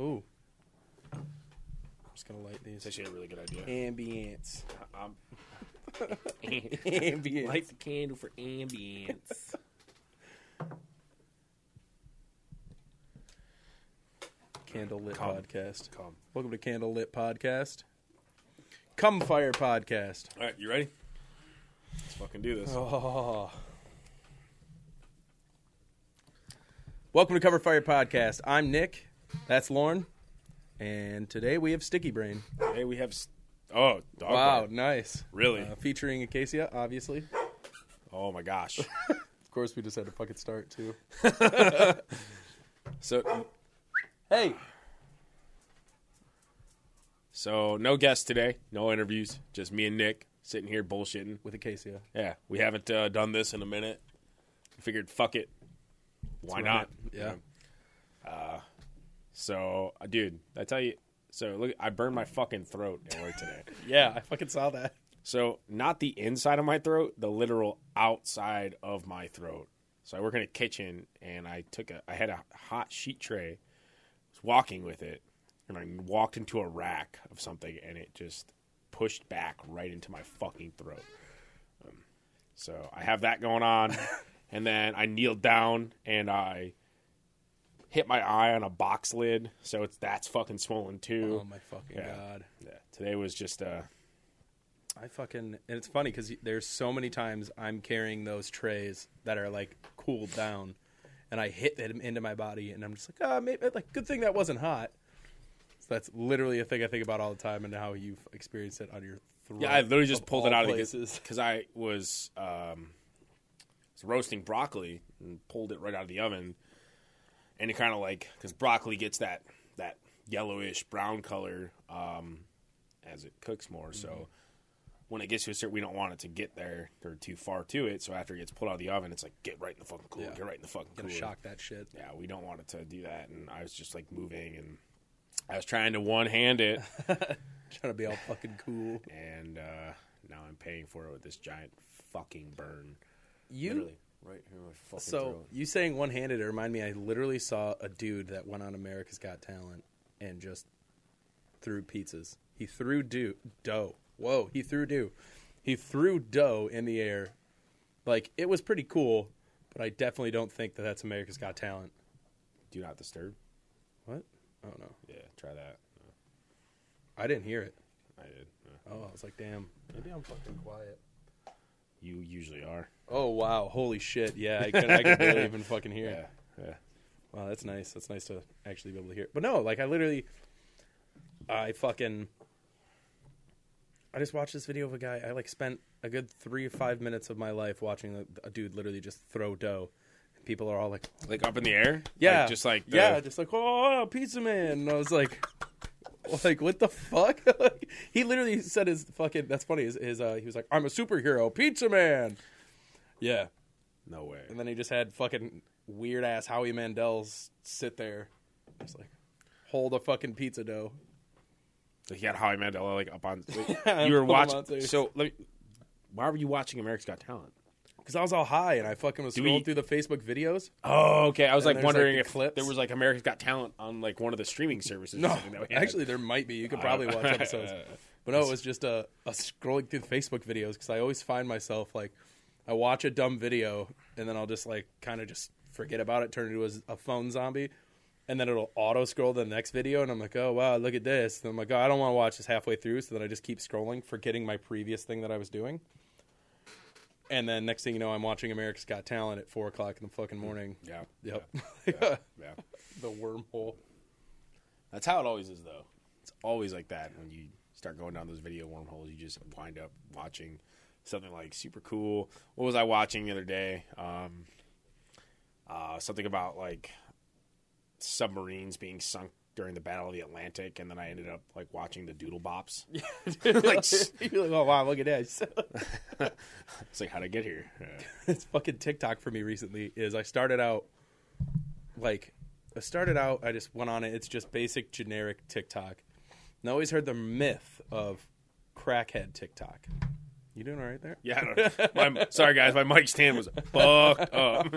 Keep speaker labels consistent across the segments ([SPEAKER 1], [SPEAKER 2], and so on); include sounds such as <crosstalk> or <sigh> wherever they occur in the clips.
[SPEAKER 1] Ooh. I'm just gonna light these.
[SPEAKER 2] It's actually a really good idea.
[SPEAKER 1] Ambience. <laughs>
[SPEAKER 2] <laughs> Um,
[SPEAKER 1] Ambience.
[SPEAKER 2] Light the candle for ambience.
[SPEAKER 1] Candle Lit
[SPEAKER 2] Come.
[SPEAKER 1] Podcast.
[SPEAKER 2] Come.
[SPEAKER 1] Welcome to Candle Lit Podcast. Come Fire Podcast.
[SPEAKER 2] All right, you ready? Let's fucking do this.
[SPEAKER 1] Oh. Welcome to Cover Fire Podcast. I'm Nick. That's Lauren. And today we have Sticky Brain.
[SPEAKER 2] Hey, we have. s oh, dog.
[SPEAKER 1] wow,
[SPEAKER 2] bark.
[SPEAKER 1] nice.
[SPEAKER 2] Really?
[SPEAKER 1] Uh, featuring Acacia, obviously.
[SPEAKER 2] oh
[SPEAKER 1] <laughs>
[SPEAKER 2] my gosh.
[SPEAKER 1] Of course, we just had to fucking start too.
[SPEAKER 2] so,
[SPEAKER 1] Hey,
[SPEAKER 2] so no guests today. No interviews. Just me and Nick sitting here bullshitting.
[SPEAKER 1] with Acacia.
[SPEAKER 2] Yeah, we haven't uh, done this in a minute. Figured, fuck it. Why
[SPEAKER 1] run
[SPEAKER 2] not?
[SPEAKER 1] it. Yeah.
[SPEAKER 2] Uh, so, uh, dude, I tell you. So, look, I burned my fucking throat at work today.
[SPEAKER 1] Yeah, I fucking saw that.
[SPEAKER 2] So not the inside of my throat, the literal outside of my throat. So I work in a kitchen, and I took a, I had a hot sheet tray, was walking with it, and I walked into a rack of something, and it just pushed back right into my fucking throat. Um, so I have that going on, and then I kneeled down and I hit my eye on a box lid, so it's that's fucking swollen too. <laughs>
[SPEAKER 1] Oh my fucking
[SPEAKER 2] Yeah.
[SPEAKER 1] god!
[SPEAKER 2] yeah, today was just uh,
[SPEAKER 1] I fucking and it's funny because there's so many times I'm carrying those trays that are like cooled down, and I hit them into my body, and I'm just like, ah, maybe like good thing that wasn't hot. So that's literally a thing I think about all the time, and how you've experienced it on your throat.
[SPEAKER 2] Yeah, I literally just
[SPEAKER 1] of
[SPEAKER 2] pulled it
[SPEAKER 1] all
[SPEAKER 2] out
[SPEAKER 1] places.
[SPEAKER 2] of because I was um, was roasting broccoli and pulled it right out of the oven, and it kind of like because broccoli gets that that yellowish brown color um, as it cooks more.
[SPEAKER 1] Mm-hmm.
[SPEAKER 2] So when it gets to a certain, we don't want it to get there or too far to it. So after it gets pulled out of the oven, it's like get right in the fucking cooler,
[SPEAKER 1] Yeah.
[SPEAKER 2] get right in the fucking
[SPEAKER 1] Gonna
[SPEAKER 2] cooler.
[SPEAKER 1] shock that shit.
[SPEAKER 2] Yeah, we don't want it to do that. And I was just like moving and I was trying to one hand it.
[SPEAKER 1] Trying to be all fucking cool.
[SPEAKER 2] and uh, now I'm paying for it with this giant fucking burn.
[SPEAKER 1] You
[SPEAKER 2] right here, in my fucking
[SPEAKER 1] So you saying one handed it remind me I literally saw a dude that went on America's Got Talent and just threw pizzas. He threw do dough. Whoa, he threw do. He threw dough in the air. Like it was pretty cool, but I definitely don't think that that's America's Got Talent.
[SPEAKER 2] Do not disturb.
[SPEAKER 1] What? I don't know.
[SPEAKER 2] Yeah, try that.
[SPEAKER 1] I didn't hear it.
[SPEAKER 2] No, I did. No.
[SPEAKER 1] Oh, I was like, damn. Maybe I'm fucking quiet.
[SPEAKER 2] You usually are.
[SPEAKER 1] Oh wow, holy shit! Yeah, I could, I could barely even fucking hear. it.
[SPEAKER 2] Yeah, yeah.
[SPEAKER 1] Wow, that's nice. That's nice to actually be able to hear. But no, like I literally, I fucking, I just watched this video of a guy. I like spent a good three or five minutes of my life watching a, a dude literally just throw dough. And people are all like,
[SPEAKER 2] Like up in the air.
[SPEAKER 1] "Yeah,
[SPEAKER 2] Like, just like the,
[SPEAKER 1] yeah, just like oh, pizza man." And I was like, <laughs> "Like what the fuck?" <laughs> like, he literally said his fucking. That's funny. His, his uh, he was like, "I'm a superhero, pizza man." Yeah,
[SPEAKER 2] No way.
[SPEAKER 1] and then he just had fucking weird ass Howie Mandel's sit there, just like hold a fucking pizza dough.
[SPEAKER 2] Like you got Howie Mandela like up <laughs> on.
[SPEAKER 1] I'm
[SPEAKER 2] you were
[SPEAKER 1] pulling out
[SPEAKER 2] watching.
[SPEAKER 1] there.
[SPEAKER 2] So let me. Why were you watching America's Got Talent?
[SPEAKER 1] Because I was all high and I fucking was
[SPEAKER 2] Do
[SPEAKER 1] scrolling
[SPEAKER 2] we-
[SPEAKER 1] through the Facebook videos.
[SPEAKER 2] Oh, okay. I was
[SPEAKER 1] And there's,
[SPEAKER 2] like
[SPEAKER 1] like,
[SPEAKER 2] wondering
[SPEAKER 1] the
[SPEAKER 2] if
[SPEAKER 1] clips.
[SPEAKER 2] there was like America's Got Talent on like one of the streaming services. or <laughs>
[SPEAKER 1] No,
[SPEAKER 2] something that we had.
[SPEAKER 1] actually, there might be. You could
[SPEAKER 2] I
[SPEAKER 1] probably
[SPEAKER 2] don't- <laughs>
[SPEAKER 1] watch episodes. But no, it was just a, a scrolling through the Facebook videos because I always find myself like, I watch a dumb video and then I'll just like kind of just forget about it, turn into a, a phone zombie, and then it'll auto scroll to the next video. And I'm like, oh, wow, look at this. And I'm like, oh, I don't want to watch this halfway through. So then I just keep scrolling, forgetting my previous thing that I was doing. And then next thing you know, I'm watching America's Got Talent at four o'clock in the fucking morning.
[SPEAKER 2] Yeah.
[SPEAKER 1] Yep.
[SPEAKER 2] Yeah. yeah.
[SPEAKER 1] <laughs> the wormhole.
[SPEAKER 2] That's how it always is, though. It's always like that when you start going down those video wormholes. You just wind up watching something like super cool. What was I watching the other day? Um, uh, something about like submarines being sunk during the Battle of the Atlantic, and then I ended up like watching the Doodle Bops.
[SPEAKER 1] <laughs>
[SPEAKER 2] <laughs> like, s-
[SPEAKER 1] You're like, oh, wow, look at <laughs> that.
[SPEAKER 2] it's like how'd I get here? Uh, Yeah.
[SPEAKER 1] it's fucking TikTok for me recently is I started out like I started out I just went on it. It's just basic generic TikTok. And I always heard the myth of crackhead TikTok. You doing all right there?
[SPEAKER 2] Yeah, I don't know. My, sorry guys, my mic stand was fucked up.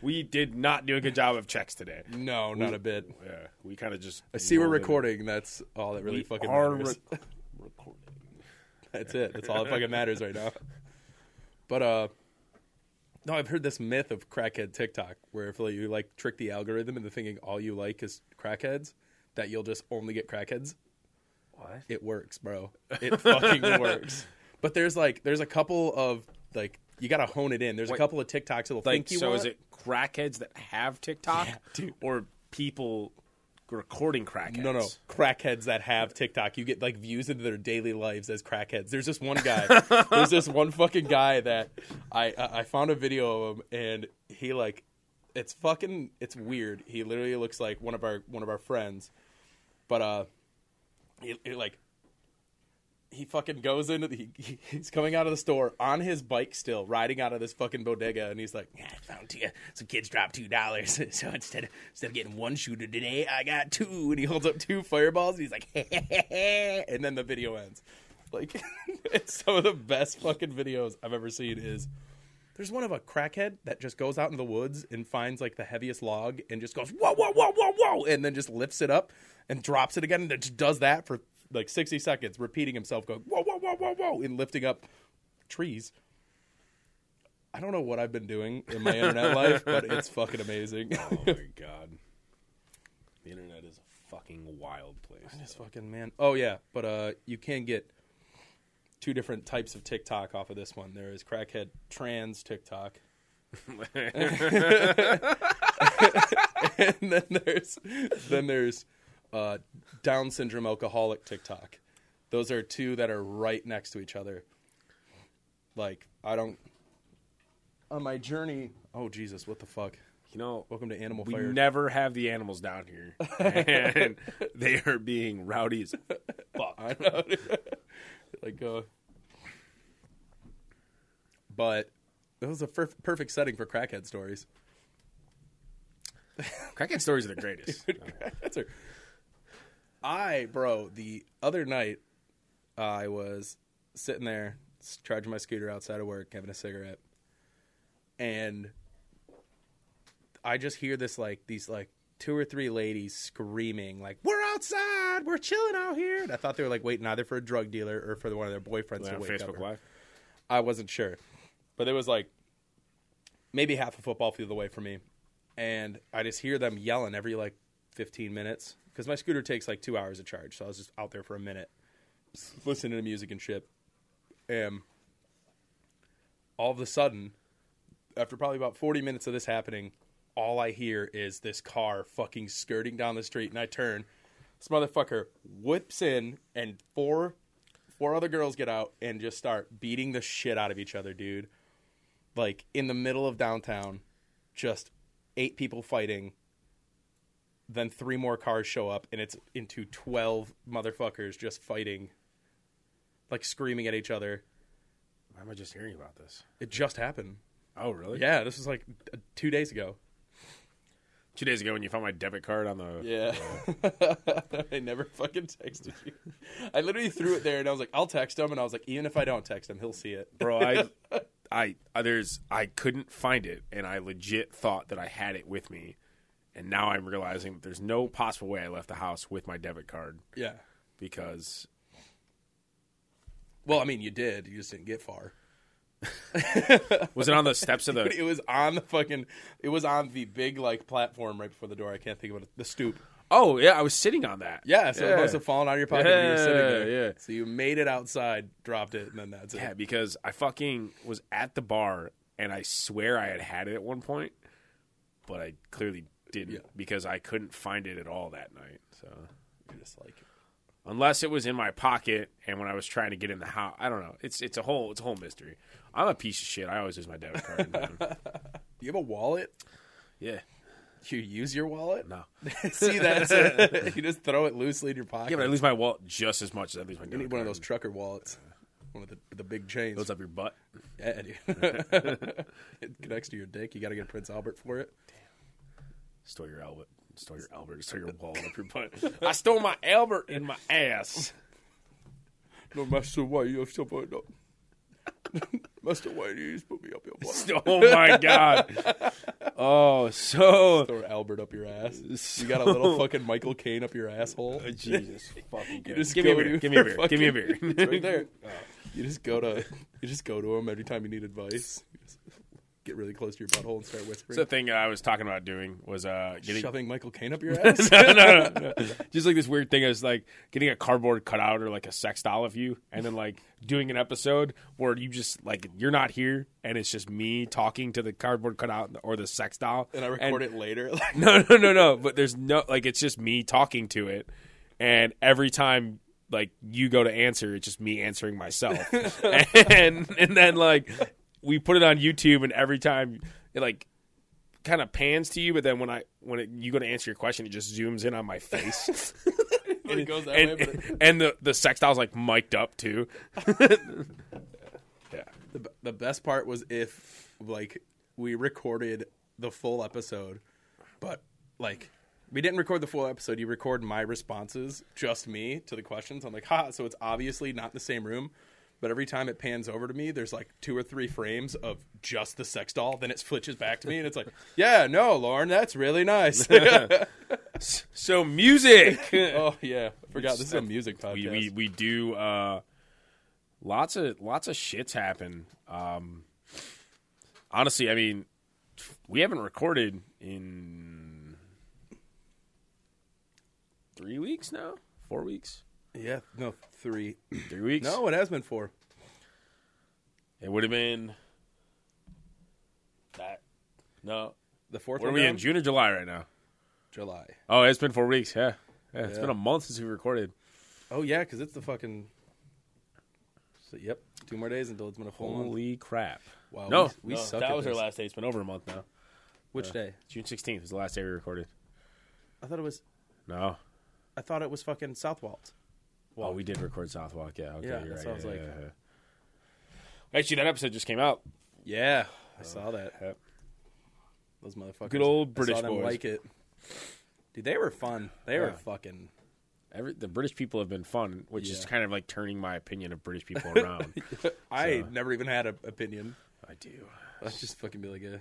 [SPEAKER 2] We did not do a good job of checks today.
[SPEAKER 1] No, not a bit.
[SPEAKER 2] Yeah, we kind of just.
[SPEAKER 1] I see we're recording. That's all that really
[SPEAKER 2] We
[SPEAKER 1] fucking
[SPEAKER 2] are
[SPEAKER 1] matters. <laughs>
[SPEAKER 2] rec- recording.
[SPEAKER 1] That's it. That's all that fucking matters right now. But uh no, I've heard this myth of crackhead TikTok where if like, you like trick the algorithm into thinking all you like is crackheads, that you'll just only get crackheads.
[SPEAKER 2] What?
[SPEAKER 1] It works, bro.
[SPEAKER 2] <laughs>
[SPEAKER 1] It fucking works. But there's like there's a couple of like you gotta hone it in. There's a
[SPEAKER 2] Wait.
[SPEAKER 1] couple of TikToks that'll
[SPEAKER 2] Like,
[SPEAKER 1] think you
[SPEAKER 2] so
[SPEAKER 1] want.
[SPEAKER 2] is it crackheads that have TikTok,
[SPEAKER 1] dude.
[SPEAKER 2] or people recording crackheads?
[SPEAKER 1] No, no, crackheads that have TikTok. You get like views into their daily lives as crackheads. There's this one guy. there's this one fucking guy that I I I found a video of him, and he like, it's fucking, it's weird. He literally looks like one of our one of our friends, but uh, he, he like. He fucking goes into the. He, he's coming out of the store on his bike still, riding out of this fucking bodega, and he's like,
[SPEAKER 3] I found two, some kids dropped two dollars.
[SPEAKER 1] <laughs>
[SPEAKER 3] So instead of instead of getting one shooter today, I got two.
[SPEAKER 1] and he holds up two fireballs and he's like <laughs> and then the video ends like <laughs> it's some of the best fucking videos i've ever seen is there's one of a crackhead that just goes out into the woods and finds like the heaviest log and just goes whoa whoa whoa whoa whoa and then just lifts it up and drops it again and then just does that for like 60 seconds repeating himself going whoa whoa whoa whoa whoa and lifting up trees i don't know what i've been doing in my internet life but it's fucking amazing <laughs>
[SPEAKER 2] Oh my god, the internet is a fucking wild place.
[SPEAKER 1] This fucking man. Oh yeah, but uh, you can get two different types of TikTok off of this one. There is crackhead trans TikTok, <laughs> and then there's then there's uh, Down syndrome alcoholic TikTok. Those are two that are right next to each other. Like I don't on my journey. Oh Jesus, what the fuck?
[SPEAKER 2] You know,
[SPEAKER 1] Welcome to Animal
[SPEAKER 2] we
[SPEAKER 1] Fire.
[SPEAKER 2] never have the animals down here, and
[SPEAKER 1] <laughs>
[SPEAKER 2] they are being rowdy as
[SPEAKER 1] I <laughs> know. like, uh, but that was a perf- perfect setting for crackhead stories.
[SPEAKER 2] Crackhead stories are the greatest. Oh.
[SPEAKER 1] That's her. I, bro, the other night, I was sitting there s- charging my scooter outside of work, having a cigarette, and I just hear this like these like two or three ladies screaming like "We're outside, we're chilling out here." And I thought they were like waiting either for a drug dealer or for one of their boyfriends to
[SPEAKER 2] on
[SPEAKER 1] wake up.
[SPEAKER 2] Facebook
[SPEAKER 1] or-
[SPEAKER 2] Live.
[SPEAKER 1] I wasn't sure, but there was like maybe half a football field away from me, and I just hear them yelling every like 15 minutes because my scooter takes like two hours to charge, so I was just out there for a minute listening to music and shit, and all of a sudden, after probably about 40 minutes of this happening, all I hear is this car fucking skirting down the street, and I turn. This motherfucker whips in, and four four other girls get out and just start beating the shit out of each other, dude. Like in the middle of downtown, just eight people fighting. Then three more cars show up, and it's into 12 motherfuckers just fighting, like screaming at each other.
[SPEAKER 2] Why am I just hearing about this?
[SPEAKER 1] It just happened.
[SPEAKER 2] Oh, really?
[SPEAKER 1] Yeah, this was like uh, two days ago.
[SPEAKER 2] Two days ago, when you found my debit card on the
[SPEAKER 1] Yeah. <laughs> I never fucking texted you. I literally threw it there and I was like, I'll text him. And I was like, even if I don't text him, he'll see it. <laughs>
[SPEAKER 2] bro, I, I, uh, there's, I couldn't find it, and I legit thought that I had it with me, and now I'm realizing that there's no possible way I left the house with my debit card
[SPEAKER 1] Yeah.
[SPEAKER 2] because
[SPEAKER 1] Well, I mean, you did. You just didn't get far. <laughs>
[SPEAKER 2] was it on the steps of
[SPEAKER 1] But
[SPEAKER 2] the?
[SPEAKER 1] it was on the fucking. It was on the big like platform right before the door. I can't think of it. The stoop.
[SPEAKER 2] Oh yeah, I was sitting on that.
[SPEAKER 1] Yeah, so it must have fallen out of your pocket. when you were sitting there.
[SPEAKER 2] Yeah, yeah.
[SPEAKER 1] So you made it outside, dropped it, and then that's it.
[SPEAKER 2] Yeah, because I fucking was at the bar and I swear I had had it at one point, but I clearly didn't
[SPEAKER 1] Yeah.
[SPEAKER 2] because I couldn't find it at all that night. So
[SPEAKER 1] You're just like,
[SPEAKER 2] unless it was in my pocket and when I was trying to get in the house, I don't know. It's it's a whole it's a whole mystery. I'm a piece of shit. I always use my debit card.
[SPEAKER 1] <laughs>
[SPEAKER 2] man.
[SPEAKER 1] do you have a wallet?
[SPEAKER 2] yeah,
[SPEAKER 1] Do you use your wallet?
[SPEAKER 2] no.
[SPEAKER 1] <laughs> See that's
[SPEAKER 2] <laughs>
[SPEAKER 1] it. you just throw it loosely in your pocket.
[SPEAKER 2] Yeah, but I lose my wallet just as much as I lose my
[SPEAKER 1] you
[SPEAKER 2] debit
[SPEAKER 1] need
[SPEAKER 2] card.
[SPEAKER 1] one of those trucker wallets. One of the the big chains.
[SPEAKER 2] Goes up your butt.
[SPEAKER 1] yeah, <laughs>
[SPEAKER 2] <laughs>
[SPEAKER 1] dude. it connects to your dick. You got to get a Prince Albert for it.
[SPEAKER 2] Store your Albert. Store your Albert. Store your wallet up your
[SPEAKER 1] <laughs>
[SPEAKER 2] butt. I stole my Albert in my ass.
[SPEAKER 1] No matter why you have to put it up. Must have waited. You just put me up your butt.
[SPEAKER 2] Oh my god. Oh, so
[SPEAKER 1] Throw Albert up your
[SPEAKER 2] <laughs>
[SPEAKER 1] ass. You got a little fucking Michael Caine up your asshole.
[SPEAKER 2] Jesus fucking.
[SPEAKER 1] You just
[SPEAKER 2] give me a
[SPEAKER 1] go
[SPEAKER 2] beer.
[SPEAKER 1] to
[SPEAKER 2] Give me a
[SPEAKER 1] your
[SPEAKER 2] beer. Give me a beer.
[SPEAKER 1] <laughs>
[SPEAKER 2] <laughs>
[SPEAKER 1] fucking- right there. You just go to you just go to him every time you need advice. You just get really close to your butthole and start whispering.
[SPEAKER 2] That's the thing I was talking about doing was uh getting
[SPEAKER 1] shoving Michael Caine
[SPEAKER 2] <laughs>
[SPEAKER 1] up your ass.
[SPEAKER 2] no, no, no, no. Just like this weird thing is like getting a cardboard cutout or like a sex doll of you, and then like doing an episode where you just like you're not here, and it's just me talking to the cardboard cutout or the sex doll,
[SPEAKER 1] and I record it
[SPEAKER 2] <laughs>
[SPEAKER 1] later. <laughs> Like,
[SPEAKER 2] No, no, no, no. But there's no like it's just me talking to it, and every time like you go to answer, it's just me answering myself, and and then like we put it on YouTube, and every time it like kind of pans to you, but then when I when it, you go to answer your question, it just zooms in on my face,
[SPEAKER 1] it goes that way,
[SPEAKER 2] and
[SPEAKER 1] but it-
[SPEAKER 2] and the the sex doll's like mic'd up too. yeah,
[SPEAKER 1] the, b- the best part was if like we recorded the full episode but like we didn't record the full episode you record my responses just me to the questions i'm like ha so it's obviously not the same room but every time it pans over to me there's like two or three frames of just the sex doll then it switches back to me and it's like <laughs> yeah no lauren that's really nice <laughs>
[SPEAKER 2] so music.
[SPEAKER 1] oh yeah i forgot this is a music podcast
[SPEAKER 2] uh, we, we we do uh, lots of lots of shits happen. Um, honestly, I mean, we haven't recorded in three weeks now, four weeks,
[SPEAKER 1] yeah no three
[SPEAKER 2] three weeks.
[SPEAKER 1] no it has been four
[SPEAKER 2] it would have been that. No,
[SPEAKER 1] the fourth
[SPEAKER 2] what are
[SPEAKER 1] one
[SPEAKER 2] we
[SPEAKER 1] down?
[SPEAKER 2] in June or July right now?
[SPEAKER 1] july
[SPEAKER 2] Oh, it's been four weeks. Yeah, yeah it's
[SPEAKER 1] Yeah.
[SPEAKER 2] been a month since we recorded.
[SPEAKER 1] Oh yeah, because it's the fucking. So, yep, two more days until it's been a full month.
[SPEAKER 2] Holy crap!
[SPEAKER 1] Wow,
[SPEAKER 2] No,
[SPEAKER 1] we- we
[SPEAKER 2] no,
[SPEAKER 1] suck
[SPEAKER 2] that
[SPEAKER 1] at
[SPEAKER 2] was our
[SPEAKER 1] this.
[SPEAKER 2] last day. It's been over a month now.
[SPEAKER 1] Which day?
[SPEAKER 2] June sixteenth was the last day we recorded.
[SPEAKER 1] I thought it was.
[SPEAKER 2] No.
[SPEAKER 1] I thought it was fucking Southwalt.
[SPEAKER 2] Well, we did record Southwalk. Yeah. Okay.
[SPEAKER 1] Yeah,
[SPEAKER 2] you're
[SPEAKER 1] that's
[SPEAKER 2] right.
[SPEAKER 1] what I was
[SPEAKER 2] yeah,
[SPEAKER 1] like.
[SPEAKER 2] yeah, yeah. Actually, that episode just came out.
[SPEAKER 1] Yeah, I saw that.
[SPEAKER 2] Yep.
[SPEAKER 1] Those motherfuckers.
[SPEAKER 2] Good old
[SPEAKER 1] I saw
[SPEAKER 2] British
[SPEAKER 1] them
[SPEAKER 2] boys.
[SPEAKER 1] Like it, dude. They were fun. They were
[SPEAKER 2] Yeah.
[SPEAKER 1] fucking.
[SPEAKER 2] Every, the British people have been fun, which is
[SPEAKER 1] Yeah.
[SPEAKER 2] kind of like turning my opinion of British people
[SPEAKER 1] <laughs>
[SPEAKER 2] around.
[SPEAKER 1] I never even had an opinion.
[SPEAKER 2] I do.
[SPEAKER 1] I just fucking be like, yeah.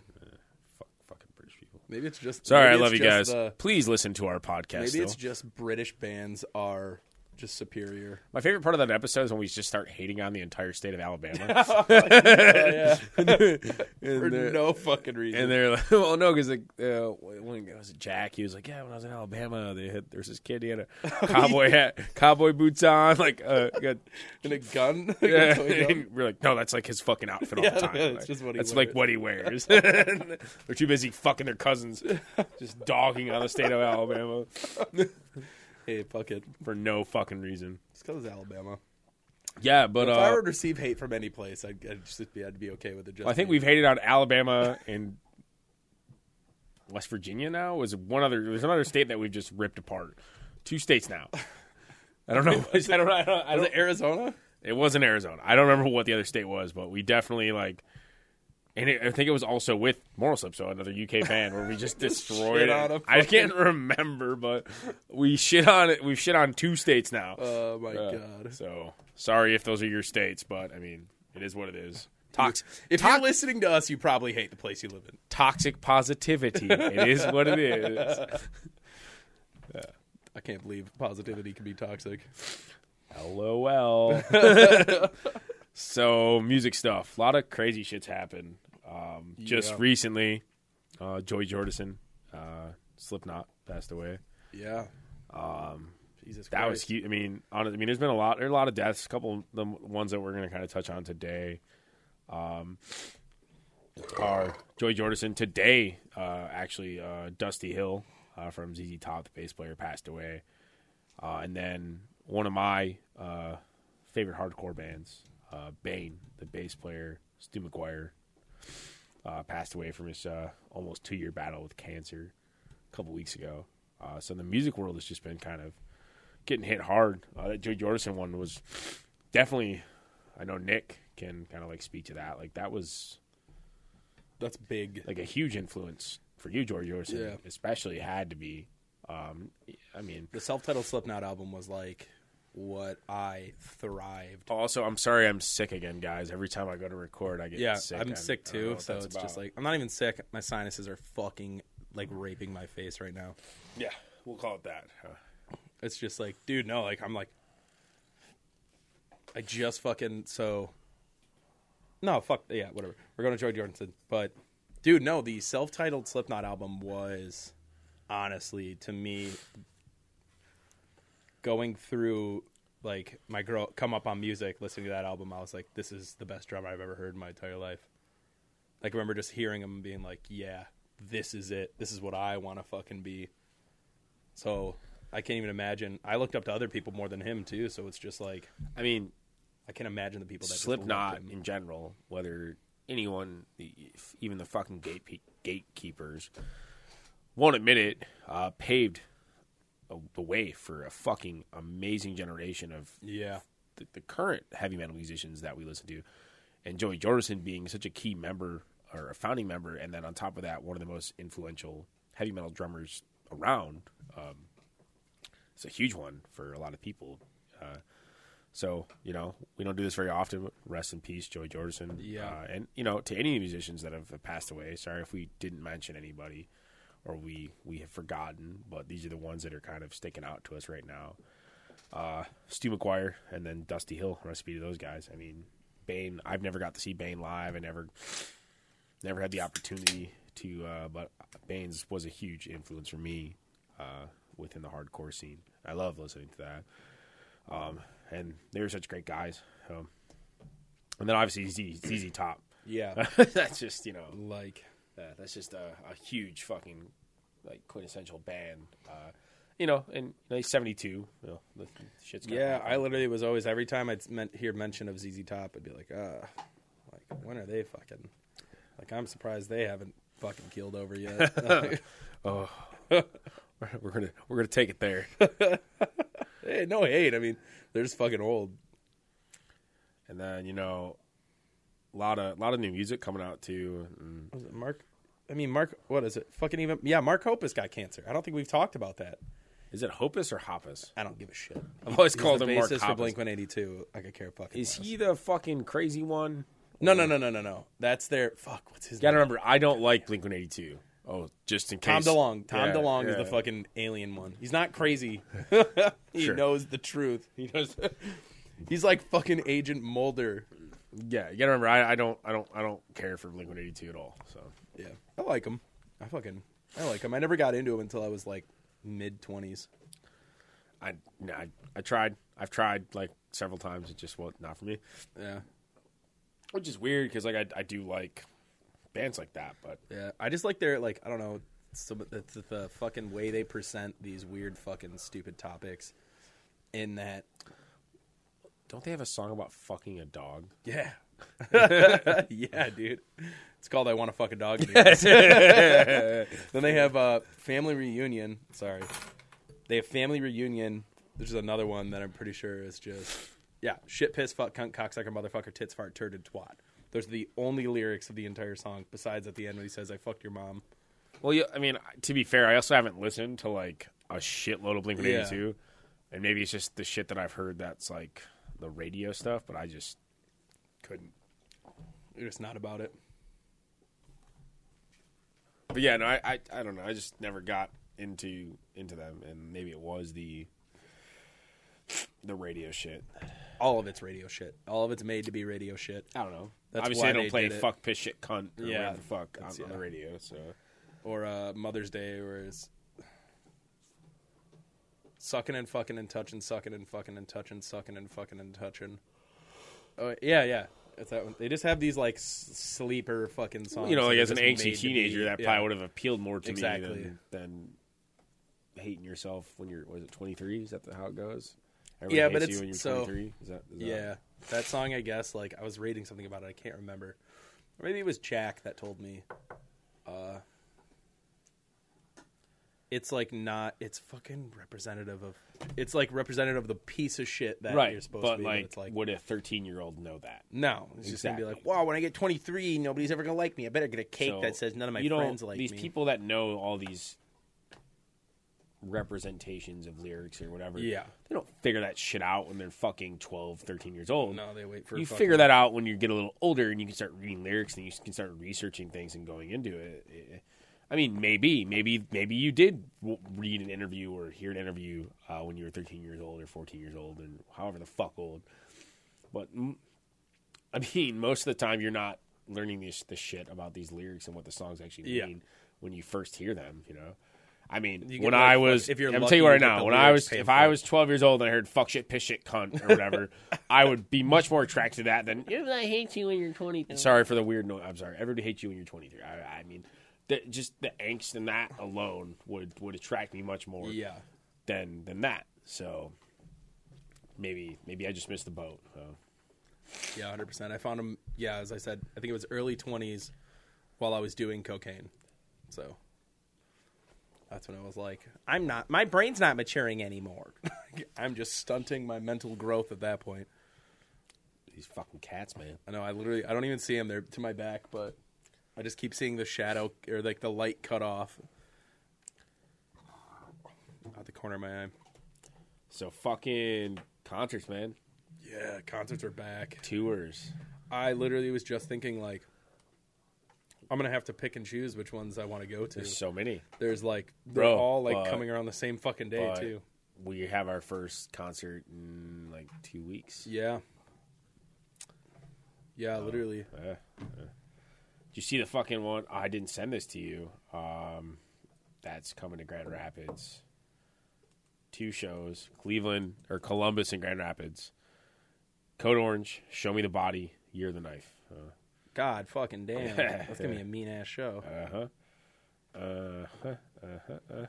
[SPEAKER 2] Fuck, fucking British people.
[SPEAKER 1] Maybe it's just.
[SPEAKER 2] Sorry, I
[SPEAKER 1] maybe it's
[SPEAKER 2] love you guys.
[SPEAKER 1] just the-
[SPEAKER 2] Please listen to our podcast.
[SPEAKER 1] maybe it's
[SPEAKER 2] though.
[SPEAKER 1] just British bands are just
[SPEAKER 2] <laughs>
[SPEAKER 1] superior.
[SPEAKER 2] my favorite part of that episode is when we just start hating on the entire state of Alabama,
[SPEAKER 1] Oh, yeah, <laughs> for
[SPEAKER 2] <laughs> and, they're,
[SPEAKER 1] no fucking reason.
[SPEAKER 2] and they're like, <laughs> "Well, no, because like, uh, when it was Jack, he was like, yeah, when I was in Alabama, they had there's this kid, he had
[SPEAKER 1] <laughs>
[SPEAKER 2] a cowboy hat, cowboy boots on, <laughs> like uh, got
[SPEAKER 1] and a gun. <laughs>
[SPEAKER 2] <laughs> Yeah.
[SPEAKER 1] Like a toy gun.
[SPEAKER 2] we're like, no, that's like his fucking outfit all
[SPEAKER 1] Yeah,
[SPEAKER 2] the time.
[SPEAKER 1] yeah, it's
[SPEAKER 2] Like,
[SPEAKER 1] just what he
[SPEAKER 2] that's
[SPEAKER 1] wears.
[SPEAKER 2] like what he
[SPEAKER 1] <laughs>
[SPEAKER 2] wears. <laughs> They're too busy fucking their cousins, just dogging on the state of Alabama
[SPEAKER 1] hey, fuck it.
[SPEAKER 2] for no fucking reason.
[SPEAKER 1] It's because it's Alabama.
[SPEAKER 2] Yeah, but
[SPEAKER 1] if I
[SPEAKER 2] uh,
[SPEAKER 1] would receive hate from any place, I'd, I'd just be, I'd be okay with it. Just
[SPEAKER 2] I think
[SPEAKER 1] me.
[SPEAKER 2] we've hated on Alabama and West Virginia. Now was one other. There's another state that we've just ripped apart. Two states now. I
[SPEAKER 1] <laughs>
[SPEAKER 2] don't know. I don't. I don't.
[SPEAKER 1] was
[SPEAKER 2] I don't
[SPEAKER 1] it <laughs> Arizona.
[SPEAKER 2] It wasn't Arizona. I don't remember what the other state was, but we definitely like. And it, I think it was also with Moral Slip, so
[SPEAKER 1] <laughs>
[SPEAKER 2] another UK band where we just destroyed
[SPEAKER 1] shit on
[SPEAKER 2] it.
[SPEAKER 1] a
[SPEAKER 2] I can't remember, but we shit on it. We've shit on two states now.
[SPEAKER 1] Oh my
[SPEAKER 2] Uh,
[SPEAKER 1] god!
[SPEAKER 2] So sorry if those are your states, but I mean it is what it is. Tox-
[SPEAKER 1] If you're listening to us, you probably hate the place you live in.
[SPEAKER 2] toxic positivity. It is what it is.
[SPEAKER 1] I can't believe positivity can be toxic.
[SPEAKER 2] LOL. so music stuff. A lot of crazy shits happened. Um, just
[SPEAKER 1] Yeah.
[SPEAKER 2] recently, uh, Joy Jordison, uh, Slipknot passed away.
[SPEAKER 1] Yeah. Um. Jesus
[SPEAKER 2] That
[SPEAKER 1] Christ.
[SPEAKER 2] was huge. I mean, honest, I mean, there's been a lot. There are a lot of deaths. A couple of the ones that we're going to kind of touch on today. Um, are Joy Jordison today? Uh, actually, uh, Dusty Hill uh, from ZZ Top, the bass player, passed away. Uh, and then one of my uh, favorite hardcore bands, uh, Bane, the bass player, Stu McGuire, uh, passed away from his uh, almost two year battle with cancer a couple weeks ago. Uh, so the music world has just been kind of getting hit hard. Uh, that Joe Jordison one was definitely, I know Nick can kind of like speak to that. Like that was
[SPEAKER 1] That's big.
[SPEAKER 2] like a huge influence for you, George Jordison,
[SPEAKER 1] Yeah.
[SPEAKER 2] especially had to be. Um, I mean,
[SPEAKER 1] The self-titled Slipknot album was like what I thrived.
[SPEAKER 2] Also, I'm sorry I'm sick again, guys. Every time I go to record, I get
[SPEAKER 1] Yeah,
[SPEAKER 2] sick.
[SPEAKER 1] I'm
[SPEAKER 2] I-
[SPEAKER 1] sick
[SPEAKER 2] I don't know
[SPEAKER 1] too,
[SPEAKER 2] what
[SPEAKER 1] so
[SPEAKER 2] that's
[SPEAKER 1] it's just
[SPEAKER 2] about.
[SPEAKER 1] like I'm not even sick. My sinuses are fucking like raping my face right now.
[SPEAKER 2] yeah, we'll call it that. huh?
[SPEAKER 1] It's just like, dude, no, like I'm like I just fucking so No, fuck yeah, whatever. We're going to Joy Jordanson. But dude, no, the self titled Slipknot album was honestly to me going through like my girl come up on music, listening to that album, I was like, This is the best drummer I've ever heard in my entire life. Like I remember just hearing him and being like, Yeah, this is it. This is what I wanna fucking be. So I can't even imagine. I looked up to other people more than him too, so it's just like
[SPEAKER 2] I mean,
[SPEAKER 1] I can imagine the people that just
[SPEAKER 2] Slipknot
[SPEAKER 1] loved him.
[SPEAKER 2] in general, whether anyone, the- even the fucking gate, gatekeepers, won't admit it, uh, paved a, the way for a fucking amazing generation of
[SPEAKER 1] Yeah,
[SPEAKER 2] the, the current heavy metal musicians that we listen to, and Joey Jordison being such a key member or a founding member, and then on top of that, one of the most influential heavy metal drummers around. Um, it's a huge one for a lot of people. Uh, so you know we don't do this very often. Rest in peace, Joey Jordison.
[SPEAKER 1] Yeah.
[SPEAKER 2] uh, and you know to any musicians that have passed away. Sorry if we didn't mention anybody, or we we have forgotten. But these are the ones that are kind of sticking out to us right now. Uh, Stu McGuire and then Dusty Hill. Recipe to those guys. I mean, Bane. I've never got to see Bane live. I never, never had the opportunity to. Uh, but Bane's was a huge influence for me uh, within the hardcore scene. I love listening to that. Um, and they were such great guys. Um, and then obviously Z, ZZ Top.
[SPEAKER 1] yeah,
[SPEAKER 2] <laughs> that's just you know
[SPEAKER 1] like
[SPEAKER 2] uh, that's just a, a huge fucking like quintessential band. Uh, you know, and you know, he's seventy two. You know, the, the shit's gonna
[SPEAKER 1] yeah.
[SPEAKER 2] happen.
[SPEAKER 1] I literally was always every time I'd men- hear mention of ZZ Top, I'd be like, ah, like when are they fucking? Like I'm surprised they haven't fucking killed over
[SPEAKER 2] <laughs>
[SPEAKER 1] yet.
[SPEAKER 2] <laughs>
[SPEAKER 1] <laughs>
[SPEAKER 2] We're gonna we're gonna take it there.
[SPEAKER 1] hey, no hate. I mean, they're just fucking old.
[SPEAKER 2] and then you know, a lot of lot of new music coming out too. And
[SPEAKER 1] Was it Mark? I mean, Mark. What is it? Fucking even. Yeah, Mark Hoppus got cancer. I don't think we've talked about that.
[SPEAKER 2] is it Hopus or Hoppus?
[SPEAKER 1] I don't give a shit.
[SPEAKER 2] <laughs> I've always
[SPEAKER 1] He's
[SPEAKER 2] called
[SPEAKER 1] the
[SPEAKER 2] him Mark
[SPEAKER 1] bassist for
[SPEAKER 2] Hoppus.
[SPEAKER 1] Blink 182. I could care a fucking.
[SPEAKER 2] Is
[SPEAKER 1] less.
[SPEAKER 2] he the fucking crazy one?
[SPEAKER 1] No, no, no, no, no, no. That's their fuck. What's his
[SPEAKER 2] You gotta
[SPEAKER 1] name?
[SPEAKER 2] remember, I don't like Blink One Eighty Two. Oh, just in
[SPEAKER 1] Tom
[SPEAKER 2] case.
[SPEAKER 1] DeLong. Tom
[SPEAKER 2] Yeah,
[SPEAKER 1] DeLong is
[SPEAKER 2] yeah.
[SPEAKER 1] the fucking alien one. He's not crazy. <laughs> he
[SPEAKER 2] Sure.
[SPEAKER 1] knows the truth. He knows. He's like fucking Agent Mulder.
[SPEAKER 2] <laughs> Yeah, you gotta remember, I, I don't, I don't, I don't care for Blink One Eighty Two at all. So
[SPEAKER 1] Yeah, I like him. I fucking I like him. I never got into him until I was like mid twenties.
[SPEAKER 2] I, no, I, I tried. I've tried like several times. It just was not for me.
[SPEAKER 1] Yeah,
[SPEAKER 2] Which is weird because like I, I do like bands like that, but
[SPEAKER 1] yeah. I just like their like I don't know some of the, the, the fucking way they present these weird fucking stupid topics. In that,
[SPEAKER 2] don't they have a song about fucking a dog?
[SPEAKER 1] yeah, <laughs> yeah, dude. It's called "I Want to Fuck a Dog." in the Office. <laughs> Then they have uh, Family Reunion. Sorry. They have Family Reunion, which is another one that I'm pretty sure is just, yeah, shit, piss, fuck, cunt, cocksucker, motherfucker, tits, fart, turd, and twat. Those are the only lyrics of the entire song, besides at the end when he says, I fucked your mom.
[SPEAKER 2] Well, yeah, I mean, to be fair, I also haven't listened to like a shitload of Blink One Eighty Two, and maybe it's just the shit that I've heard that's like the radio stuff, but I just couldn't.
[SPEAKER 1] They're just not about it.
[SPEAKER 2] But yeah, no, I, I, I don't know. I just never got into into them, and maybe it was the the radio shit.
[SPEAKER 1] All of it's radio shit. All of it's made to be radio shit.
[SPEAKER 2] I don't know.
[SPEAKER 1] That's
[SPEAKER 2] Obviously,
[SPEAKER 1] why
[SPEAKER 2] they don't
[SPEAKER 1] they
[SPEAKER 2] play
[SPEAKER 1] did it.
[SPEAKER 2] fuck, piss, shit, cunt, or
[SPEAKER 1] Yeah,
[SPEAKER 2] whatever the fuck on,
[SPEAKER 1] that's-
[SPEAKER 2] on
[SPEAKER 1] yeah.
[SPEAKER 2] the radio. So
[SPEAKER 1] Or uh, Mother's Day, where it's sucking and fucking and touching, sucking and fucking and touching, sucking and fucking and touching. Oh yeah, yeah, it's that one. They just have these like s- sleeper fucking songs.
[SPEAKER 2] you know,
[SPEAKER 1] that
[SPEAKER 2] like
[SPEAKER 1] are
[SPEAKER 2] as an
[SPEAKER 1] just
[SPEAKER 2] angsty
[SPEAKER 1] made to be-
[SPEAKER 2] teenager, that
[SPEAKER 1] yeah.
[SPEAKER 2] probably would have appealed more to me
[SPEAKER 1] Exactly.
[SPEAKER 2] than, than hating yourself when you're was it 23? Is that the, how it goes?
[SPEAKER 1] Yeah,
[SPEAKER 2] Everyone
[SPEAKER 1] but
[SPEAKER 2] hates you
[SPEAKER 1] it's-
[SPEAKER 2] when you're
[SPEAKER 1] so-
[SPEAKER 2] 23. Is that, is that
[SPEAKER 1] Yeah, that song. I guess like I was reading something about it. I can't remember. Or maybe it was Jack that told me. Uh, it's like not. It's fucking representative of. It's like representative of the piece of shit that
[SPEAKER 2] right?
[SPEAKER 1] you're supposed
[SPEAKER 2] but
[SPEAKER 1] to be.
[SPEAKER 2] like,
[SPEAKER 1] it's like
[SPEAKER 2] would a 13 year old know that?
[SPEAKER 1] No, it's just gonna be like,
[SPEAKER 2] Exactly.
[SPEAKER 1] wow, when I get 23, nobody's ever gonna like me. I better get a cake
[SPEAKER 2] So,
[SPEAKER 1] that says none of my
[SPEAKER 2] you don't-
[SPEAKER 1] friends like
[SPEAKER 2] these
[SPEAKER 1] me.
[SPEAKER 2] people that know all these representations of lyrics or whatever.
[SPEAKER 1] Yeah.
[SPEAKER 2] They don't figure that shit out when they're fucking 12, 13 years old.
[SPEAKER 1] No, they wait for
[SPEAKER 2] you
[SPEAKER 1] fucking-
[SPEAKER 2] figure that out when you get a little older and you can start reading lyrics and you can start researching things and going into it. Eh, I mean, maybe, maybe, maybe you did w- read an interview or hear an interview uh, when you were 13 years old or 14 years old and however the fuck old. But mm, I mean, most of the time you're not learning this the shit about these lyrics and what the songs actually
[SPEAKER 1] Yeah.
[SPEAKER 2] mean when you first hear them. You know, I mean,
[SPEAKER 1] You get
[SPEAKER 2] when
[SPEAKER 1] like,
[SPEAKER 2] I
[SPEAKER 1] fuck-
[SPEAKER 2] was,
[SPEAKER 1] if you're
[SPEAKER 2] I'm
[SPEAKER 1] lucky,
[SPEAKER 2] tell you right
[SPEAKER 1] you get
[SPEAKER 2] now,
[SPEAKER 1] the
[SPEAKER 2] when I
[SPEAKER 1] lyrics
[SPEAKER 2] was,
[SPEAKER 1] paid
[SPEAKER 2] if
[SPEAKER 1] for.
[SPEAKER 2] I was 12 years old and I heard fuck shit, piss shit, cunt
[SPEAKER 1] <laughs>
[SPEAKER 2] or whatever, I would be much more attracted to that than I hate you when you're 23. Sorry for the weird note. I'm sorry. Everybody hates you when you're 23. I, I mean, the, just the angst and that alone would would attract me much more
[SPEAKER 1] Yeah.
[SPEAKER 2] than than that. So maybe maybe I just missed the boat. Uh, So.
[SPEAKER 1] Yeah, hundred percent. I found him. Yeah, as I said, I think it was early twenties, while I was doing cocaine. So that's when I was like, I'm not. My brain's not maturing
[SPEAKER 2] <laughs>
[SPEAKER 1] anymore. I'm just stunting my mental growth at that point.
[SPEAKER 2] These fucking cats, man.
[SPEAKER 1] I know. I literally. I don't even see him. They're to my back, but I just keep seeing the shadow or like the light cut off out the corner of my eye.
[SPEAKER 2] So fucking concerts, man.
[SPEAKER 1] Yeah, concerts are back.
[SPEAKER 2] Tours.
[SPEAKER 1] I literally was just thinking like, I'm gonna have to pick and choose which ones I want to go to.
[SPEAKER 2] There's so many.
[SPEAKER 1] There's like they're
[SPEAKER 2] Bro,
[SPEAKER 1] all like
[SPEAKER 2] but-
[SPEAKER 1] coming around the same fucking day
[SPEAKER 2] but
[SPEAKER 1] too.
[SPEAKER 2] We have our first concert in like two weeks.
[SPEAKER 1] Yeah. Yeah, literally.
[SPEAKER 2] Uh, uh. Did you see the fucking one? oh, I didn't send this to you. Um, that's coming to Grand Rapids. Two shows: Cleveland or Columbus and Grand Rapids. Code Orange, Show Me the Body, You're the Knife. Uh,
[SPEAKER 1] God fucking damn. <laughs> That's gonna be a mean ass show.
[SPEAKER 2] yeah,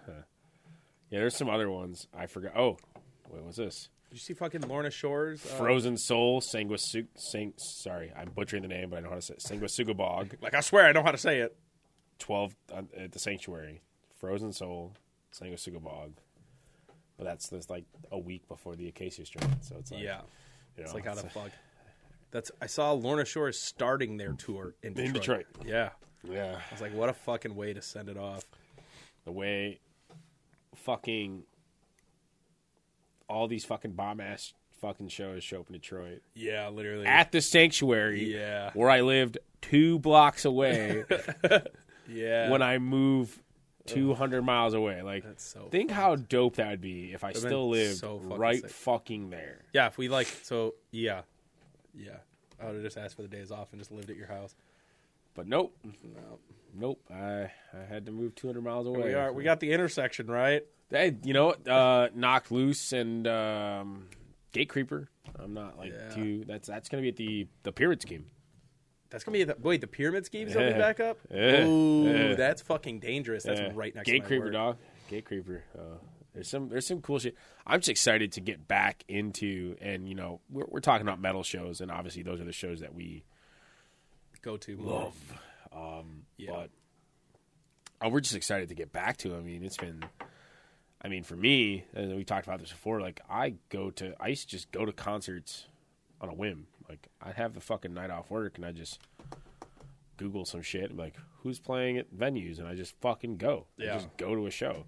[SPEAKER 2] there's some other ones I forgot. Oh, what was this?
[SPEAKER 1] Did you see fucking Lorna Shores? Uh,
[SPEAKER 2] Frozen Soul, Sanguisug, Sang, sorry, I'm butchering the name, but I know how to say it. Sanguisugabog,
[SPEAKER 1] like I swear I know how to say it.
[SPEAKER 2] 12 on- at the Sanctuary. Frozen Soul, Sanguisugabog. But that's this like a week before the Acacia Strain, so it's like
[SPEAKER 1] yeah.
[SPEAKER 2] you know,
[SPEAKER 1] It's like how the fuck. That's I saw Lorna Shores starting their tour in Detroit.
[SPEAKER 2] In
[SPEAKER 1] Yeah.
[SPEAKER 2] yeah.
[SPEAKER 1] I was like, what a fucking way to send it off.
[SPEAKER 2] The way fucking all these fucking bomb ass fucking shows show up in Detroit
[SPEAKER 1] Yeah, literally.
[SPEAKER 2] at the Sanctuary,
[SPEAKER 1] Yeah.
[SPEAKER 2] where I lived two
[SPEAKER 1] <laughs>
[SPEAKER 2] blocks away.
[SPEAKER 1] yeah.
[SPEAKER 2] when I move 200 miles away. Like,
[SPEAKER 1] That's so
[SPEAKER 2] think how dope that would be if I
[SPEAKER 1] been
[SPEAKER 2] still lived
[SPEAKER 1] so fucking
[SPEAKER 2] right
[SPEAKER 1] sick.
[SPEAKER 2] fucking there.
[SPEAKER 1] Yeah, if we like, so yeah, yeah. I would have just asked for the days off and just lived at your house.
[SPEAKER 2] But nope, nope. I I had to move 200 miles away.
[SPEAKER 1] We are. We got the intersection right.
[SPEAKER 2] Hey, you know what? Uh, knocked loose and um, gate creeper. I'm not like
[SPEAKER 1] Yeah.
[SPEAKER 2] too. That's that's gonna be at the the pyramid scheme.
[SPEAKER 1] That's gonna be the wait. The pyramid schemes open
[SPEAKER 2] Yeah.
[SPEAKER 1] back up.
[SPEAKER 2] Yeah.
[SPEAKER 1] Ooh,
[SPEAKER 2] Yeah.
[SPEAKER 1] that's fucking dangerous. That's
[SPEAKER 2] Yeah.
[SPEAKER 1] right next
[SPEAKER 2] Uh, gate
[SPEAKER 1] to my
[SPEAKER 2] creeper
[SPEAKER 1] work.
[SPEAKER 2] dog. Gate creeper. Uh, there's some there's some cool shit. I'm just excited to get back into and you know we're we're talking about metal shows and obviously those are the shows that we
[SPEAKER 1] Go to love. yeah.
[SPEAKER 2] but oh, we're just excited to get back to. it. I mean, it's been. I mean, for me, and we talked about this before. Like, I go to I used to just go to concerts on a whim. Like, I have the fucking night off work, and I just Google some shit. And like, who's playing at venues, and I just fucking go. I
[SPEAKER 1] Yeah.
[SPEAKER 2] just go to a show.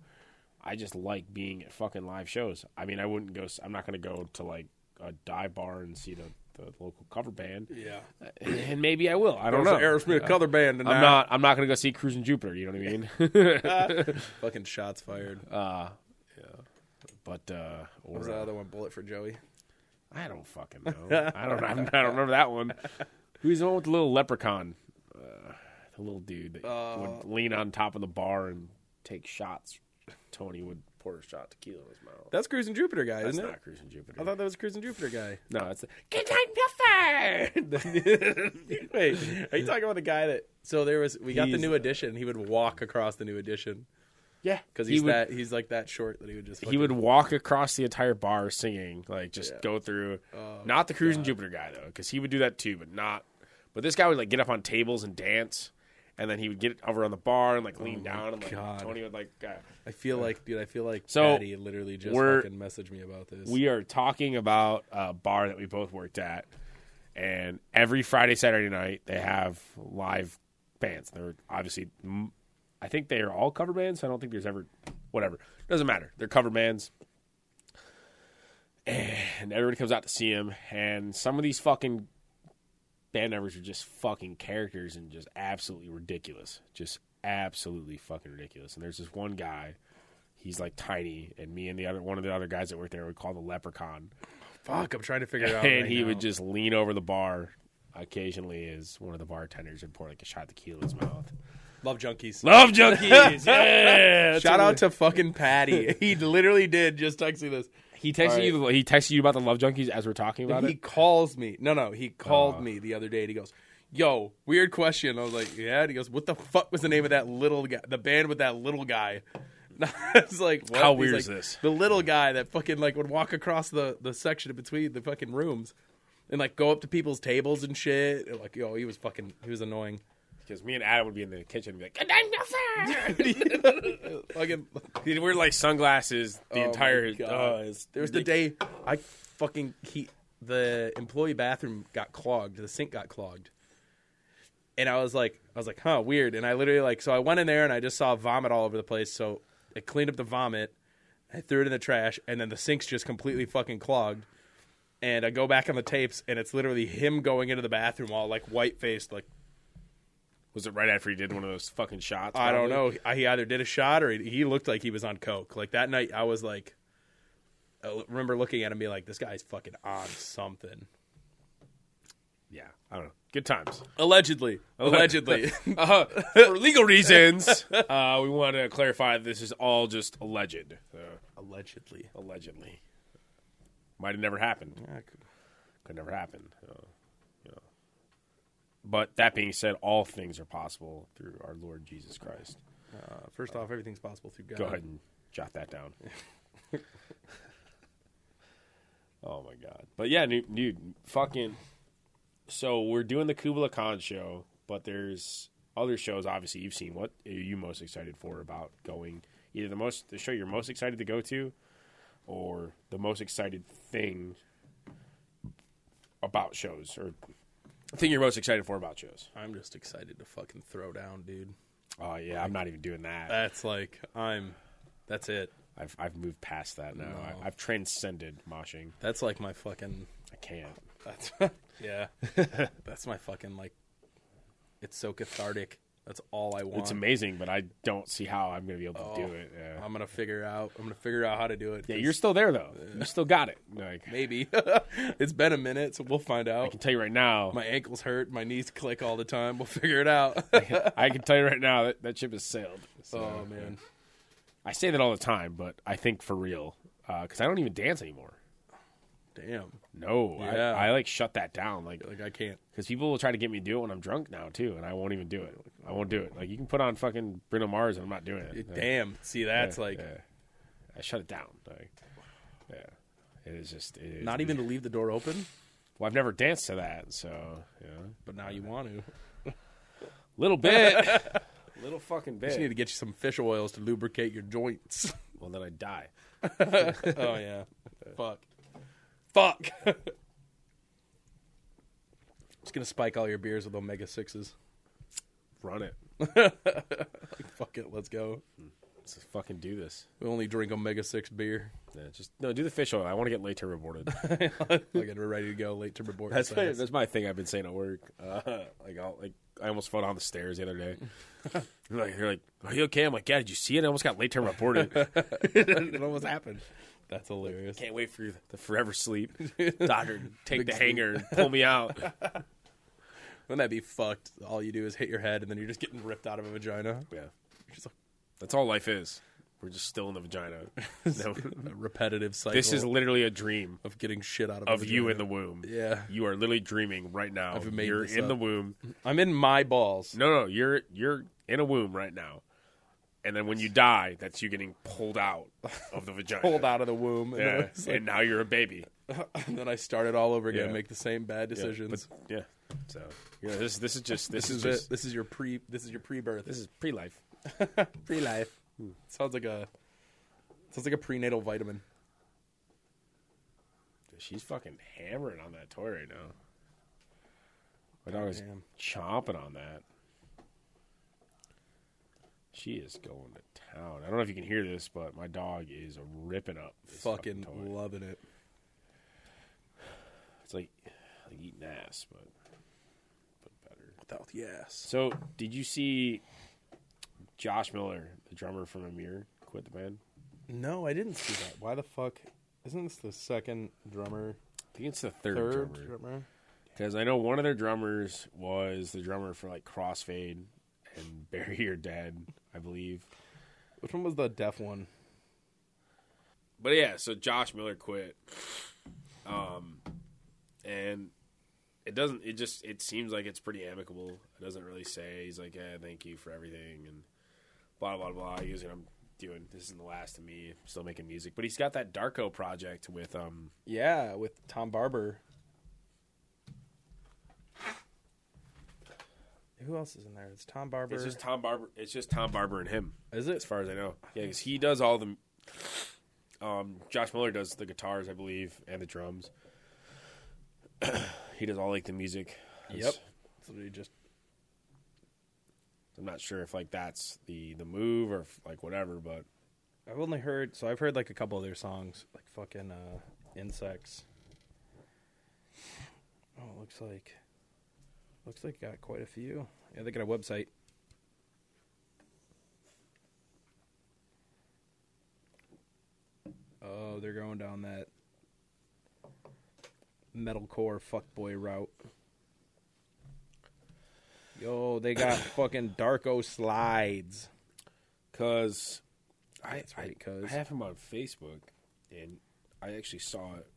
[SPEAKER 2] I just like being at fucking live shows. I mean, I wouldn't go. s- I'm not gonna go to like a dive bar and see the, the local cover band.
[SPEAKER 1] yeah.
[SPEAKER 2] And maybe I will. I don't know.
[SPEAKER 1] There's an Aerosmith cover band tonight.
[SPEAKER 2] I'm not. I'm not going to go see Cruising Jupiter. You know what I mean?
[SPEAKER 1] <laughs> Fucking shots fired.
[SPEAKER 2] Uh, but uh, or,
[SPEAKER 1] what was that other one? Bullet for Joey.
[SPEAKER 2] I don't fucking know. I don't. I don't remember that one. Who's the one with the little leprechaun? Uh, the little dude that
[SPEAKER 1] Uh,
[SPEAKER 2] would lean on top of the bar and take shots. Tony would pour a shot tequila in his mouth.
[SPEAKER 1] That's Cruising Jupiter guy,
[SPEAKER 2] That's
[SPEAKER 1] isn't
[SPEAKER 2] not
[SPEAKER 1] it?
[SPEAKER 2] Cruising Jupiter.
[SPEAKER 1] I thought that was Cruising Jupiter
[SPEAKER 2] <laughs>
[SPEAKER 1] guy.
[SPEAKER 2] no, it's the Get Down Puffer.
[SPEAKER 1] <laughs> Wait, are you talking about the guy that? So there was. We got the
[SPEAKER 2] He's-
[SPEAKER 1] new edition. He would walk across the new edition
[SPEAKER 2] yeah, <laughs>
[SPEAKER 1] because he's
[SPEAKER 2] he would,
[SPEAKER 1] that. He's like that short that he would just.
[SPEAKER 2] He would walk across the entire bar singing, like just
[SPEAKER 1] Yeah. Oh
[SPEAKER 2] go through. not the Cruising Jupiter guy though, because he would do that too, but not. But this guy would like get up on tables and dance, and then he would get over on the bar and like lean down, and like
[SPEAKER 1] Oh God.
[SPEAKER 2] Tony would like. Uh,
[SPEAKER 1] I feel like, dude, I feel like
[SPEAKER 2] So,
[SPEAKER 1] Patty literally just
[SPEAKER 2] we're-
[SPEAKER 1] fucking messaged me about this.
[SPEAKER 2] we are talking about a bar that we both worked at, and every Friday, Saturday night they have live bands. They're obviously, m- I think they are all cover bands. I don't think there's ever whatever. Doesn't matter. They're cover bands. And everybody comes out to see him. And some of these fucking band members are just fucking characters and just absolutely ridiculous. Just absolutely fucking ridiculous. And there's this one guy. He's like tiny, and me and the other one of the other guys that worked there would call the leprechaun
[SPEAKER 1] Fuck, I'm trying to
[SPEAKER 2] <laughs>
[SPEAKER 1] figure it out.
[SPEAKER 2] and
[SPEAKER 1] right
[SPEAKER 2] he
[SPEAKER 1] now.
[SPEAKER 2] would just lean over the bar occasionally as one of the bartenders would pour like a shot of tequila in his mouth.
[SPEAKER 1] love junkies.
[SPEAKER 2] Love <laughs> junkies, yeah.
[SPEAKER 1] Shout out to fucking
[SPEAKER 2] <laughs>
[SPEAKER 1] Patty. He literally did just text me this.
[SPEAKER 2] he texted you. He texted you about the love junkies as we're talking about
[SPEAKER 1] He
[SPEAKER 2] it.
[SPEAKER 1] calls me. No, no, he called me the other day and he goes, Yo, weird question. I was like, Yeah. And he goes, What the fuck was the name of that little guy? The band with that little guy. <laughs> And I was like, what?
[SPEAKER 2] How
[SPEAKER 1] He's
[SPEAKER 2] weird
[SPEAKER 1] like,
[SPEAKER 2] is this?
[SPEAKER 1] The little guy that fucking like would walk across the, the section between the fucking rooms and like go up to people's tables and shit. And, like, yo, he was fucking he was annoying.
[SPEAKER 2] Because me and Adam would be in the kitchen and be like, "Good night, Nelson." Uh,
[SPEAKER 1] Fucking
[SPEAKER 2] He'd wear like sunglasses
[SPEAKER 1] Oh
[SPEAKER 2] the
[SPEAKER 1] my
[SPEAKER 2] entire.
[SPEAKER 1] God.
[SPEAKER 2] Uh, it's-
[SPEAKER 1] There was the day I fucking he the employee bathroom got clogged, the sink got clogged. And I was like I was like, "Huh, weird." And I literally like so I went in there and I just saw vomit all over the place, so I cleaned up the vomit, I threw it in the trash, and then the sink's just completely fucking clogged. And I go back on the tapes and it's literally him going into the bathroom all like white-faced like
[SPEAKER 2] was it right after he did one of those fucking shots?
[SPEAKER 1] I don't
[SPEAKER 2] probably?
[SPEAKER 1] know. I- He either did a shot or he, he looked like he was on coke. Like that night, I was like, I l- remember looking at him, and being like, "This guy's fucking on something."
[SPEAKER 2] Yeah, I don't know. Good <laughs> times.
[SPEAKER 1] Allegedly, <laughs> allegedly.
[SPEAKER 2] Uh, for legal reasons, uh, we want to clarify this is all just alleged. Uh,
[SPEAKER 1] allegedly.
[SPEAKER 2] allegedly. Might have never happened. Could never happen. Uh, you know. But that being said, all things are possible through our Lord Jesus Christ.
[SPEAKER 1] Uh, first off, everything's possible through God.
[SPEAKER 2] Go ahead and jot that down. <laughs> oh my god! But yeah, nu- dude, fucking. So we're doing the Kubla Khan show, but there's other shows. Obviously, you've seen. What are you most excited for about going? Either the most the show you're most excited to go to, or the most excited thing about shows, or thing you're most excited for about shows.
[SPEAKER 1] I'm just excited to fucking throw down, dude.
[SPEAKER 2] Oh yeah, I'm not even doing that.
[SPEAKER 1] That's like I'm. That's it.
[SPEAKER 2] I've I've moved past that now. I, I've transcended moshing.
[SPEAKER 1] That's like my fucking.
[SPEAKER 2] I can't.
[SPEAKER 1] That's <laughs>
[SPEAKER 2] <laughs>
[SPEAKER 1] yeah. that's my fucking like. It's so cathartic. That's all I want.
[SPEAKER 2] It's amazing, but I don't see how I'm going to be able
[SPEAKER 1] Oh.
[SPEAKER 2] to do it. Yeah.
[SPEAKER 1] I'm gonna figure out. I'm gonna figure out how to do it.
[SPEAKER 2] yeah,
[SPEAKER 1] 'cause-
[SPEAKER 2] you're still there though. You still got it. Like I
[SPEAKER 1] Maybe. <laughs> it's been a minute, so we'll find out.
[SPEAKER 2] can tell you right now.
[SPEAKER 1] My ankles hurt. My knees click all the time. We'll figure it out.
[SPEAKER 2] <laughs> I can tell you right now that that ship has sailed. So,
[SPEAKER 1] oh, man.
[SPEAKER 2] I say that all the time, but I think for real because I don't even dance anymore.
[SPEAKER 1] Damn.
[SPEAKER 2] No,
[SPEAKER 1] Yeah.
[SPEAKER 2] I, I like shut that down. Like
[SPEAKER 1] Like, I can't.
[SPEAKER 2] because people will try to get me to do it when I'm drunk now too, and I won't even do it. I won't do it. Like you can put on fucking Bruno Mars, and I'm not doing it. Like,
[SPEAKER 1] Damn. See, that's
[SPEAKER 2] yeah,
[SPEAKER 1] like
[SPEAKER 2] yeah. I shut it down. Like, yeah, it is just it is
[SPEAKER 1] not even to leave the door open,
[SPEAKER 2] Well, I've never danced to that, so yeah.
[SPEAKER 1] but now you want to.
[SPEAKER 2] Little <laughs> bit. Little fucking
[SPEAKER 1] Just need
[SPEAKER 2] bit.
[SPEAKER 1] to get you some fish oils to lubricate your
[SPEAKER 2] <laughs>
[SPEAKER 1] joints.
[SPEAKER 2] Well, then I die.
[SPEAKER 1] <laughs> oh, yeah. Fuck. Fuck. <laughs> Just gonna spike all your beers with omega sixes.
[SPEAKER 2] Run it.
[SPEAKER 1] Fuck it, let's go.
[SPEAKER 2] Let's just fucking do this.
[SPEAKER 1] We only drink omega six beer.
[SPEAKER 2] Yeah, just no. Do the fish oil. I want to get late to <laughs> rewarded.
[SPEAKER 1] Fucking we're ready to go. Late to report.
[SPEAKER 2] That's my, that's my thing. I've been saying at work. Uh, like, I'll, like I almost fell down the stairs the other <laughs> day. They're like, they're like, are you okay? I'm like, yeah. Did you see it? I almost got late to <laughs> reported.
[SPEAKER 1] <laughs> it almost happened. That's hilarious.
[SPEAKER 2] Can't wait for the forever <laughs> sleep. Doctor, to take the hanger and pull me <laughs> out.
[SPEAKER 1] Wouldn't that be fucked? All you do is hit your head, and then you're just getting ripped out of a vagina.
[SPEAKER 2] Yeah,
[SPEAKER 1] You're Just like
[SPEAKER 2] that's all life is. We're just still in the vagina. <laughs> No,
[SPEAKER 1] a repetitive cycle.
[SPEAKER 2] this is literally a dream.
[SPEAKER 1] of getting shit out of
[SPEAKER 2] of you in the womb.
[SPEAKER 1] Yeah.
[SPEAKER 2] You are literally dreaming right now.
[SPEAKER 1] I've made
[SPEAKER 2] you're
[SPEAKER 1] this
[SPEAKER 2] in the
[SPEAKER 1] up.
[SPEAKER 2] womb.
[SPEAKER 1] I'm in my balls.
[SPEAKER 2] No, no, you're you're in a womb right now. And then when you die, that's you getting pulled out
[SPEAKER 1] <laughs>
[SPEAKER 2] of the vagina.
[SPEAKER 1] Pulled out of the womb, and,
[SPEAKER 2] Yeah.
[SPEAKER 1] then, it's like-
[SPEAKER 2] and now you're a baby.
[SPEAKER 1] <laughs> and then I start it all over again.
[SPEAKER 2] Yeah.
[SPEAKER 1] Make the same bad
[SPEAKER 2] Yeah,
[SPEAKER 1] decisions.
[SPEAKER 2] but- yeah. So yeah, this this is just this,
[SPEAKER 1] this is
[SPEAKER 2] just
[SPEAKER 1] it. This is your pre. This is your pre-birth.
[SPEAKER 2] this is pre life.
[SPEAKER 1] pre life. Sounds like a sounds like a prenatal vitamin.
[SPEAKER 2] She's fucking hammering on that toy right now. My dog is
[SPEAKER 1] Goddamn.
[SPEAKER 2] chomping on that. She is going to town. I don't know if you can hear this, but my dog is ripping up. this
[SPEAKER 1] fucking
[SPEAKER 2] toy.
[SPEAKER 1] loving it.
[SPEAKER 2] It's like, like eating ass, but but better.
[SPEAKER 1] Without the ass.
[SPEAKER 2] So, did you see Josh Miller, the drummer from Amir, quit the band?
[SPEAKER 1] No, I didn't see that. Why the fuck? Isn't this the second drummer?
[SPEAKER 2] I think it's the third,
[SPEAKER 1] Third
[SPEAKER 2] drummer.
[SPEAKER 1] drummer?
[SPEAKER 2] Because I know one of their drummers was the drummer for like Crossfade and <laughs> Bury Your Dead, I believe.
[SPEAKER 1] Which one was the deaf one?
[SPEAKER 2] But yeah, so Josh Miller quit. Um, and it doesn't. It just. It seems like it's pretty amicable. It doesn't really say. He's like, yeah, thank you for everything, and blah blah blah. He goes, I'm doing. This isn't the last of me. I'm still making music. But he's got that Darko project with um.
[SPEAKER 1] Yeah, with Tom Barber. Who else is in there? It's Tom Barber.
[SPEAKER 2] It's just Tom Barber. It's just Tom Barber and him.
[SPEAKER 1] is it?
[SPEAKER 2] as far as I know. Yeah, because he does all the. Um, Josh Miller does the guitars, I believe, and the drums. <clears throat> he does all like the music.
[SPEAKER 1] Yep.
[SPEAKER 2] It's-
[SPEAKER 1] It's literally just
[SPEAKER 2] I'm not sure if like that's the the move or if, like whatever, but
[SPEAKER 1] I've only heard so I've heard like a couple of their songs, like fucking uh insects. Oh, it looks like looks like got quite a few. Yeah, they got a website. Oh, they're going down that metalcore fuckboy route. Yo, they got fucking Darko slides.
[SPEAKER 2] because I
[SPEAKER 1] That's right,
[SPEAKER 2] I,
[SPEAKER 1] 'cause-
[SPEAKER 2] I have him on Facebook and I actually saw it.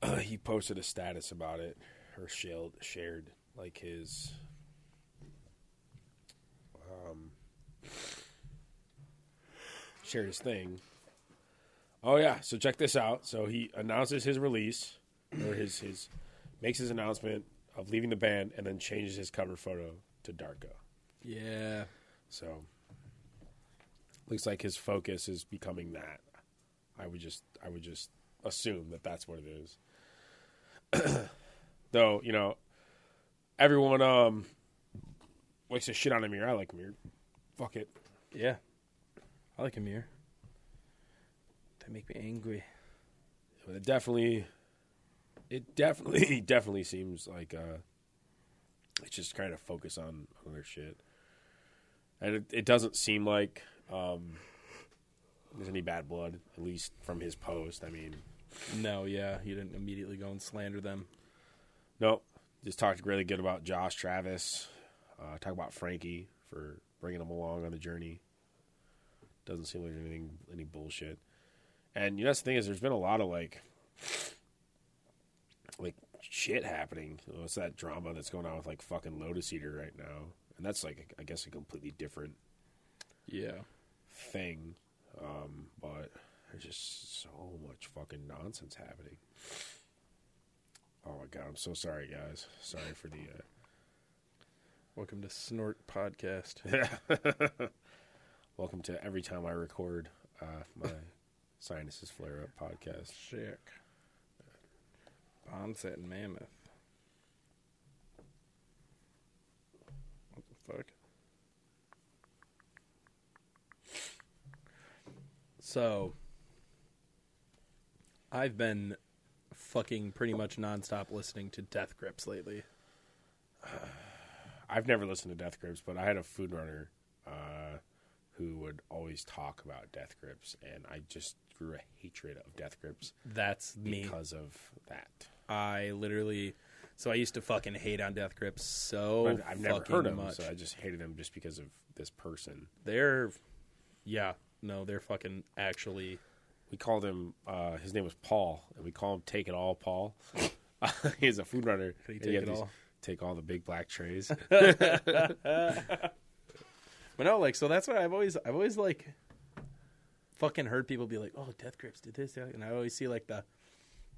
[SPEAKER 2] Uh, he posted a status about it or shared shared like his um, shared his thing. Oh yeah, so check this out. So he announces his release or his his makes his announcement of leaving the band and then changes his cover photo to Darko.
[SPEAKER 1] Yeah.
[SPEAKER 2] So looks like his focus is becoming that. I would just I would just assume that that's what it is. <clears throat> Though, you know, everyone um likes to shit on Amir. I like Amir. Fuck it.
[SPEAKER 1] Yeah. I like Amir. They make me angry.
[SPEAKER 2] But it definitely it definitely <laughs> definitely seems like uh it's just kind of focus on on their shit and it, it doesn't seem like um there's any bad blood at least from his post i mean
[SPEAKER 1] No, yeah, he didn't immediately go and slander them.
[SPEAKER 2] nope just talked really good about josh travis uh talk about frankie for bringing him along on the journey doesn't seem like there's anything any bullshit and you know that's the thing is there's been a lot of like like shit happening. What's that drama that's going on with like fucking Lotus Eater right now? And that's like I guess a completely different
[SPEAKER 1] Yeah.
[SPEAKER 2] thing. Um, but there's just so much fucking nonsense happening. Oh my god, I'm so sorry guys. Sorry for the uh,
[SPEAKER 1] Welcome to Snort Podcast. <laughs>
[SPEAKER 2] uh, welcome to every time I record uh, my
[SPEAKER 1] <laughs>
[SPEAKER 2] sinuses flare up podcast.
[SPEAKER 1] Sick. Bomb set and mammoth. What the fuck? So, I've been fucking pretty much nonstop listening to Death Grips lately.
[SPEAKER 2] I've never listened to Death Grips, but I had a food runner uh, who would always talk about Death Grips, and I just grew a hatred of Death Grips
[SPEAKER 1] That's me.
[SPEAKER 2] because of that.
[SPEAKER 1] I literally, so I used to fucking hate on Death Grips so
[SPEAKER 2] But I've never
[SPEAKER 1] Oh, fucking
[SPEAKER 2] heard of
[SPEAKER 1] much.
[SPEAKER 2] them, so I just hated them just because of this person.
[SPEAKER 1] They're, yeah, no, they're fucking actually.
[SPEAKER 2] We called him. Uh, his name was Paul, and we call him "Take It All" Paul. <laughs> Uh, He's a food runner.
[SPEAKER 1] Could he
[SPEAKER 2] and
[SPEAKER 1] take
[SPEAKER 2] had
[SPEAKER 1] it
[SPEAKER 2] these-
[SPEAKER 1] all?
[SPEAKER 2] Take all the big
[SPEAKER 1] <laughs>
[SPEAKER 2] black trays.
[SPEAKER 1] But no, like so that's what I've always I've always like fucking heard people be like, "Oh, Death Grips did this," and I always see like the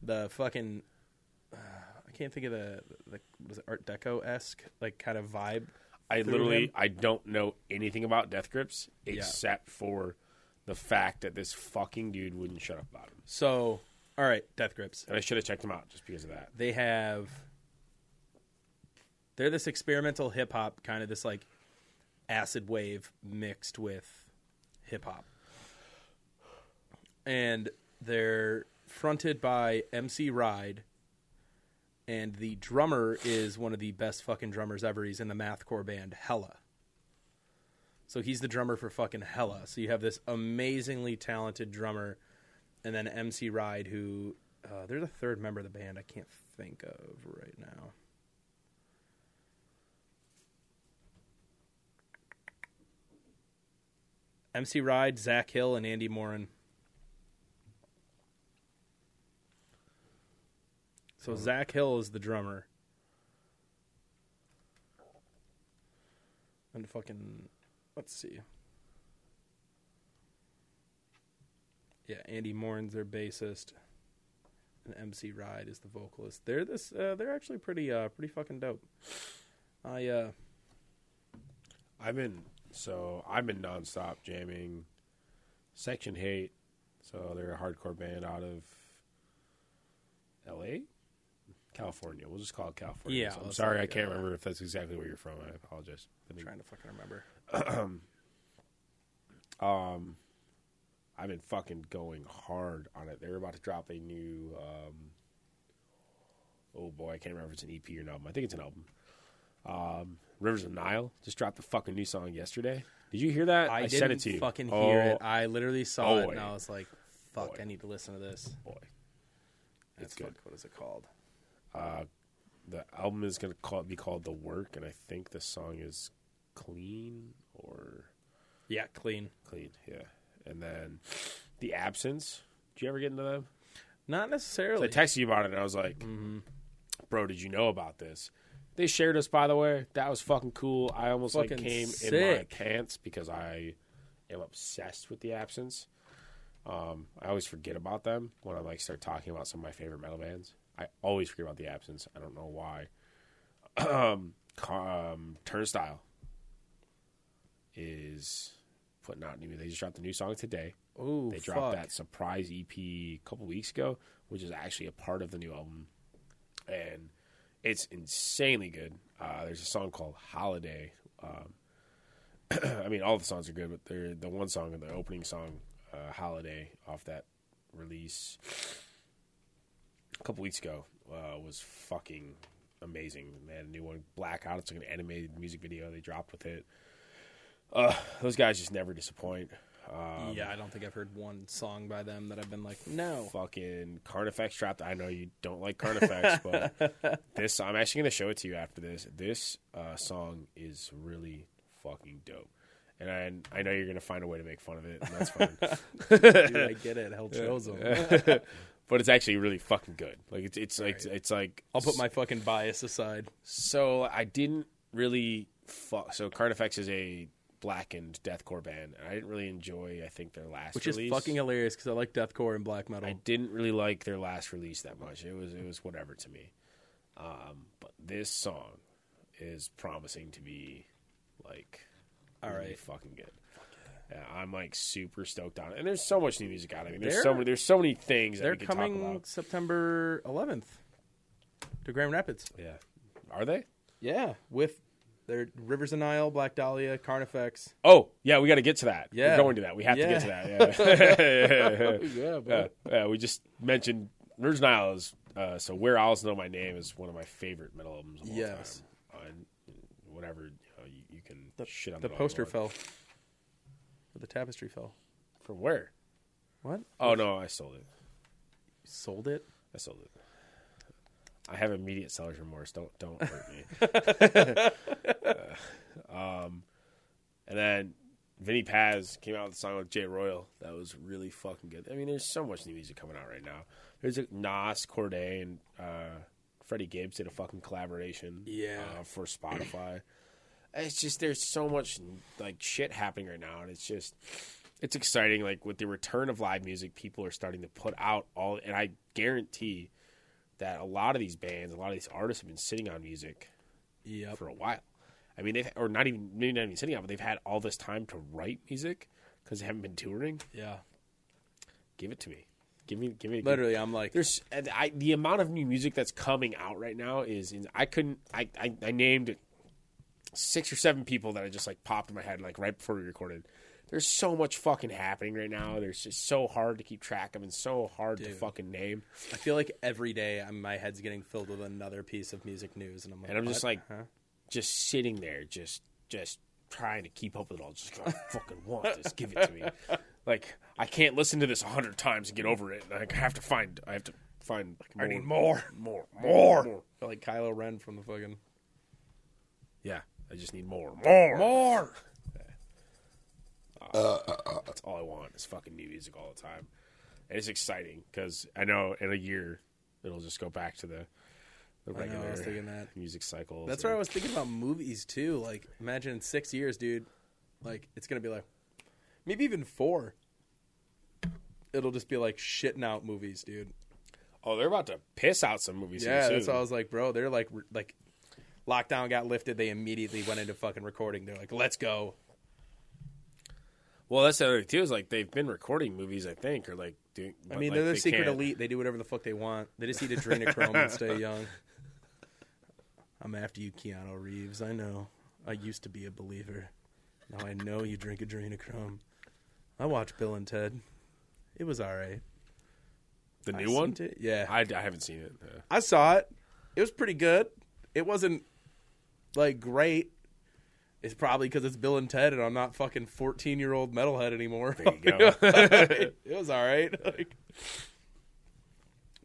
[SPEAKER 1] the fucking uh, I can't think of the the was it Art Deco esque like kind of vibe.
[SPEAKER 2] I
[SPEAKER 1] through
[SPEAKER 2] literally
[SPEAKER 1] him.
[SPEAKER 2] I don't know anything about Death Grips except for the fact that this fucking dude wouldn't shut up about him.
[SPEAKER 1] So, all right, Death Grips.
[SPEAKER 2] And I should have checked them out just because of that.
[SPEAKER 1] They have they're this experimental hip hop kind of this like acid wave mixed with hip hop. And they're fronted by MC Ride. And the drummer is one of the best fucking drummers ever. He's in the mathcore band Hella. So he's the drummer for fucking Hella. So you have this amazingly talented drummer, and then MC Ride, who uh, there's a third member of the band I can't think of right now. MC Ride, Zach Hill, and Andy Morin. So Zach Hill is the drummer. And fucking let's see. Yeah, Andy Morin's their bassist, and MC Ride is the vocalist. They're this. Uh, they're actually pretty, uh, pretty fucking dope. I uh,
[SPEAKER 2] I've been so I've been nonstop jamming Section Hate. So they're a hardcore band out of L.A. California. We'll just call it California.
[SPEAKER 1] Yeah,
[SPEAKER 2] So I'm
[SPEAKER 1] let's
[SPEAKER 2] sorry,
[SPEAKER 1] not
[SPEAKER 2] I
[SPEAKER 1] go
[SPEAKER 2] can't
[SPEAKER 1] there.
[SPEAKER 2] remember if that's exactly where you're from. I apologize. Let me-
[SPEAKER 1] trying to fucking remember.
[SPEAKER 2] I've been fucking going hard on it. They're about to drop a new. Um, oh boy, I can't remember if it's an EP or an album. I think it's an album. Um, Rivers of Nile just dropped a fucking new song yesterday. Did you hear that?
[SPEAKER 1] I, didn't
[SPEAKER 2] sent it to you.
[SPEAKER 1] fucking
[SPEAKER 2] Oh,
[SPEAKER 1] hear it. I literally saw it,
[SPEAKER 2] boy.
[SPEAKER 1] and I was like, "Fuck,
[SPEAKER 2] Boy.
[SPEAKER 1] I need to listen to this."
[SPEAKER 2] boy,
[SPEAKER 1] That's
[SPEAKER 2] good.
[SPEAKER 1] fuck- what is it called?
[SPEAKER 2] the album is gonna call, be called The Work, and I think the song is Clean or
[SPEAKER 1] Yeah, clean.
[SPEAKER 2] Clean. Yeah, and then The Absence. Did you ever get into them?
[SPEAKER 1] Not necessarily.
[SPEAKER 2] I texted you about it, and I was like,
[SPEAKER 1] Mm-hmm.
[SPEAKER 2] "Bro, did you know about this?" They shared us, by the way. That was fucking cool. I almost like
[SPEAKER 1] Fucking
[SPEAKER 2] came in my
[SPEAKER 1] sick.
[SPEAKER 2] pants because I am obsessed with the absence. Um, I always forget about them when I like start talking about some of my favorite metal bands. I always forget about the absence. I don't know why. um, um, Turnstile is putting out new. They just dropped a new song today.
[SPEAKER 1] Ooh,
[SPEAKER 2] They
[SPEAKER 1] fuck.
[SPEAKER 2] dropped that surprise EP a couple weeks ago, which is actually a part of the new album, and it's insanely good. Uh, there's a song called "Holiday." Um, <clears throat> I mean, all the songs are good, but they're, the one song, the opening song, uh, "Holiday," off that release a couple weeks ago, uh, was fucking amazing. They had a new one, "Blackout." It's like an animated music video they dropped with it. Uh, those guys just never disappoint. um,
[SPEAKER 1] yeah, I don't think I've heard one song by them that I've been like,
[SPEAKER 2] <laughs>
[SPEAKER 1] no.
[SPEAKER 2] fucking Carnifex dropped. I know you don't like
[SPEAKER 1] <laughs>
[SPEAKER 2] Carnifex, but this I'm actually going to show it to you after this. This uh, song is really fucking dope, and I, I know you're going to find a way to make fun of it. And
[SPEAKER 1] <laughs>
[SPEAKER 2] that's fine,
[SPEAKER 1] Dude, I get it. Hell chose 'em.
[SPEAKER 2] but it's actually really fucking good. Like it's it's like it's like
[SPEAKER 1] I'll put my fucking bias aside.
[SPEAKER 2] So I didn't really fuck. So Carnifex is a blackened deathcore band, and I didn't really enjoy. I think their last
[SPEAKER 1] which
[SPEAKER 2] release.
[SPEAKER 1] is fucking hilarious because I like deathcore and black metal.
[SPEAKER 2] I didn't really like their last release that much. It was it was whatever to me. Um, but this song is promising to be like
[SPEAKER 1] All
[SPEAKER 2] really
[SPEAKER 1] right.
[SPEAKER 2] fucking good. Yeah, I'm like super stoked on it. And there's so much new music out. I mean, there's so
[SPEAKER 1] They're-
[SPEAKER 2] many there's so many things that
[SPEAKER 1] They're
[SPEAKER 2] we can talk
[SPEAKER 1] coming
[SPEAKER 2] about.
[SPEAKER 1] September 11th to Grand Rapids.
[SPEAKER 2] Yeah, are they?
[SPEAKER 1] Yeah, with their Rivers of Nile, Black Dahlia, Carnifex.
[SPEAKER 2] Oh yeah, we got to get to that.
[SPEAKER 1] Yeah.
[SPEAKER 2] We're going to that. We have to get to that. Yeah. <laughs>
[SPEAKER 1] Yeah, <laughs>
[SPEAKER 2] yeah, yeah, Uh, we just mentioned Rivers and Isles. Uh, so where owls know my name is one of my favorite metal albums of all
[SPEAKER 1] Yes.
[SPEAKER 2] time. On whatever you, know, you, you can shit on
[SPEAKER 1] the
[SPEAKER 2] it all you
[SPEAKER 1] poster
[SPEAKER 2] want.
[SPEAKER 1] fell. Or the tapestry fell.
[SPEAKER 2] from where?
[SPEAKER 1] What?
[SPEAKER 2] Oh no, I sold it.
[SPEAKER 1] Sold it?
[SPEAKER 2] I sold it. I have immediate seller's remorse. Don't don't hurt me. um, and then Vinny Paz came out with a song with Jay Royal that was really fucking good. I mean, there's so much new music coming out right now. There's like Nas, Corday, and uh, Freddie Gibbs did a fucking collaboration.
[SPEAKER 1] Yeah.
[SPEAKER 2] uh, for Spotify. <clears throat> It's just there's so much like shit happening right now, and it's just it's exciting. Like with the return of live music, people are starting to put out all, and I guarantee that a lot of these bands, a lot of these artists have been sitting on music
[SPEAKER 1] Yep.
[SPEAKER 2] for a while. I mean, they've or not even maybe not even sitting on, but they've had all this time to write music because they haven't been touring.
[SPEAKER 1] Yeah.
[SPEAKER 2] Give it to me, give me, give me. give-
[SPEAKER 1] Literally, I'm like,
[SPEAKER 2] there's and I, the amount of new music that's coming out right now is in, I couldn't I, I I named six or seven people that I just like popped in my head like right before we recorded. There's so much fucking happening right now. There's just so hard to keep track of and so hard to fucking name.
[SPEAKER 3] I feel like every day I'm, my head's getting filled with another piece of music news, and I'm like,
[SPEAKER 2] And I'm just
[SPEAKER 3] "What?" Uh-huh.
[SPEAKER 2] like just sitting there just just trying to keep up with it all. Just
[SPEAKER 3] <laughs>
[SPEAKER 2] I fucking want this. Give it to me. Like I can't listen to this a hundred times and get over it. Like I have to find I have to find more,
[SPEAKER 3] I need more,
[SPEAKER 2] more,
[SPEAKER 3] more. I feel like Kylo Ren from the fucking
[SPEAKER 2] Yeah. I just need more. More.
[SPEAKER 3] more. Uh,
[SPEAKER 2] That's all I want is fucking new music all the time. And it's exciting because I know in a year it'll just go back to the the
[SPEAKER 3] I know,
[SPEAKER 2] regular
[SPEAKER 3] I was thinking that.
[SPEAKER 2] music cycle.
[SPEAKER 3] That's what I was thinking about movies too. Like, imagine in six years, dude. Like, it's gonna be like, maybe even four. It'll just be like shitting out movies, dude.
[SPEAKER 2] Oh, they're about to piss out some movies.
[SPEAKER 3] Yeah,
[SPEAKER 2] soon.
[SPEAKER 3] that's all I was like, bro. They're like, re- like, lockdown got lifted. They immediately went into fucking recording. They're like, let's go.
[SPEAKER 2] Well, that's the other thing too. Is like they've been recording movies, I think, or like doing.
[SPEAKER 3] I
[SPEAKER 2] but,
[SPEAKER 3] mean,
[SPEAKER 2] like,
[SPEAKER 3] they're the
[SPEAKER 2] they
[SPEAKER 3] secret
[SPEAKER 2] can't-
[SPEAKER 3] elite. They do whatever the fuck they want. They just eat
[SPEAKER 2] <laughs>
[SPEAKER 3] adrenochrome and stay young. I'm after you, Keanu Reeves. I know. I used to be a believer. Now I know you drink adrenochrome. I watched Bill and Ted. It was all right.
[SPEAKER 2] The
[SPEAKER 3] I
[SPEAKER 2] new
[SPEAKER 3] seen
[SPEAKER 2] one.
[SPEAKER 3] it. Yeah.
[SPEAKER 2] I, I haven't seen it.
[SPEAKER 3] <laughs>
[SPEAKER 2] uh,
[SPEAKER 3] I saw it. It was pretty good. It wasn't like great. It's probably because it's Bill and Ted, and I'm not fucking 14 year old metalhead anymore.
[SPEAKER 2] There you go.
[SPEAKER 3] <laughs> it was all right. <laughs> Like,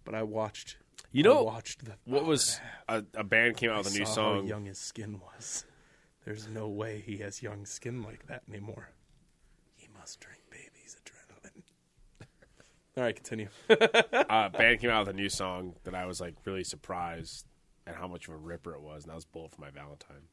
[SPEAKER 3] but I watched.
[SPEAKER 2] You know
[SPEAKER 3] I watched the
[SPEAKER 2] what was a, a band came out with a <laughs> new
[SPEAKER 3] saw
[SPEAKER 2] song?
[SPEAKER 3] How young his skin was. There's no way he has young skin like that anymore. He must drink baby's adrenaline. <laughs> all
[SPEAKER 2] <laughs>
[SPEAKER 3] right, continue.
[SPEAKER 2] uh, band came out with a new song that I was like really surprised at how much of a ripper it was, and that was "Bullet for My Valentine."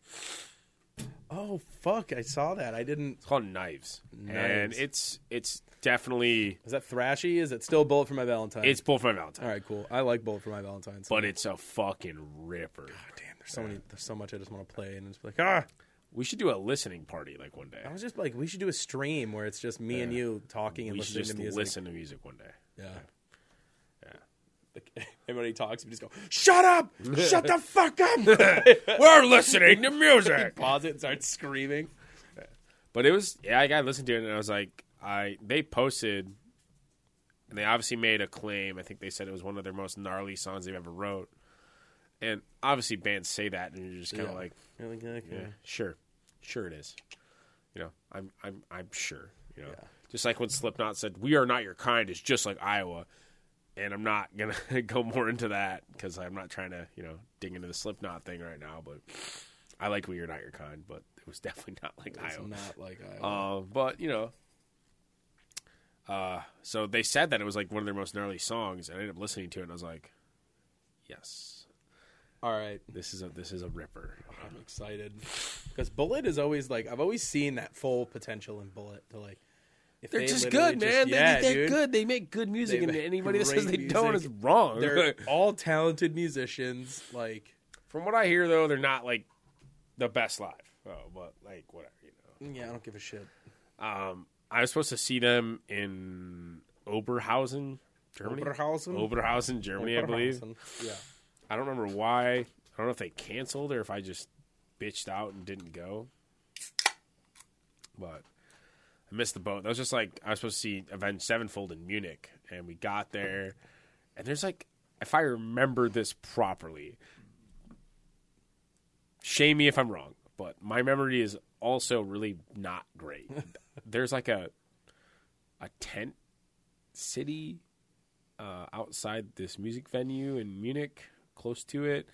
[SPEAKER 3] oh fuck! I saw that. I didn't.
[SPEAKER 2] It's called Knives, and
[SPEAKER 3] Knives.
[SPEAKER 2] it's it's definitely
[SPEAKER 3] Is that thrashy? Is it still Bullet for My Valentine?
[SPEAKER 2] it's Bullet for My Valentine,
[SPEAKER 3] all right. Cool. I like Bullet for My Valentine. So
[SPEAKER 2] but it's a fucking ripper.
[SPEAKER 3] damn, there's so many. There's so much I just want to play, and it's like ah.
[SPEAKER 2] We should do a listening party like one day.
[SPEAKER 3] I was just like, we should do a stream where it's just me and you talking and
[SPEAKER 2] We should
[SPEAKER 3] listening to
[SPEAKER 2] just
[SPEAKER 3] music.
[SPEAKER 2] listen to music one day.
[SPEAKER 3] <laughs> Yeah.
[SPEAKER 2] Yeah.
[SPEAKER 3] <laughs> Like, everybody talks, we just go,
[SPEAKER 2] <laughs>
[SPEAKER 3] shut up! Shut the fuck up!
[SPEAKER 2] We're listening to music.
[SPEAKER 3] Pause it and start screaming.
[SPEAKER 2] But it was yeah, I got listened to it and I was like, I they posted and they obviously made a claim. I think they said it was one of their most gnarly songs they've ever wrote. And obviously bands say that and you're just kinda
[SPEAKER 3] Yeah.
[SPEAKER 2] like,
[SPEAKER 3] You're like, okay.
[SPEAKER 2] Yeah, sure. Sure it is. You know, I'm I'm I'm sure. You know. Just like when Slipknot said, We are not your kind, it's just like Iowa. And I'm not gonna <laughs> go more into that because I'm not trying to, you know, dig into the Slipknot thing right now. But I like We Are Not Your Kind, but it was <laughs> definitely not like
[SPEAKER 3] It's
[SPEAKER 2] Iowa.
[SPEAKER 3] not like I.
[SPEAKER 2] Uh, but you know, uh, so they said that it was like one of their most gnarly songs, and I ended up listening to it, and I was like, "Yes,
[SPEAKER 3] All right.
[SPEAKER 2] this is a this is a ripper."
[SPEAKER 3] I'm excited. Because Bullet is always like, I've always seen that full potential in Bullet to like. If
[SPEAKER 2] They're
[SPEAKER 3] they
[SPEAKER 2] just
[SPEAKER 3] literally
[SPEAKER 2] good,
[SPEAKER 3] just-
[SPEAKER 2] man.
[SPEAKER 3] yeah,
[SPEAKER 2] they, are
[SPEAKER 3] dude.
[SPEAKER 2] good. They make good music,
[SPEAKER 3] They
[SPEAKER 2] and
[SPEAKER 3] make
[SPEAKER 2] anybody that says they
[SPEAKER 3] great
[SPEAKER 2] don't is
[SPEAKER 3] music.
[SPEAKER 2] wrong. <laughs>
[SPEAKER 3] They're all talented musicians. Like,
[SPEAKER 2] From what I hear, though, they're not like the best live. Oh, but like whatever, you know.
[SPEAKER 3] yeah, I don't give a shit.
[SPEAKER 2] Um, I was supposed to see them in Oberhausen, Germany.
[SPEAKER 3] Oberhausen?
[SPEAKER 2] Oberhausen, Germany, I believe.
[SPEAKER 3] Yeah.
[SPEAKER 2] I don't remember why. I don't know if they canceled or if I just bitched out and didn't go. But I missed the boat. That was just like I was supposed to see Avenged Sevenfold in Munich, and we got there, and there's like, if I remember this properly, shame me if I'm wrong, but my memory is also really not great. there's like a a tent city uh, outside this music venue in Munich, close to it,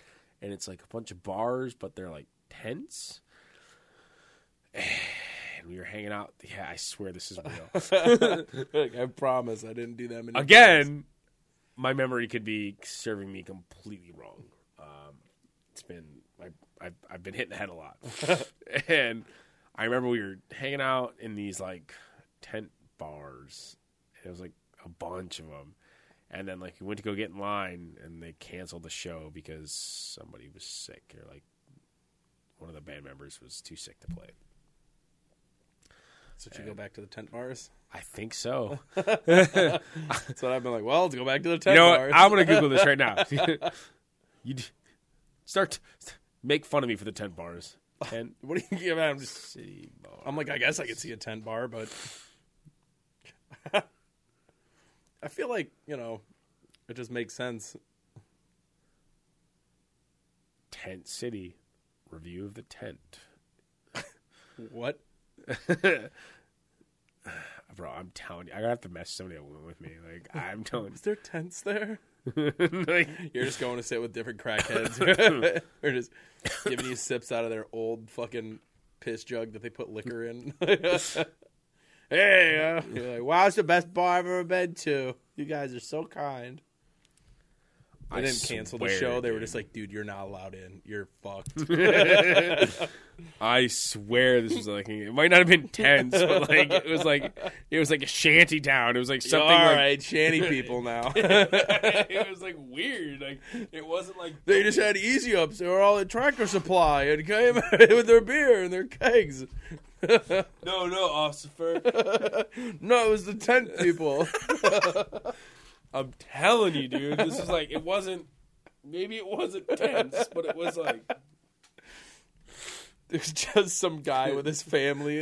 [SPEAKER 2] and it's like a bunch of bars, but they're like tents. <sighs> And we were hanging out. Yeah, I swear this is real.
[SPEAKER 3] Like, <laughs> I promise I didn't do them any
[SPEAKER 2] Again, my memory could be serving me completely wrong. Um, it's been I, I, I've been hitting the head a lot, and I remember we were hanging out in these like tent bars. It was like a bunch of them, and then like we went to go get in line, and they canceled the show because somebody was sick or like one of the band members was too sick to play.
[SPEAKER 3] So should you go back to the tent bars?
[SPEAKER 2] I think so.
[SPEAKER 3] That's what I've been like. Well, let's go back to the
[SPEAKER 2] You
[SPEAKER 3] tent
[SPEAKER 2] know
[SPEAKER 3] bars.
[SPEAKER 2] what? I'm gonna Google <laughs>
[SPEAKER 3] <laughs>
[SPEAKER 2] this right now. you d- start make fun of me for the tent bars. Tent
[SPEAKER 3] What do you give? I'm just.
[SPEAKER 2] City Bar.
[SPEAKER 3] I'm like, I guess I could see a tent bar, but <laughs> I feel like you know, it just makes sense.
[SPEAKER 2] Tent City. Review of the tent.
[SPEAKER 3] What?
[SPEAKER 2] Bro, I'm telling you, I gotta have to mess somebody up with me. Like I'm telling
[SPEAKER 3] Is there tents there?
[SPEAKER 2] you, <laughs> like,
[SPEAKER 3] You're just going to sit with different
[SPEAKER 2] <laughs>
[SPEAKER 3] crackheads, <laughs> or just giving you sips out of their old fucking piss jug that they put liquor in. <laughs> hey, uh, you're like, wow, it's the best bar I've ever been to. You guys are so kind. They
[SPEAKER 2] I
[SPEAKER 3] didn't cancel the
[SPEAKER 2] swear,
[SPEAKER 3] show. They were
[SPEAKER 2] dude.
[SPEAKER 3] just like, dude, you're not allowed in. You're fucked.
[SPEAKER 2] I swear this was like it might not have been tents, but like it was like it was like a shanty town. It was like something
[SPEAKER 3] <laughs> All
[SPEAKER 2] like, <laughs>
[SPEAKER 3] right, shanty people now. <laughs>
[SPEAKER 2] it was like weird. Like it wasn't like
[SPEAKER 3] They just had easy ups. They were all at Tractor Supply and came <laughs> with their beer and their kegs.
[SPEAKER 2] no, no, officer.
[SPEAKER 3] No, it was the tent
[SPEAKER 2] <laughs>
[SPEAKER 3] people.
[SPEAKER 2] I'm telling you, dude, this is like it wasn't. Maybe it wasn't tense, but it was like
[SPEAKER 3] There's just some guy with his family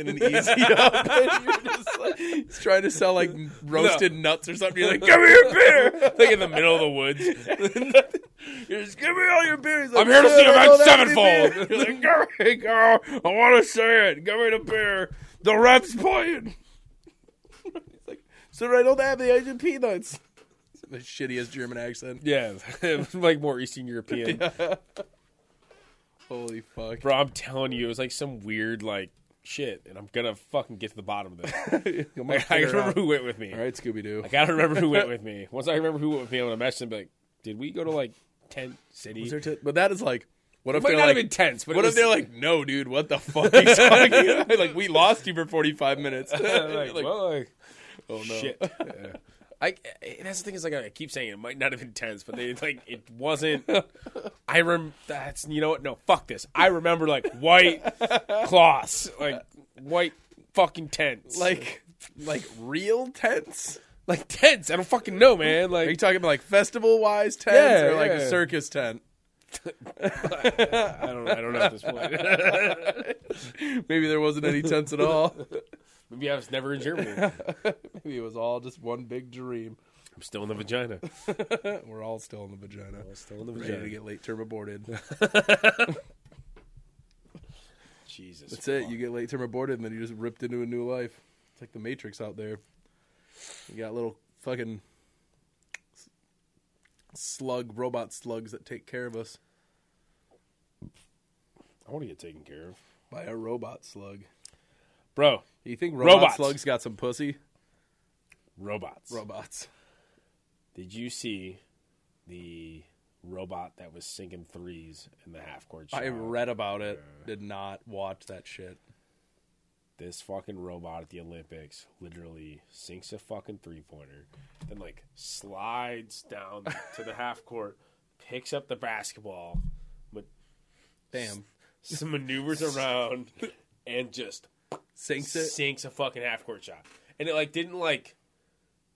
[SPEAKER 2] <laughs>
[SPEAKER 3] and an easy up. And you're just like, he's trying to sell like roasted nuts or something. You're like, give me your beer.
[SPEAKER 2] like <laughs> in <laughs> the middle of the woods.
[SPEAKER 3] <laughs> You're just, give me all your beers.
[SPEAKER 2] I'm here to see about
[SPEAKER 3] sevenfold.
[SPEAKER 2] sevenfold. <laughs> Like, "Go ahead, girl. I want to see it. Give me the beer. The rep's playing.
[SPEAKER 3] So I don't have the Asian peanuts. <laughs> The shittiest German accent.
[SPEAKER 2] Yeah, <laughs> it was like more Eastern European.
[SPEAKER 3] Holy fuck.
[SPEAKER 2] Bro, I'm telling you, it was like some weird like shit, and I'm gonna fucking get to the bottom of <laughs> this.
[SPEAKER 3] Come <laughs> on,
[SPEAKER 2] Like, I
[SPEAKER 3] figure it
[SPEAKER 2] remember
[SPEAKER 3] out.
[SPEAKER 2] who went with me.
[SPEAKER 3] All right, Scooby Doo.
[SPEAKER 2] I gotta remember who <laughs> went with me. Once I remember who went with me, I'm gonna message them. and Be like, did we go to like tent city?
[SPEAKER 3] Is there t- but that is like, what if
[SPEAKER 2] Might
[SPEAKER 3] they're
[SPEAKER 2] not
[SPEAKER 3] like,
[SPEAKER 2] have been tents, but
[SPEAKER 3] what
[SPEAKER 2] it
[SPEAKER 3] if they're like, no, dude, what the fuck? <laughs> He's talking? like, we lost you for forty five
[SPEAKER 2] <laughs>
[SPEAKER 3] minutes.
[SPEAKER 2] like,
[SPEAKER 3] <laughs> Like,
[SPEAKER 2] well, like,
[SPEAKER 3] oh
[SPEAKER 2] <laughs>
[SPEAKER 3] no.
[SPEAKER 2] shit. Yeah. I, I- that's the thing is like I keep saying it might not have been tense, but <laughs> they like it wasn't. I rem that's you know what? No, fuck this. I remember like white cloths, like white fucking tents,
[SPEAKER 3] Like, like real tents.
[SPEAKER 2] like tents. I don't fucking know, man.
[SPEAKER 3] Are you
[SPEAKER 2] Like
[SPEAKER 3] talking about like festival wise tents
[SPEAKER 2] Yeah,
[SPEAKER 3] or like a
[SPEAKER 2] yeah.
[SPEAKER 3] circus tent?
[SPEAKER 2] I don't I don't know at this <laughs> point.
[SPEAKER 3] Maybe there wasn't any <laughs> tents at all.
[SPEAKER 2] Maybe I was never in <laughs> Germany. I'm
[SPEAKER 3] Maybe it was all just one big dream.
[SPEAKER 2] still in the vagina.
[SPEAKER 3] We're all still in the vagina.
[SPEAKER 2] Still in the
[SPEAKER 3] Ready to
[SPEAKER 2] vagina.
[SPEAKER 3] get late term aborted. <laughs>
[SPEAKER 2] Jesus.
[SPEAKER 3] That's it. You get late term aborted, and then you just ripped into a new life. It's like the Matrix out there. You got little fucking s- slug robot slugs that take care of us
[SPEAKER 2] I want to get taken care of,
[SPEAKER 3] by a robot slug.
[SPEAKER 2] bro.
[SPEAKER 3] You think robot
[SPEAKER 2] Robots.
[SPEAKER 3] slugs got some pussy?
[SPEAKER 2] Robots.
[SPEAKER 3] Robots.
[SPEAKER 2] Did you see the robot that was sinking threes in the half court shot?
[SPEAKER 3] I read about it. Did not watch that shit.
[SPEAKER 2] this fucking robot at the Olympics literally sinks a fucking three pointer, then like slides down to the
[SPEAKER 3] <laughs>
[SPEAKER 2] half court, picks up the basketball, but
[SPEAKER 3] Damn.
[SPEAKER 2] some maneuvers
[SPEAKER 3] <laughs>
[SPEAKER 2] around, and just
[SPEAKER 3] Sinks it.
[SPEAKER 2] sinks a fucking half court shot. And it like didn't like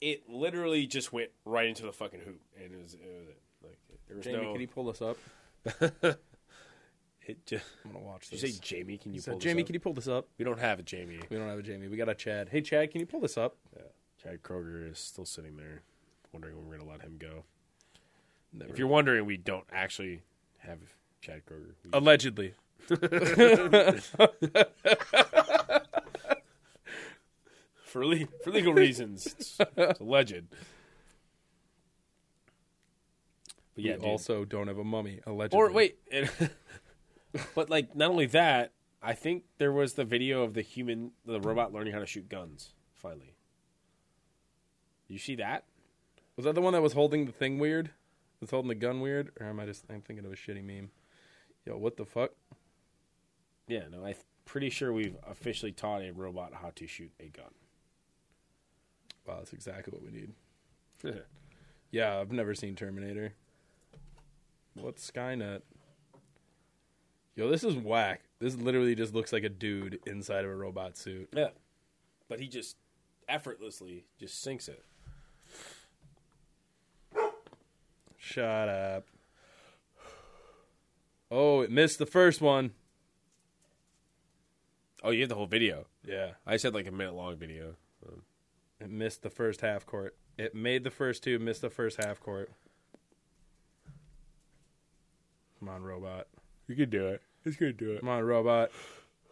[SPEAKER 2] it literally just went right into the fucking hoop, and it was it was it. like there was
[SPEAKER 3] Jamie,
[SPEAKER 2] no
[SPEAKER 3] can you pull this up?
[SPEAKER 2] it just.
[SPEAKER 3] I'm gonna watch
[SPEAKER 2] Did
[SPEAKER 3] this.
[SPEAKER 2] you say Jamie? Can you
[SPEAKER 3] So,
[SPEAKER 2] pull
[SPEAKER 3] Jamie,
[SPEAKER 2] this up?
[SPEAKER 3] can you pull this up?
[SPEAKER 2] We don't have a Jamie.
[SPEAKER 3] We don't have a Jamie. We got a Chad. Hey, Chad, can you pull this up?
[SPEAKER 2] Chad Kroger is still sitting there, wondering when we're going to let him go.
[SPEAKER 3] Never.
[SPEAKER 2] If you're wondering, we don't actually have Chad Kroger. We-
[SPEAKER 3] Allegedly.
[SPEAKER 2] <laughs> for, le- for legal reasons, it's, <laughs> it's alleged. But yeah,
[SPEAKER 3] we
[SPEAKER 2] dude.
[SPEAKER 3] also don't have a <laughs> mummy. Allegedly.
[SPEAKER 2] or wait, <laughs> it- but like not only that, I think there was the video of the human, the robot learning how to shoot guns. Finally, you see that?
[SPEAKER 3] Was that the one that was holding the thing weird? Was holding the gun weird? Or am I just I'm thinking of a shitty meme? Yo, what the fuck?
[SPEAKER 2] Yeah, no, I'm pretty sure we've officially taught a robot how to shoot a
[SPEAKER 3] <laughs>
[SPEAKER 2] gun.
[SPEAKER 3] Wow, that's exactly what we need. Yeah, I've never seen Terminator. What's Skynet? Yo, this is whack. This literally just looks like a dude inside of a robot suit.
[SPEAKER 2] yeah, but he just effortlessly just sinks it.
[SPEAKER 3] Shut up. Oh, it missed the first one.
[SPEAKER 2] Oh, you have the whole video.
[SPEAKER 3] Yeah.
[SPEAKER 2] I said like a minute long video.
[SPEAKER 3] It missed the first half court. It made the first two, missed the first half court. Come on, robot.
[SPEAKER 2] You could do it. It's gonna do it.
[SPEAKER 3] Come on, robot.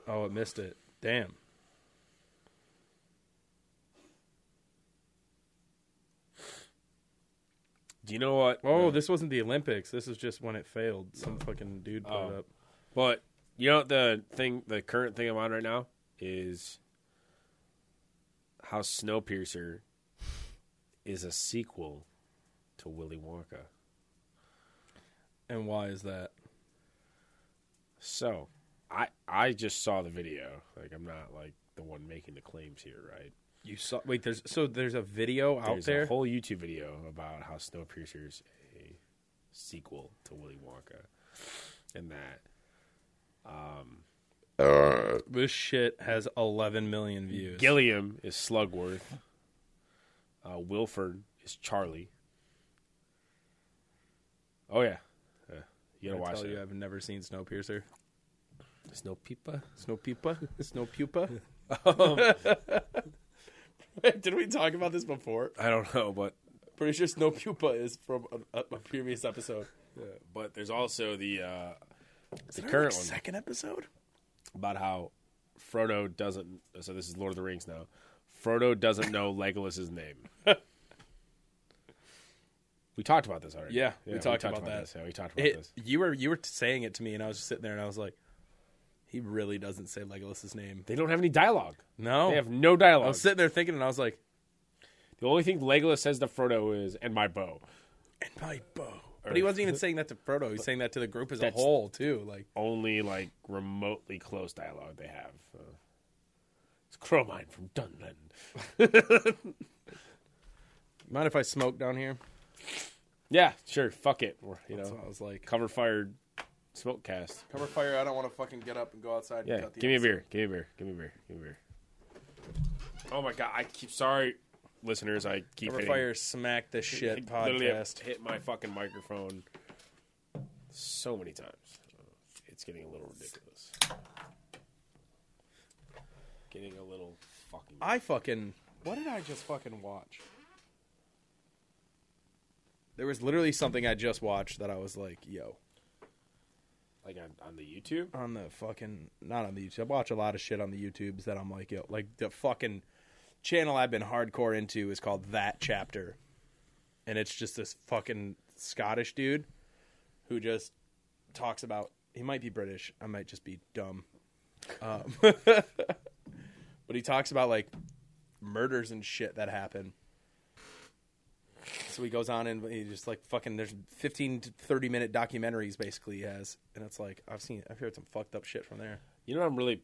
[SPEAKER 3] Oh, it missed it. Damn.
[SPEAKER 2] Do you know what?
[SPEAKER 3] Oh, this wasn't the Olympics. This is just when it failed. Some fucking dude put it
[SPEAKER 2] Oh.
[SPEAKER 3] up.
[SPEAKER 2] But you know what the thing, the current thing I'm on right now is how Snowpiercer is a sequel to Willy Wonka.
[SPEAKER 3] And why is that?
[SPEAKER 2] So, I I just saw the video. Like I'm not like the one making the claims here, right?
[SPEAKER 3] You saw wait, there's so there's a video out
[SPEAKER 2] There's
[SPEAKER 3] there.
[SPEAKER 2] a whole YouTube video about how Snowpiercer is a sequel to Willy Wonka, and that
[SPEAKER 3] this shit has eleven million views.
[SPEAKER 2] Gilliam is Slugworth, uh, Wilford is Charlie. Oh yeah, yeah. you
[SPEAKER 3] I
[SPEAKER 2] gotta watch
[SPEAKER 3] tell you,
[SPEAKER 2] it.
[SPEAKER 3] I've never seen Snowpiercer.
[SPEAKER 2] Snowpeepa.
[SPEAKER 3] Snowpupa? <laughs> Snowpupa? Um, <laughs> Did we talk about this before?
[SPEAKER 2] I don't <laughs> know, but
[SPEAKER 3] Pretty sure Snowpupa is from a, a previous episode.
[SPEAKER 2] but there's also the uh, the current one.
[SPEAKER 3] Second episode?
[SPEAKER 2] about how Frodo doesn't. So this is Lord of the Rings now. Frodo doesn't
[SPEAKER 3] <laughs>
[SPEAKER 2] know Legolas's name. we talked about this already.
[SPEAKER 3] Yeah, we talked about that.
[SPEAKER 2] This. Yeah, we talked about
[SPEAKER 3] It,
[SPEAKER 2] this.
[SPEAKER 3] you were you were saying it to me, and I was just sitting there, and I was like, he really doesn't say Legolas's name.
[SPEAKER 2] They don't have any dialogue.
[SPEAKER 3] No.
[SPEAKER 2] They have no
[SPEAKER 3] I
[SPEAKER 2] dialogue.
[SPEAKER 3] was sitting there thinking, and I was like,
[SPEAKER 2] the only thing Legolas says to Frodo is "and my bow."
[SPEAKER 3] and my bow. But he wasn't even saying that to Frodo. He's saying that to the group as a whole, too. Like,
[SPEAKER 2] Only like remotely close dialogue they have. Uh, it's Cromine from Dunland.
[SPEAKER 3] mind if I smoke down here?
[SPEAKER 2] Yeah, sure. Fuck it. We're, you
[SPEAKER 3] So
[SPEAKER 2] know,
[SPEAKER 3] I was like,
[SPEAKER 2] cover fired, smoke cast.
[SPEAKER 3] cover fire. I don't want to fucking get up and go outside. And
[SPEAKER 2] Yeah,
[SPEAKER 3] cut the
[SPEAKER 2] give me a
[SPEAKER 3] episode.
[SPEAKER 2] beer. Give me a beer. Give me a beer. Give me a beer. Oh my god! I keep sorry, listeners. I keep
[SPEAKER 3] Cover
[SPEAKER 2] hitting,
[SPEAKER 3] fire. Smack <laughs> the shit
[SPEAKER 2] keep <laughs> literally
[SPEAKER 3] podcast.
[SPEAKER 2] hit my fucking microphone so many times. It's getting a little ridiculous. Getting a little fucking.
[SPEAKER 3] I fucking. What did I just fucking watch? There was literally something I just watched that I was like, yo,
[SPEAKER 2] like on, on the YouTube.
[SPEAKER 3] on the fucking. Not on the YouTube. I watch a lot of shit on the YouTubes that I'm like, yo, like the fucking channel I've been hardcore into is called That Chapter. And it's just this fucking Scottish dude who just talks about. He might be British. I might just be dumb. <laughs> Um, but he talks about like murders and shit that happen. So he goes on and he just like fucking there's 15 to 30 minute documentaries basically he has and it's like I've seen I've heard some fucked up shit from there.
[SPEAKER 2] You know, what I'm really,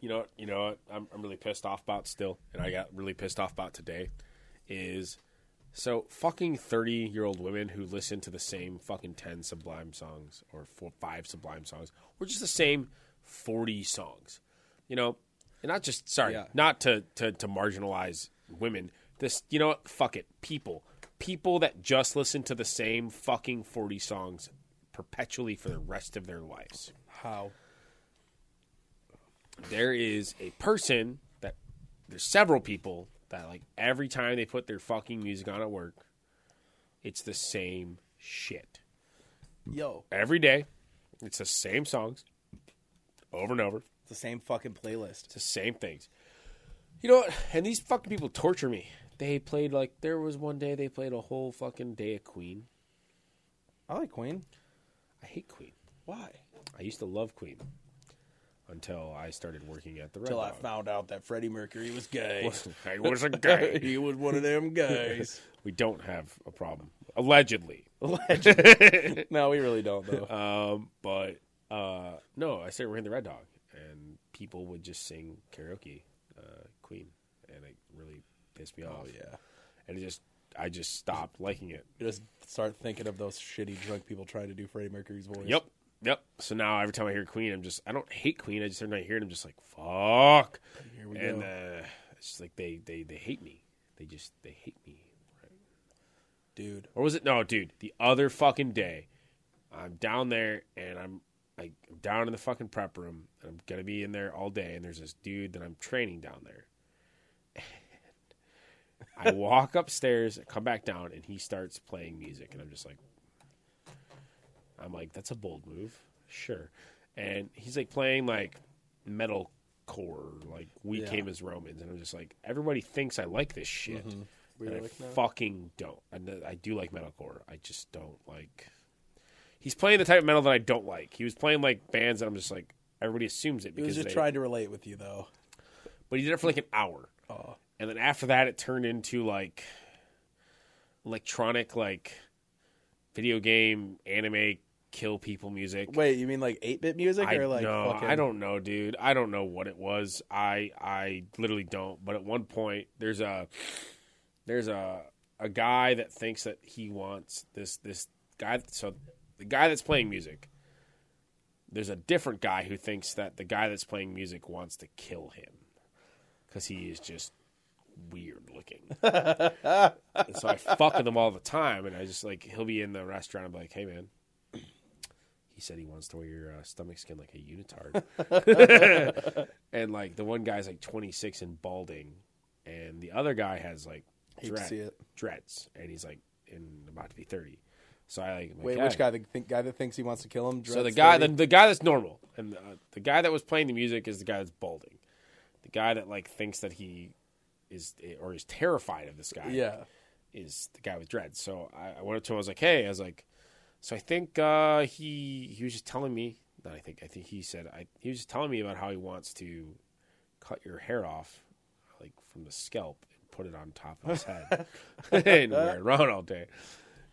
[SPEAKER 2] you know, you know, what I'm I'm really pissed off about still, and I got really pissed off about today, is so fucking thirty year old women who listen to the same fucking ten Sublime songs or four five Sublime songs or just the same forty songs, you know, and not just sorry,
[SPEAKER 3] Yeah.
[SPEAKER 2] not to to to marginalize women. This, you know, what? fuck it, people, people that just listen to the same fucking forty songs perpetually for the rest of their lives
[SPEAKER 3] How?
[SPEAKER 2] there is a person that there's several people that like every time they put their fucking music on at work, it's the same shit
[SPEAKER 3] Yo,
[SPEAKER 2] every day. It's the same songs over and over.
[SPEAKER 3] it's the same fucking playlist.
[SPEAKER 2] It's the same things. You know what? And these fucking people torture me. They played like there was one day they played a whole fucking day of Queen.
[SPEAKER 3] I like Queen.
[SPEAKER 2] I hate Queen.
[SPEAKER 3] Why?
[SPEAKER 2] I used to love Queen until I started working at the Red
[SPEAKER 3] Till I
[SPEAKER 2] Dog.
[SPEAKER 3] found out that Freddie Mercury was gay.
[SPEAKER 2] <laughs>
[SPEAKER 3] <laughs>
[SPEAKER 2] I was a guy.
[SPEAKER 3] he was one of them guys.
[SPEAKER 2] We don't have a problem allegedly.
[SPEAKER 3] no, we really don't <laughs> though.
[SPEAKER 2] Um, <laughs> but uh, no, I started wearing the Red Dog, and people would just sing karaoke, uh, Queen, and it really pissed me off.
[SPEAKER 3] oh yeah.
[SPEAKER 2] and it just I just stopped liking it.
[SPEAKER 3] You just start thinking of those shitty drunk people trying to do Freddie Mercury's voice.
[SPEAKER 2] Yep, yep. So now every time I hear Queen, I'm just I don't hate Queen. I just every time I hear it, I'm just like fuck.
[SPEAKER 3] Here we
[SPEAKER 2] and
[SPEAKER 3] go.
[SPEAKER 2] uh, it's just like they they they hate me. They just they hate me.
[SPEAKER 3] Dude.
[SPEAKER 2] Or was it no, dude? The other fucking day, I'm down there and I'm I, I'm down in the fucking prep room and I'm gonna be in there all day. And there's this dude that I'm training down there. I walk upstairs, come back down, and he starts playing music, and I'm just like, I'm like, that's a bold move, sure. And he's like playing like metal core, like we
[SPEAKER 1] Yeah.
[SPEAKER 2] came as Romans, and I'm just like, everybody thinks I like this shit, and I
[SPEAKER 4] like, no.
[SPEAKER 2] fucking don't. I, kn- I do like metalcore, I just don't like. He's playing the type of metal that I don't like. He was playing like bands that I'm just like everybody assumes it
[SPEAKER 4] He was
[SPEAKER 2] because
[SPEAKER 4] just
[SPEAKER 2] they,
[SPEAKER 4] trying to relate with you, though.
[SPEAKER 2] but he did it for like an hour. And then after that, it turned into like electronic, like video game, anime, kill people music.
[SPEAKER 4] Wait, you mean like eight bit music
[SPEAKER 2] I,
[SPEAKER 4] or like
[SPEAKER 2] no,
[SPEAKER 4] fucking?
[SPEAKER 2] I don't know, dude. I don't know what it was. I I literally don't. But at one point, there's a there's a a guy that thinks that he wants this this guy. So the guy that's playing music. There's a different guy who thinks that the guy that's playing music wants to kill him because he is just weird
[SPEAKER 4] <laughs>
[SPEAKER 2] looking. and so I fuck with him all the time, and I just like he'll be in the restaurant. I'm like, hey man, he said he wants to wear your uh, stomach skin like a unitard.
[SPEAKER 4] <laughs>
[SPEAKER 2] and like the one guy's like 26 and balding, and the other guy has like
[SPEAKER 4] Hate to
[SPEAKER 2] dread-
[SPEAKER 4] see it.
[SPEAKER 2] dreads, and he's like in about to be 30. So I like, I'm like,
[SPEAKER 4] Wait,
[SPEAKER 2] "Yeah."
[SPEAKER 4] which guy? The th- guy that thinks he wants to kill him?
[SPEAKER 2] So the
[SPEAKER 4] Dread's
[SPEAKER 2] guy, the,
[SPEAKER 4] thirty?
[SPEAKER 2] the guy that's normal, and the, the guy that was playing the music is the guy that's balding. The guy that like thinks that he is or is terrified of this guy.
[SPEAKER 4] yeah.
[SPEAKER 2] is the guy with dreads. So I, I went up to him. I was like, hey, I was like, so I think uh, he he was just telling me. Not I think I think he said I, he was just telling me about how he wants to cut your hair off, like from the scalp, and put it on top of his head <laughs> and wear it around all day.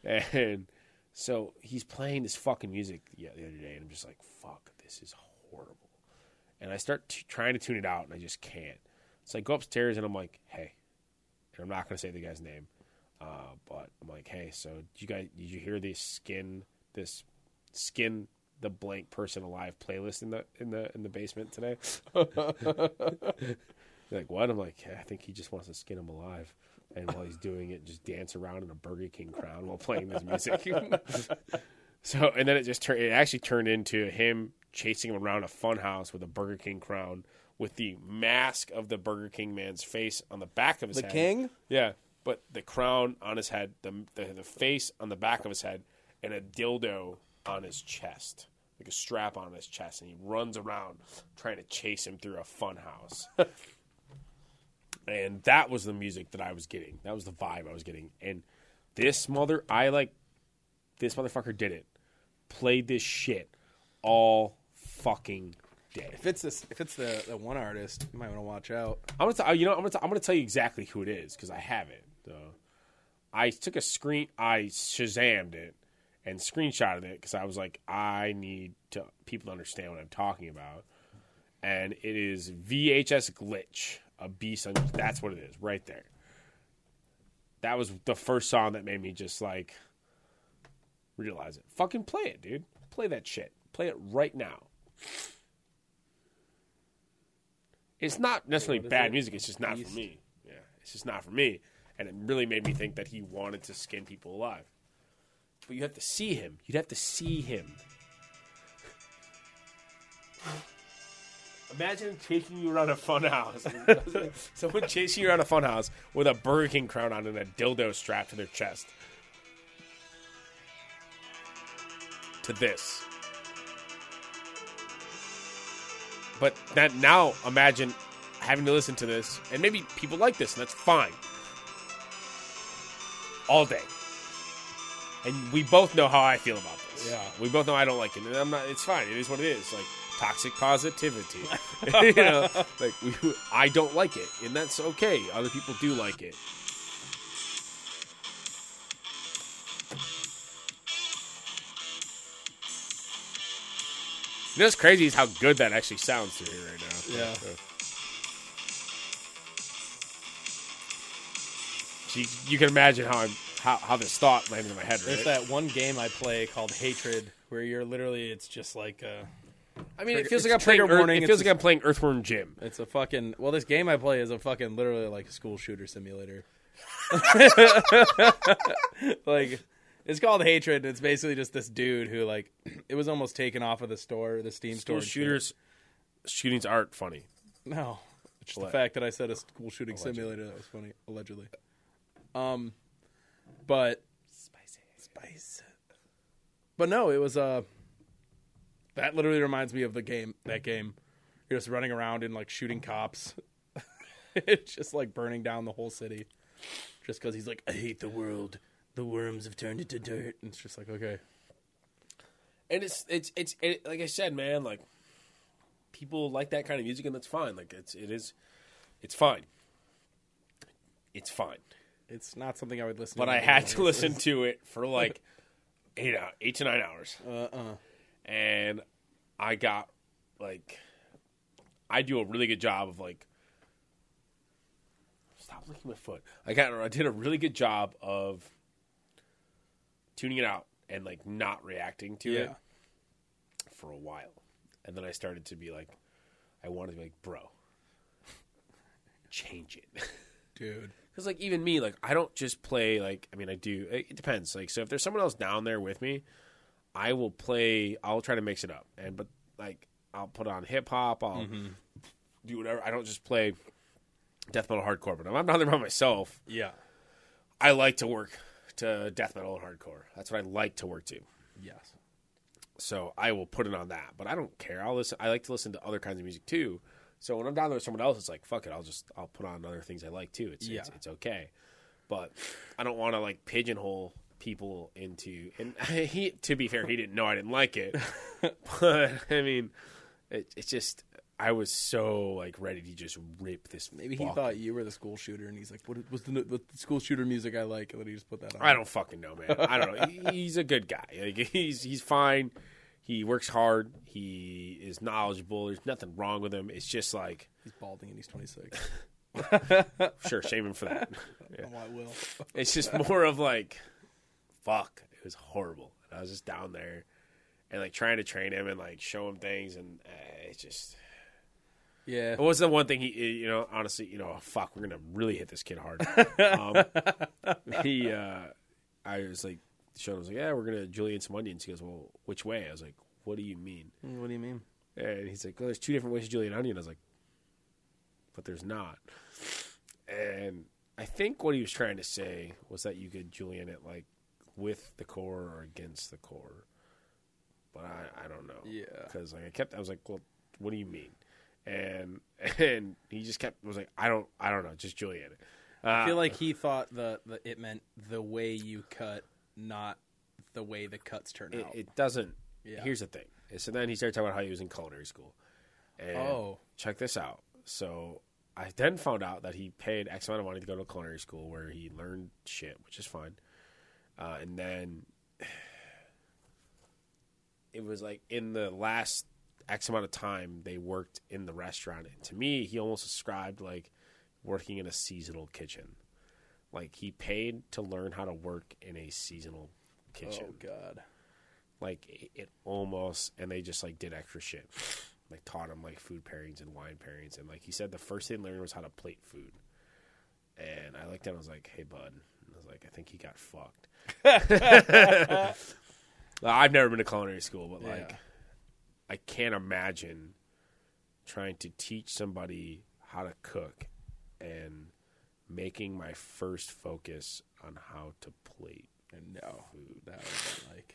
[SPEAKER 2] And so he's playing this fucking music the the other day, and I'm just like, fuck, this is horrible. And I start t- trying to tune it out, and I just can't. So I go upstairs, and I'm like, hey, and I'm not going to say the guy's name, uh, but I'm like, hey, so did you guys, did you hear this skin, this skin the blank person alive playlist in the in the in the basement today? <laughs> They're like what? I'm like, yeah, I think he just wants to skin him alive, and while he's doing it, just dance around in a Burger King crown while playing this music. <laughs> so, and then it just turned. It actually turned into him chasing him around a funhouse with a Burger King crown, with the mask of the Burger King man's face on the back of his
[SPEAKER 4] The
[SPEAKER 2] head.
[SPEAKER 4] king?
[SPEAKER 2] Yeah, but the crown on his head, the, the the face on the back of his head, and a dildo on his chest, like a strap on his chest, and he runs around trying to chase him through a funhouse. and that was the music that I was getting. That was the vibe I was getting. And this mother, I like this motherfucker did it. Played this shit all fucking day.
[SPEAKER 1] If it's this, if it's the, the one artist, you might want to watch out.
[SPEAKER 2] I'm gonna, t- you know, I'm gonna, t- I'm gonna tell you exactly who it is because I have it. So I took a screen, I Shazammed it and screenshotted it because I was like, I need to people to understand what I'm talking about. And it is VHS glitch, a beast. On, that's what it is, right there. That was the first song that made me just like realize it. Fucking play it, dude. Play that shit. Play it right now. It's not necessarily bad music. It's just not for me. Yeah, it's just not for me. And it really made me think that he wanted to skin people alive. But you have to see him. You'd have to see him. Imagine taking you around a funhouse. <laughs> Someone chasing you around a funhouse with a Burger King crown on and a dildo strapped to their chest. To this. But that now imagine having to listen to this, and maybe people like this, and that's fine. All day. And we both know how I feel about this.
[SPEAKER 1] Yeah.
[SPEAKER 2] We both know I don't like it, and I'm not. It's fine. It is what it is. Like toxic positivity. <laughs> you know, like we, I don't like it, and that's okay. Other people do like it. You know what's crazy is how good that actually sounds to me right now.
[SPEAKER 1] Yeah.
[SPEAKER 2] So you, you can imagine how I'm how, how this thought landed in my head, right?
[SPEAKER 1] There's that one game I play called Hatred, where you're literally it's just like a,
[SPEAKER 2] I mean, it
[SPEAKER 1] trigger-
[SPEAKER 2] feels like
[SPEAKER 1] it's
[SPEAKER 2] I'm playing.
[SPEAKER 1] trigger
[SPEAKER 2] Earth-
[SPEAKER 1] warning,
[SPEAKER 2] it
[SPEAKER 1] it's
[SPEAKER 2] feels
[SPEAKER 1] a-
[SPEAKER 2] like I'm playing Earthworm Jim.
[SPEAKER 1] it's a fucking well, this game I play is a fucking
[SPEAKER 3] <laughs>
[SPEAKER 1] literally like a school shooter simulator. like
[SPEAKER 3] It's called Hatred, and it's basically just this dude who like <clears throat> it was almost taken off of the store, the Steam store.
[SPEAKER 2] School
[SPEAKER 3] and shit.
[SPEAKER 2] shooters, shootings aren't funny.
[SPEAKER 3] No, it's just
[SPEAKER 2] Alleg-
[SPEAKER 3] the fact that I said a school shooting simulator that was funny, allegedly. Um, but spicy, spice. But no, it was uh. That literally reminds me of the game. That game, you're just running around and like shooting cops. <laughs> it's just like burning down the whole city, just because he's like, I hate the world. The worms have turned it to dirt. And it's just like, okay,
[SPEAKER 2] And it's it's it's it, like I said, man. Like people like that kind of music, and that's fine. Like it's it is, it's fine. It's fine.
[SPEAKER 3] it's not something I would listen.
[SPEAKER 2] But
[SPEAKER 3] to
[SPEAKER 2] I
[SPEAKER 3] anyway.
[SPEAKER 2] had to listen to it for like eight hou- eight to nine hours. and I got like I do a really good job of like stop licking my foot. I got I did a really good job of tuning it out and like not reacting to it
[SPEAKER 3] Yeah.
[SPEAKER 2] for a while. And then I started to be like I wanted to be like, bro, change it. <laughs>
[SPEAKER 3] dude.
[SPEAKER 2] Because like even me, like I don't just play like I mean I do. It it depends. Like so if there's someone else down there with me, I will play. I'll try to mix it up. And but like I'll put on hip hop. I'll do whatever. I don't just play death metal hardcore. But if I'm down there by myself,
[SPEAKER 3] Yeah,
[SPEAKER 2] I like to work to death metal and hardcore. That's what I like to work to.
[SPEAKER 3] yes,
[SPEAKER 2] So I will put it on that. But I don't care. I'll listen. I like to listen to other kinds of music too. So when I'm down there with someone else, it's like fuck it. I'll just I'll put on other things I like too. It's it's,
[SPEAKER 3] Yeah.
[SPEAKER 2] it's okay. But I don't want to like pigeonhole people into. And <laughs> he, to be fair, he didn't know I didn't like
[SPEAKER 3] <laughs>
[SPEAKER 2] it. but I mean, it, it's just I was so like ready to just rip this.
[SPEAKER 3] Maybe he
[SPEAKER 2] fuck-
[SPEAKER 3] thought you were the school shooter, and he's like, "What was the, the school shooter music I like?" And then he just put that on.
[SPEAKER 2] I don't fucking know, man. I don't know. He- <laughs> he's a good guy. Like, he's he's fine. He works hard. He is knowledgeable. There's nothing wrong with him. It's just like,
[SPEAKER 3] He's balding, and he's twenty six. <laughs>
[SPEAKER 2] sure, shame him for that. <laughs> Yeah.
[SPEAKER 3] Oh, I will.
[SPEAKER 2] It's just more of like, fuck, it was horrible. And I was just down there and like trying to train him and like show him things, and uh, it's just
[SPEAKER 3] Yeah,
[SPEAKER 2] It was the one thing he, you know, honestly, you know, oh, fuck, we're gonna really hit this kid hard. Um, he, uh, I was like, showed him, I was like, yeah, we're gonna Julian some onions. He goes, well, which way? I was like, what do you mean?
[SPEAKER 3] what do you mean?
[SPEAKER 2] And he's like, well, there's two different ways to Julian onion. I was like, but there's not. And I think what he was trying to say was that you could Julian it like with the core or against the core. But I, I don't know.
[SPEAKER 3] Yeah.
[SPEAKER 2] Because like I kept, I was like, well, what do you mean? And <laughs> and he just kept was like, I don't, I don't know, just Julian it. Uh,
[SPEAKER 3] I feel like he thought the, the it meant the way you cut, not the way the cuts turn
[SPEAKER 2] it,
[SPEAKER 3] out.
[SPEAKER 2] it doesn't.
[SPEAKER 3] Yeah.
[SPEAKER 2] Here's the thing. And So then he started talking about how he was in culinary school. And
[SPEAKER 3] Oh.
[SPEAKER 2] check this out. So I then found out that he paid X amount of money to go to culinary school where he learned shit, which is fine. Uh, and then <sighs> it was like in the last X amount of time they worked in the restaurant. And to me, he almost described like working in a seasonal kitchen. Like he paid to learn how to work in a seasonal kitchen
[SPEAKER 3] oh God,
[SPEAKER 2] like it- it almost and they just like did extra shit like taught him like food pairings and wine pairings and like he said the first thing he learned was how to plate food and i looked at him i was like hey bud and i was like i think he got fucked Well, i've never been to culinary school but like
[SPEAKER 3] Yeah.
[SPEAKER 2] i can't imagine trying to teach somebody how to cook and making my first focus on how to plate
[SPEAKER 3] no, that was like.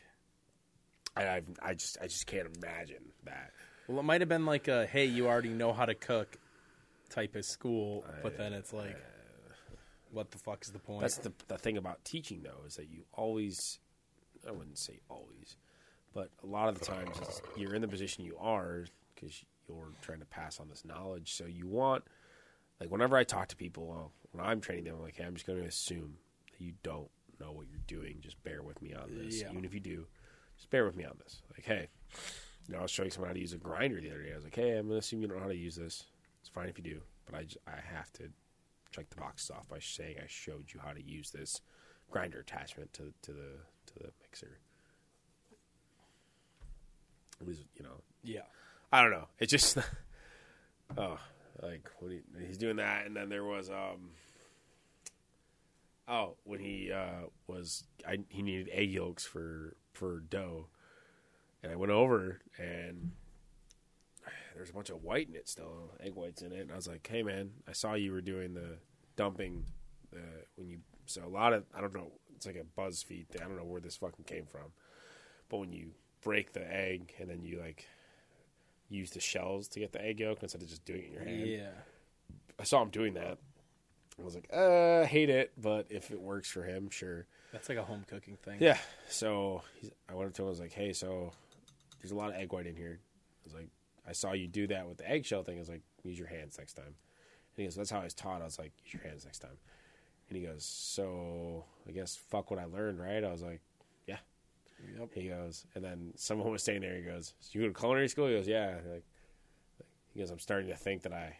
[SPEAKER 2] I, I've, I just I just can't imagine that.
[SPEAKER 3] Well, it might have been like a "Hey, you already know how to cook" type of school, but then it's like, what the fuck is the point?
[SPEAKER 2] Uh, That's the the thing about teaching though is that you always, I wouldn't say always, but a lot of the times it's, you're in the position you are because you're trying to pass on this knowledge. So you want, like, whenever I talk to people uh, when I'm training them, I'm like, hey, I'm just going to assume that you don't know what you're doing. Just bear with me on this.
[SPEAKER 3] Yeah.
[SPEAKER 2] Even if you do, just bear with me on this. Like, hey, you know, I was showing someone how to use a grinder the other day. I was like, hey, I'm going to assume you don't know how to use this. It's fine if you do, but I, j- I have to check the boxes off by saying I showed you how to use this grinder attachment to, to the to the mixer. It was, you know,
[SPEAKER 3] yeah,
[SPEAKER 2] I don't know. It just, <laughs> oh, like what do you- he's doing that, and then there was um, Oh, when he uh, was, I, he needed egg yolks for for dough, and I went over and there's a bunch of white in it still, egg whites in it, and I was like, "Hey, man, I saw you were doing the dumping uh, when you." So a lot of I don't know, it's like a BuzzFeed thing. I don't know where this fucking came from, but when you break the egg and then you like use the shells to get the egg yolk instead of just doing it in your hand. I saw him doing that. I was like, uh, hate it, but if it works for him, sure.
[SPEAKER 1] That's like a home cooking thing.
[SPEAKER 2] Yeah. So he's, I went up to him. I was like, hey, so there's a lot of egg white in here. I was like, I saw you do that with the eggshell thing. I was like, use your hands next time. And he goes, that's how I was taught. I was like, use your hands next time. And he goes, so I guess fuck what I learned, right? I was like, yeah.
[SPEAKER 1] Yep.
[SPEAKER 2] He goes, and then someone was standing there. He goes, so you go to culinary school? He goes, yeah. Like, he goes, I'm starting to think that I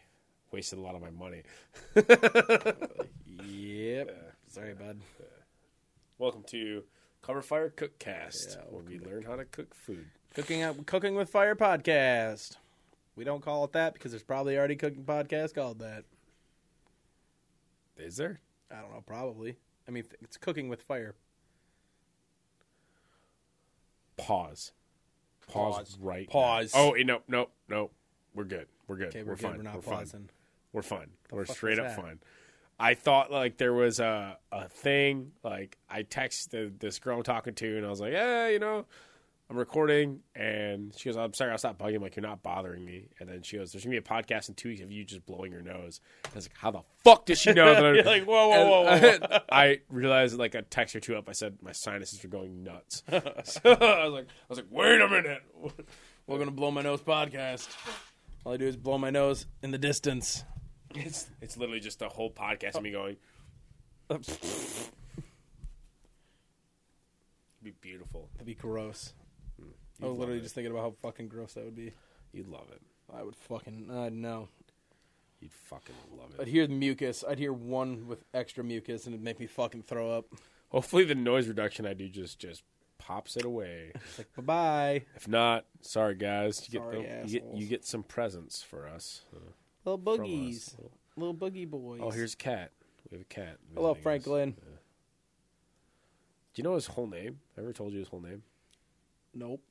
[SPEAKER 2] wasted a lot of my money.
[SPEAKER 1] Yep. Sorry, bud.
[SPEAKER 2] Welcome to Cover Fire Cook Cast,
[SPEAKER 1] Yeah,
[SPEAKER 2] where we learn how to cook food.
[SPEAKER 1] Cooking up, cooking with fire podcast. We don't call it that because there's probably already cooking podcast called that.
[SPEAKER 2] Is there?
[SPEAKER 1] I don't know. Probably. I mean, it's cooking with fire.
[SPEAKER 2] Pause. Pause, right. now.
[SPEAKER 1] Pause.
[SPEAKER 2] Oh, eh, no, no, no. We're good. We're good.
[SPEAKER 1] Okay,
[SPEAKER 2] we're,
[SPEAKER 1] we're, good.
[SPEAKER 2] fine.
[SPEAKER 1] We're not
[SPEAKER 2] we're
[SPEAKER 1] pausing.
[SPEAKER 2] Fine. We're fine. we're
[SPEAKER 1] fuck
[SPEAKER 2] straight
[SPEAKER 1] was
[SPEAKER 2] up
[SPEAKER 1] that?
[SPEAKER 2] fine. I thought like there was a a thing like I texted this girl I'm talking to and I was like, yeah, you know, I'm recording and she goes, I'm sorry, I'll stop bugging. I'm like you're not bothering me. And then she goes, there's gonna be a podcast in two weeks of you just blowing your nose. I was like, how the fuck does she know
[SPEAKER 1] <laughs>
[SPEAKER 2] that? I'm
[SPEAKER 1] like, whoa, whoa, whoa, whoa, whoa.
[SPEAKER 2] <laughs> I realized like a text or two up, I said my sinuses were
[SPEAKER 1] <laughs>
[SPEAKER 2] going nuts. <laughs> so I was like, I was like, wait a minute.
[SPEAKER 1] Welcome to Blow My Nose podcast. All I do is blow my nose in the distance.
[SPEAKER 2] It's it's literally just a whole podcast of me
[SPEAKER 1] <laughs>
[SPEAKER 2] going.
[SPEAKER 1] That'd
[SPEAKER 2] It'd be beautiful.
[SPEAKER 1] be gross. I was
[SPEAKER 2] love
[SPEAKER 1] literally
[SPEAKER 2] it.
[SPEAKER 1] just thinking about how fucking gross that would be.
[SPEAKER 2] You'd love it.
[SPEAKER 1] I would fucking, I know.
[SPEAKER 2] You'd fucking love
[SPEAKER 1] I'd
[SPEAKER 2] it.
[SPEAKER 1] hear the mucus. I'd hear one with extra mucus, and it'd make me fucking throw up.
[SPEAKER 2] Hopefully, the noise reduction I do just just pops
[SPEAKER 1] <laughs>
[SPEAKER 2] it away.
[SPEAKER 1] It's like, bye bye,
[SPEAKER 2] If not, sorry guys, you get
[SPEAKER 1] Sorry,
[SPEAKER 2] the- you get
[SPEAKER 1] assholes.
[SPEAKER 2] you get some presents for us. uh,
[SPEAKER 1] little
[SPEAKER 2] from
[SPEAKER 1] boogies,
[SPEAKER 2] us.
[SPEAKER 1] little boogie boys.
[SPEAKER 2] Oh, here's a cat. We have a cat.
[SPEAKER 1] hello,
[SPEAKER 2] visiting
[SPEAKER 1] Frank
[SPEAKER 2] us.
[SPEAKER 1] Lynn.
[SPEAKER 2] Do you know his whole name? I ever told you his whole name?
[SPEAKER 1] Nope.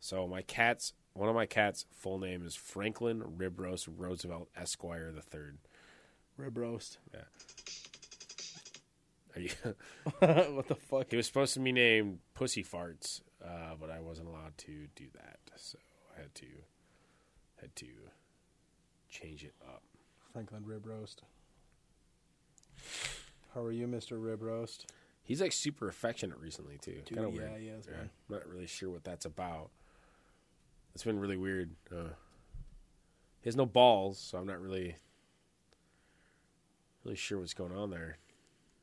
[SPEAKER 2] So my cat's one of my cat's full name is Franklin Ribros Roosevelt Esquire the Third.
[SPEAKER 1] Rib roast.
[SPEAKER 2] Are you?
[SPEAKER 1] <laughs> what the fuck?
[SPEAKER 2] He was supposed to be named Pussy Farts, uh, but I wasn't allowed to do that, so I had to had to change it up.
[SPEAKER 4] Franklin rib roast. How are you, Mister Rib Roast?
[SPEAKER 2] He's like super affectionate recently too.
[SPEAKER 1] Dude,
[SPEAKER 2] Kinda
[SPEAKER 1] yeah,
[SPEAKER 2] weird.
[SPEAKER 1] he is,
[SPEAKER 2] Yeah,
[SPEAKER 1] man.
[SPEAKER 2] I'm not really sure what that's about. It's been really weird. Uh, he has no balls, so I'm not really really sure what's going on there.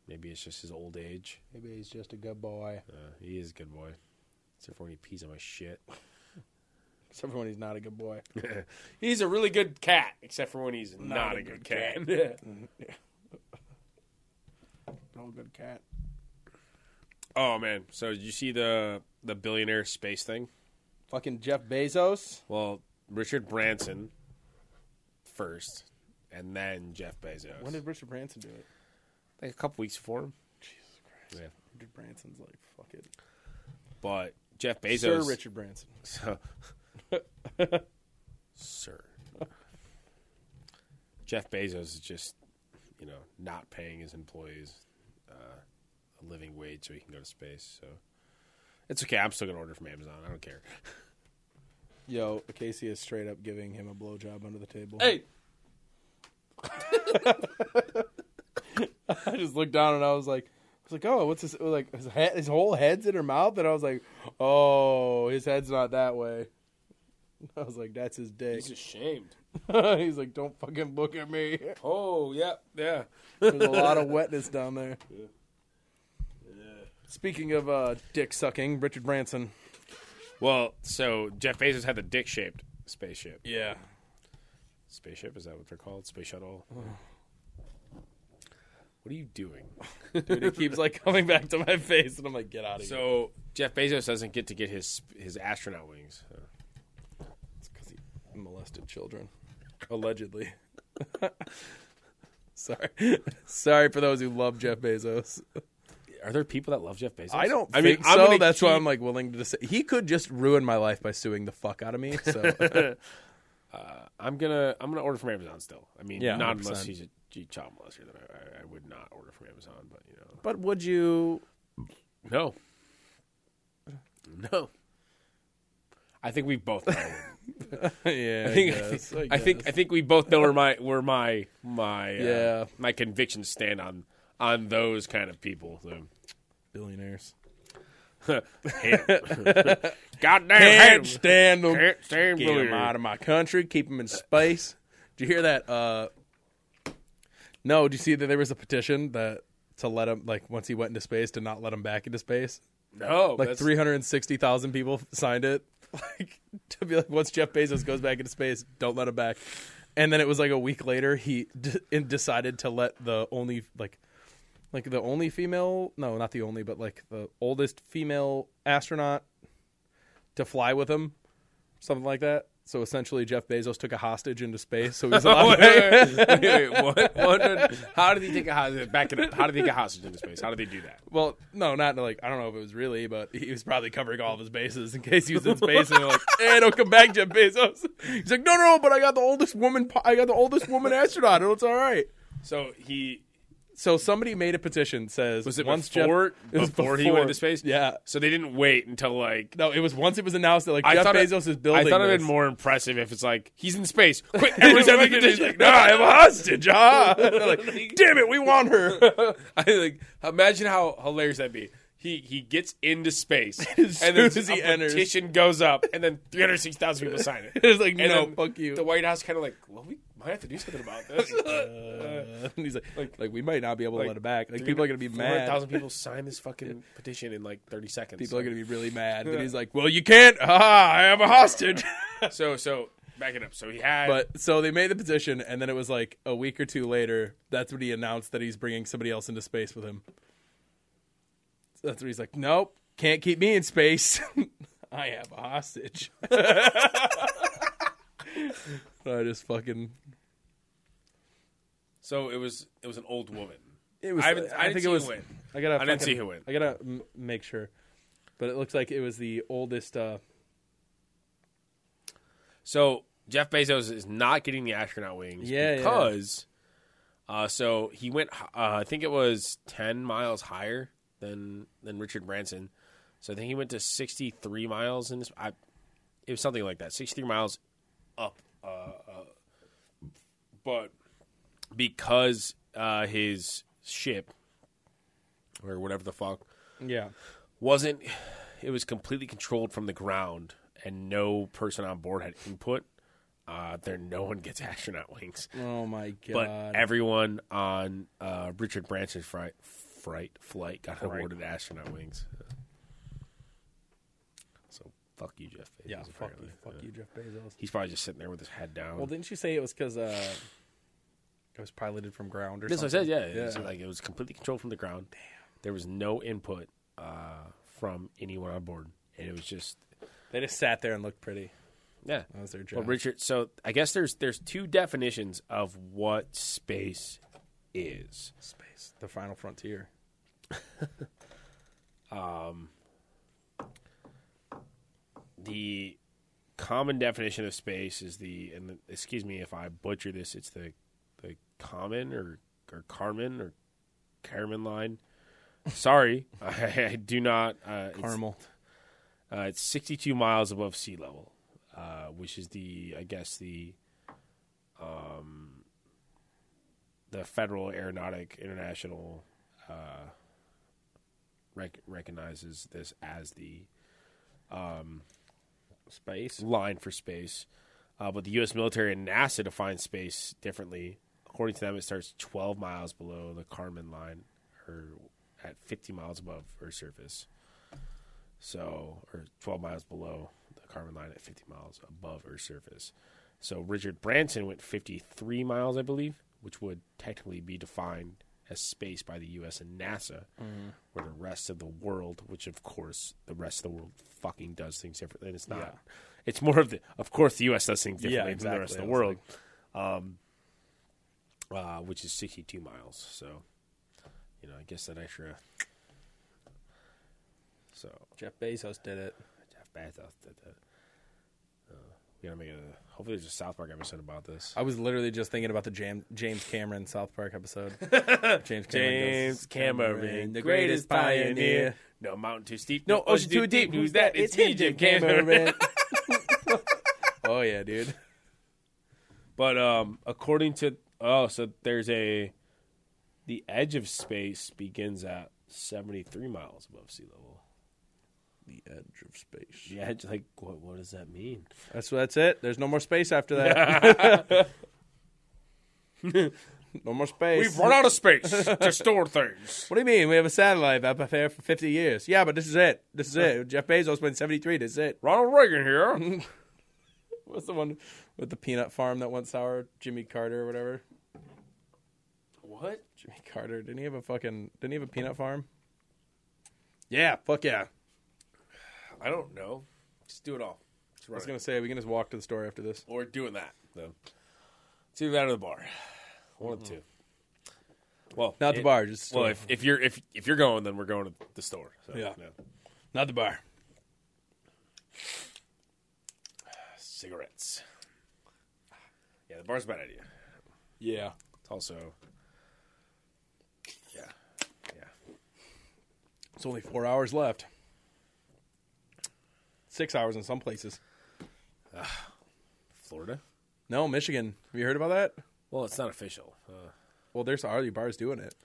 [SPEAKER 2] Maybe it's just his old age.
[SPEAKER 4] Maybe he's just a good boy.
[SPEAKER 2] Uh, he is a good boy, except for when he pees on my shit. <laughs>
[SPEAKER 1] Except for when he's not a good boy.
[SPEAKER 2] He's a really good cat, except for when he's not, a, good, cat. <laughs>
[SPEAKER 1] No good cat.
[SPEAKER 2] oh man! So did you see the the billionaire space thing?
[SPEAKER 1] Fucking Jeff Bezos.
[SPEAKER 2] Well, Richard Branson first, and then Jeff Bezos.
[SPEAKER 1] When did Richard Branson do it?
[SPEAKER 2] like a couple weeks before him?
[SPEAKER 1] Jesus Christ.
[SPEAKER 2] Yeah.
[SPEAKER 1] Richard Branson's like, fuck it.
[SPEAKER 2] But Jeff
[SPEAKER 1] Sir
[SPEAKER 2] Bezos,
[SPEAKER 1] Richard Branson.
[SPEAKER 2] <laughs> So, sir, Jeff Bezos is just, you know, not paying his employees uh, a living wage so he can go to space. So it's okay. I'm still gonna order from Amazon. I don't care.
[SPEAKER 1] Yo, Casey is straight up giving him a blowjob under the table. I just looked down and I was like, I was like, oh, what's this? Like his head, his whole head's in her mouth, and I was like, oh, his head's not that way. I was like, that's his dick.
[SPEAKER 2] he's ashamed.
[SPEAKER 1] <laughs> He's like, don't fucking look at me.
[SPEAKER 2] Oh yeah, yeah.
[SPEAKER 1] There's a lot of wetness down there. Speaking of uh, dick sucking, Richard Branson.
[SPEAKER 2] Well, so Jeff Bezos had the dick shaped spaceship.
[SPEAKER 1] Yeah.
[SPEAKER 2] Spaceship is that what they're called? Space <sighs> shuttle. What are you doing?
[SPEAKER 1] Dude, it keeps like coming back to my face, and I'm like, get out of here.
[SPEAKER 2] So Jeff Bezos doesn't get to get his his astronaut wings. Uh,
[SPEAKER 1] It's because he molested children, allegedly. <laughs> Sorry, sorry for those who love Jeff Bezos.
[SPEAKER 2] Are there people that love Jeff Bezos?
[SPEAKER 1] I don't.
[SPEAKER 2] I
[SPEAKER 1] think
[SPEAKER 2] mean, I'm
[SPEAKER 1] so.
[SPEAKER 2] gonna
[SPEAKER 1] That's why
[SPEAKER 2] keep-
[SPEAKER 1] I'm like willing to. Just, he could just ruin my life by suing the fuck out of me. So <laughs>
[SPEAKER 2] I'm gonna I'm gonna order from Amazon still. I mean,
[SPEAKER 1] Yeah,
[SPEAKER 2] not unless
[SPEAKER 1] 100%.
[SPEAKER 2] he's a G child molester, then I, I, I would not order from Amazon. But you know,
[SPEAKER 1] But would you?
[SPEAKER 2] no, no. I think we both. Know. <laughs> I
[SPEAKER 1] <laughs> yeah, <laughs> I
[SPEAKER 2] think I,
[SPEAKER 1] guess,
[SPEAKER 2] think,
[SPEAKER 1] I
[SPEAKER 2] I think
[SPEAKER 1] guess.
[SPEAKER 2] I think we both know where my where my my uh,
[SPEAKER 1] Yeah.
[SPEAKER 2] my convictions stand on on those kind of people. So.
[SPEAKER 1] billionaires
[SPEAKER 2] Goddamn
[SPEAKER 1] can't
[SPEAKER 2] hands.
[SPEAKER 1] stand them.
[SPEAKER 2] Can't stand
[SPEAKER 1] Get them
[SPEAKER 2] billionaires.
[SPEAKER 1] out of my country. Keep them in
[SPEAKER 2] <laughs>
[SPEAKER 1] space. Did you hear that? Uh, no. Do you see that there was a petition that to let him like once he went into space to not let him back into space?
[SPEAKER 2] No,
[SPEAKER 1] Like
[SPEAKER 2] that's-
[SPEAKER 1] 360,000 people signed it. <laughs> Like to be like, once Jeff Bezos goes back into space, don't let him back. And then it was like a week later, he d- and decided to let the only like, like the only female, no, not the only, but like the oldest female astronaut to fly with him, something like that. So essentially, Jeff Bezos took a hostage into space, so he's allowed.
[SPEAKER 2] wait, wait, wait, <laughs> wait, what, what did- how did he take a hostage? Back it up. How did he get hostage into space? How did they do that?
[SPEAKER 1] Well, no, not like I don't know if it was really, but he was probably covering all of his bases in case he
[SPEAKER 2] <laughs>
[SPEAKER 1] was in space and they're like, <laughs> "Hey, don't come back, Jeff Bezos." He's like, "No, no, but I got the oldest woman. po- I got the oldest woman astronaut. and It's all right."
[SPEAKER 2] So he
[SPEAKER 1] So somebody made a petition says,
[SPEAKER 2] was it
[SPEAKER 1] once Jeff-
[SPEAKER 2] before,
[SPEAKER 1] it was
[SPEAKER 2] before he went into space?
[SPEAKER 1] Yeah.
[SPEAKER 2] So they didn't wait until like
[SPEAKER 1] No, it was once it was announced that like
[SPEAKER 2] I
[SPEAKER 1] Jeff
[SPEAKER 2] thought it-
[SPEAKER 1] Bezos is building.
[SPEAKER 2] I thought it'd
[SPEAKER 1] this.
[SPEAKER 2] been more impressive if it's like he's in <laughs> space. Quick, everyone's having
[SPEAKER 1] <laughs>
[SPEAKER 2] a
[SPEAKER 1] He's
[SPEAKER 2] <laughs>
[SPEAKER 1] like, "No, I'm a hostage." Huh? They're like, "Damn it, we want her."
[SPEAKER 2] I like imagine how hilarious that'd be. He he gets into space
[SPEAKER 1] <laughs> As
[SPEAKER 2] and then
[SPEAKER 1] soon as he
[SPEAKER 2] a
[SPEAKER 1] enters.
[SPEAKER 2] petition goes up and then three hundred six thousand people
[SPEAKER 1] <laughs>
[SPEAKER 2] sign it.
[SPEAKER 1] It's like,
[SPEAKER 2] <laughs> And
[SPEAKER 1] "No,
[SPEAKER 2] then
[SPEAKER 1] fuck you."
[SPEAKER 2] The White House kind of like, well, we might have to do something
[SPEAKER 1] <laughs>
[SPEAKER 2] about this. Uh,
[SPEAKER 1] and he's like, like, we might not be able to
[SPEAKER 2] like,
[SPEAKER 1] let her back. Like, people are gonna be mad.
[SPEAKER 2] Thousand people sign this
[SPEAKER 1] <laughs>
[SPEAKER 2] fucking petition in like thirty seconds.
[SPEAKER 1] People are going to be really mad. And he's like, well, you can't. Ah, I have a
[SPEAKER 2] <laughs>
[SPEAKER 1] hostage.
[SPEAKER 2] so so back it up. So he had
[SPEAKER 1] but so they made the petition, and then it was like a week or two later, that's when he announced that he's bringing somebody else into space with him. So that's when he's like, nope, can't keep me in space. <laughs> I have a hostage. <laughs> I just fucking.
[SPEAKER 2] so it was it was an old woman.
[SPEAKER 1] It was.
[SPEAKER 2] I haven't- I
[SPEAKER 1] think
[SPEAKER 2] didn't see
[SPEAKER 1] it
[SPEAKER 2] who
[SPEAKER 1] was.
[SPEAKER 2] went.
[SPEAKER 1] I gotta.
[SPEAKER 2] I didn't
[SPEAKER 1] fucking-
[SPEAKER 2] see who went.
[SPEAKER 1] I gotta m- make sure, but it looks like it was the oldest. uh
[SPEAKER 2] So Jeff Bezos is not getting the astronaut wings
[SPEAKER 1] Yeah, yeah.
[SPEAKER 2] because Uh, so he went. h- Uh, I think it was ten miles higher than than Richard Branson. So I think he went to sixty three miles in this. I, it was something like that, sixty three miles up. Uh, uh, but because uh, his ship or whatever the fuck
[SPEAKER 1] Yeah.
[SPEAKER 2] wasn't it was completely controlled from the ground and no person on board had input uh, there no one gets <laughs> astronaut wings
[SPEAKER 1] Oh my god.
[SPEAKER 2] but everyone on uh, richard branson's fright, fright flight got awarded astronaut wings so fuck you jeff Bezos,
[SPEAKER 1] Yeah, fuck
[SPEAKER 2] apparently.
[SPEAKER 1] you, fuck you, Jeff Bezos.
[SPEAKER 2] he's probably just sitting there with his head down
[SPEAKER 1] Well, didn't you say it was because uh, it was piloted from ground or
[SPEAKER 2] That's what I
[SPEAKER 1] something?
[SPEAKER 2] said. Yeah, It was like it was completely controlled from the ground. Damn. There was no input uh, from anyone on board, and it was just
[SPEAKER 1] They just sat there and looked pretty.
[SPEAKER 2] yeah.
[SPEAKER 1] That was their job.
[SPEAKER 2] Well, Richard. So I guess there's there's two definitions of what space is.
[SPEAKER 1] Space, the final frontier.
[SPEAKER 2] The common definition of space is the and the, excuse me if I butcher this. It's the the common or or Carmen or Carmen line. Sorry, <laughs> I, I do not. Uh, it's-
[SPEAKER 1] Carmel.
[SPEAKER 2] Uh, it's 62 miles above sea level, uh, which is the, I guess the, um, the Federal Aeronautic International uh, rec- recognizes this as the um,
[SPEAKER 1] Space.
[SPEAKER 2] line for space. Uh, but the U.S. military and NASA define space differently. According to them, it starts 12 miles below the Kármán line, or at 50 miles above Earth surface. So, or 12 miles below the Kármán line at 50 miles above Earth surface. So Richard Branson went 53 miles, I believe, which would technically be defined as space by the U.S. and NASA, where the rest of the world, which of course the rest of the world fucking does things differently, and it's not. It's more of the, of course, the U.S. does things differently than the rest
[SPEAKER 1] exactly.
[SPEAKER 2] of
[SPEAKER 1] I
[SPEAKER 2] the
[SPEAKER 1] was
[SPEAKER 2] world. Um, uh, which is 62 miles. So, you know, I guess that extra. So,
[SPEAKER 1] Jeff Bezos did it.
[SPEAKER 2] Jeff Bezos did that. Uh, we gotta make it. A, hopefully, there's a South Park episode about this.
[SPEAKER 1] I was literally just thinking about the Jam- James Cameron South Park episode. <laughs> James Cameron.
[SPEAKER 2] James
[SPEAKER 1] goes,
[SPEAKER 2] Cameron, the greatest pioneer. No mountain too steep,
[SPEAKER 1] No ocean too deep. Who's that? It's me, Jim <laughs> Cameron. oh yeah, dude.
[SPEAKER 2] <laughs> But um, according to oh, so there's a the edge of space begins at 73 miles above sea level.
[SPEAKER 1] The edge of space.
[SPEAKER 2] The edge, like what? What does that mean?
[SPEAKER 1] That's that's it. There's no more space after that. no more space.
[SPEAKER 2] out of space to store things. <laughs>
[SPEAKER 1] What do you mean? We have a satellite up there for 50 years. Yeah, but this is it. This is it. Jeff Bezos went 73. This is it.
[SPEAKER 2] Ronald Reagan here.
[SPEAKER 1] What's the one with the peanut farm that went sour? Jimmy Carter or whatever.
[SPEAKER 2] what?
[SPEAKER 1] Jimmy Carter. Didn't he have a fucking? Didn't he have a peanut farm? <laughs> Yeah. Fuck yeah.
[SPEAKER 2] I don't know. Just do it all. Just
[SPEAKER 1] I
[SPEAKER 2] run
[SPEAKER 1] was
[SPEAKER 2] it.
[SPEAKER 1] gonna say we can just walk to the store after this.
[SPEAKER 2] or doing that. So, it's either that or the bar. One of the two. Well,
[SPEAKER 1] Mm-hmm. Not the
[SPEAKER 2] it-
[SPEAKER 1] bar. Just
[SPEAKER 2] Well, if, if you're if if you're going, then we're going to the store. So,
[SPEAKER 1] Yeah. not the bar.
[SPEAKER 2] Cigarettes. Yeah, the bar's a bad idea.
[SPEAKER 1] Yeah.
[SPEAKER 2] It's also. Yeah. Yeah.
[SPEAKER 1] It's only four hours left. Six hours in some places.
[SPEAKER 2] Florida.
[SPEAKER 1] No, Michigan. Have you heard about that?
[SPEAKER 2] Well, it's not official. Uh,
[SPEAKER 1] Well, there's already bars doing it.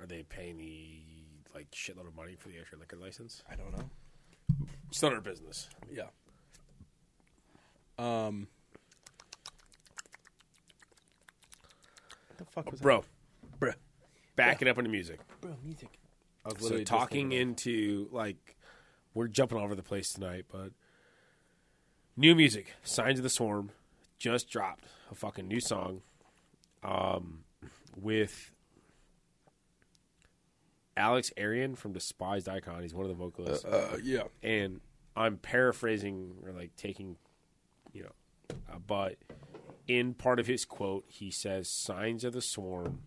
[SPEAKER 2] are they paying the like shitload of money for the extra liquor license?
[SPEAKER 1] I don't know.
[SPEAKER 2] It's not our business.
[SPEAKER 1] Yeah. Um. What the fuck was
[SPEAKER 2] Bro,
[SPEAKER 1] that? Bro.
[SPEAKER 2] back it up into music.
[SPEAKER 4] Bro, music.
[SPEAKER 1] I was
[SPEAKER 2] So
[SPEAKER 1] literally
[SPEAKER 2] talking into like we're jumping all over the place tonight, but new music, Signs of the Swarm, just dropped a fucking new song, um, with Alex Arian from Despised Icon. He's one of the vocalists,
[SPEAKER 1] Uh, yeah.
[SPEAKER 2] and I'm paraphrasing or like taking, you know, uh, but in part of his quote, he says, "Signs of the Swarm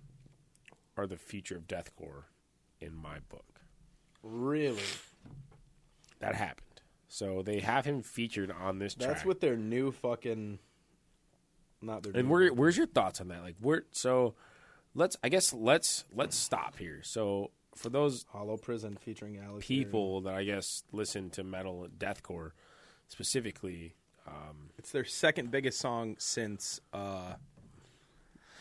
[SPEAKER 2] are the future of deathcore." In my book,
[SPEAKER 4] Really?
[SPEAKER 2] that happened. So they have him featured on this track.
[SPEAKER 4] That's what their new fucking. Not their.
[SPEAKER 2] And
[SPEAKER 4] new
[SPEAKER 2] where, where's your thoughts on that? Like, where? So, let's. I guess let's let's stop here. So, for those
[SPEAKER 4] Hollow Prison featuring Alex.
[SPEAKER 2] people
[SPEAKER 1] Mm.
[SPEAKER 2] that I guess listen to metal and deathcore specifically,
[SPEAKER 1] It's their second biggest song since. Uh,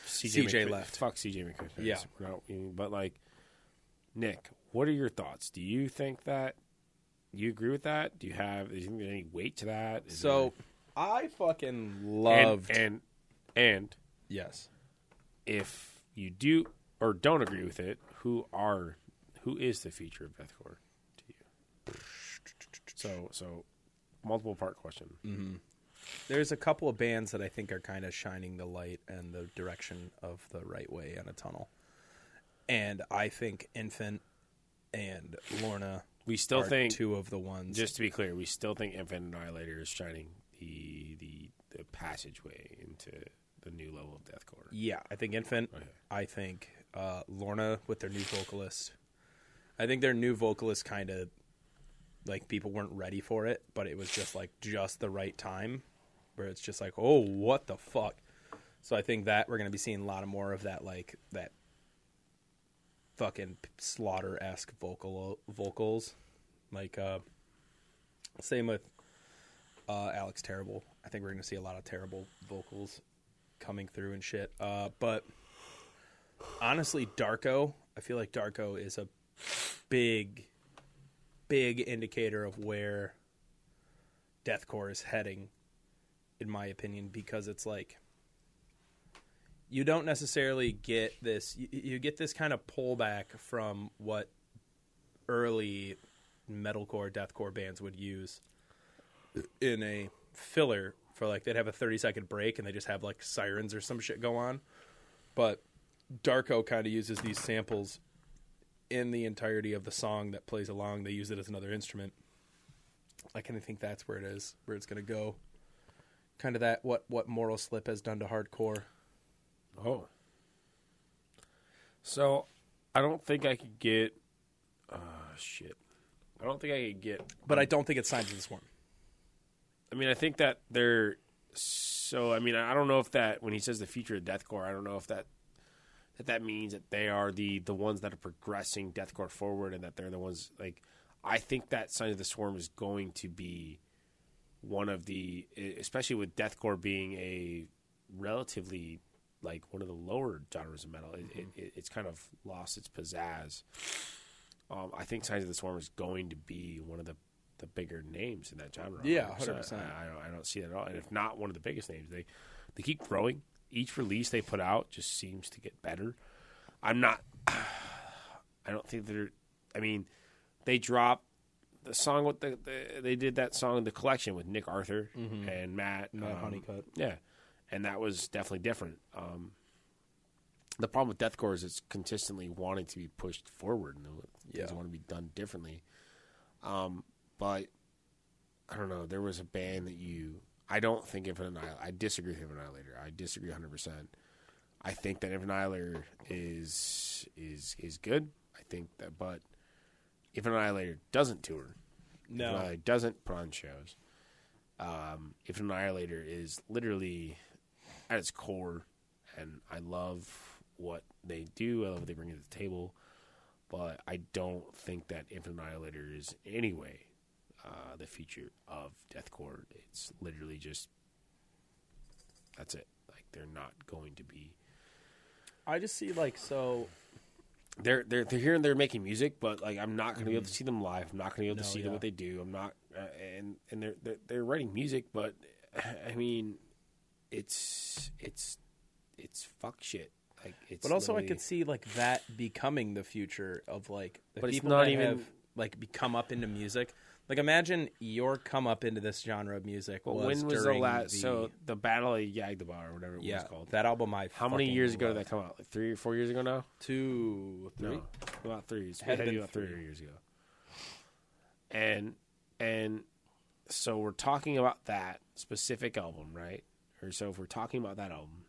[SPEAKER 2] CJ,
[SPEAKER 1] CJ
[SPEAKER 2] McPherson-
[SPEAKER 1] left.
[SPEAKER 2] Fuck CJ McPherson.
[SPEAKER 1] Yeah.
[SPEAKER 2] We're not- but like, Nick, what are your thoughts? Do you think that? Do you agree with that? Do you have? Is there any weight to that? Is
[SPEAKER 1] so I fucking
[SPEAKER 2] there- and-
[SPEAKER 1] loved.
[SPEAKER 2] and and
[SPEAKER 1] yes.
[SPEAKER 2] if you do or don't agree with it, who are who is the future of deathcore to you? So so multiple part question.
[SPEAKER 1] There's a couple of bands that I think are kind of shining the light and the direction of the right way on a tunnel. And I think Infant and Lorna
[SPEAKER 2] We still
[SPEAKER 1] are
[SPEAKER 2] think
[SPEAKER 1] two of the ones.
[SPEAKER 2] just to be clear, we still think Infant Annihilator is shining the the the passageway into the new level of deathcore.
[SPEAKER 1] yeah, I think Infant.
[SPEAKER 2] Okay.
[SPEAKER 1] I think uh, Lorna with their new vocalist. I think their new vocalist kind of like people weren't ready for it, but it was just like just the right time where it's just like, oh, what the fuck. So I think that we're gonna be seeing a lot of more of that like that fucking slaughter esque vocal vocals, like uh, same with uh, Alex Terrible. I think we're gonna see a lot of terrible vocals coming through and shit. Uh, but honestly, Darko, I feel like Darko is a big, big indicator of where deathcore is heading, in my opinion, because it's like you don't necessarily get this. You, you get this kind of pullback from what early metalcore, deathcore bands would use in a filler for like they'd have a 30 second break and they just have like sirens or some shit go on. But Darko kind of uses these samples in the entirety of the song that plays along. They use it as another instrument. I kind of think that's where it is, where it's going to go. Kind of that what what Moral Slip has done to hardcore.
[SPEAKER 2] Oh, So I don't think I could get. Uh, shit. I don't think I could get.
[SPEAKER 3] But I don't think it's signs of the swarm.
[SPEAKER 2] I mean, I think that they're. So I mean, I don't know if that when he says the future of deathcore, I don't know if that that that means that they are the the ones that are progressing deathcore forward, and that they're the ones like. I think that sign of the swarm is going to be one of the, e, especially with deathcore being a relatively like one of the lower genres of metal. It, it- it, it's kind of lost its pizzazz. Um, I think Signs of the Swarm is going to be one of the, the bigger names in that genre.
[SPEAKER 3] Yeah,
[SPEAKER 2] 100%.
[SPEAKER 3] 100%.
[SPEAKER 2] I, I, don't, I don't see that at all. And if not one of the biggest names, they they keep growing. Each release they put out just seems to get better. I'm not. I don't think they're. I mean, they dropped the song with the, the they did that song in the collection with Nick Arthur and Matt
[SPEAKER 1] Matt
[SPEAKER 2] um,
[SPEAKER 1] Honeycutt.
[SPEAKER 2] yeah, and that was definitely different. Um, the problem with deathcore is it's consistently wanting to be pushed forward and things
[SPEAKER 3] Yeah.
[SPEAKER 2] want to be done differently. Um, but I don't know. There was a band that you. I don't think Infinite Annihilator. I disagree with Infinite Annihilator. I disagree 100. percent I think that Infinite Annihilator is is is good. I think that, but Infinite Annihilator doesn't tour.
[SPEAKER 3] No.
[SPEAKER 2] Infinite Annihilator doesn't put on shows. Um, Infinite Annihilator is literally at its core, and I love what they do. I love what they bring to the table, but I don't think that Infinite Annihilator is in any way uh, the feature of deathcore. It's literally just that's it. Like they're not going to be.
[SPEAKER 3] I just see like so
[SPEAKER 2] They're they're they're here and they're making music, but like I'm not going to be able to see them live. I'm not going to be able to
[SPEAKER 3] Mm-hmm. No,
[SPEAKER 2] see them
[SPEAKER 3] yeah.
[SPEAKER 2] what they do. I'm not, uh, and and they're, they're they're writing music, but <sighs> I mean, it's it's it's fuck shit. Like it's.
[SPEAKER 3] But also, I
[SPEAKER 2] literally-
[SPEAKER 3] could see like that becoming the future of like the
[SPEAKER 2] But it's
[SPEAKER 3] people
[SPEAKER 2] not
[SPEAKER 3] that
[SPEAKER 2] even-
[SPEAKER 3] have like become up into music. Like imagine your come up into this genre of music.
[SPEAKER 2] But
[SPEAKER 3] was
[SPEAKER 2] when was the
[SPEAKER 3] during
[SPEAKER 2] last? So the Battle of Yagdabar or whatever it
[SPEAKER 3] yeah,
[SPEAKER 2] was called.
[SPEAKER 3] that album I
[SPEAKER 2] How many
[SPEAKER 3] fucking
[SPEAKER 2] years ago
[SPEAKER 3] love.
[SPEAKER 2] did that come out? Like three or four years ago now?
[SPEAKER 3] Two, three.
[SPEAKER 2] No, about three. It's had
[SPEAKER 3] Had
[SPEAKER 2] to be
[SPEAKER 3] been
[SPEAKER 2] about three. years ago. And and so we're talking about that specific album, right? Or so if we're talking about that album,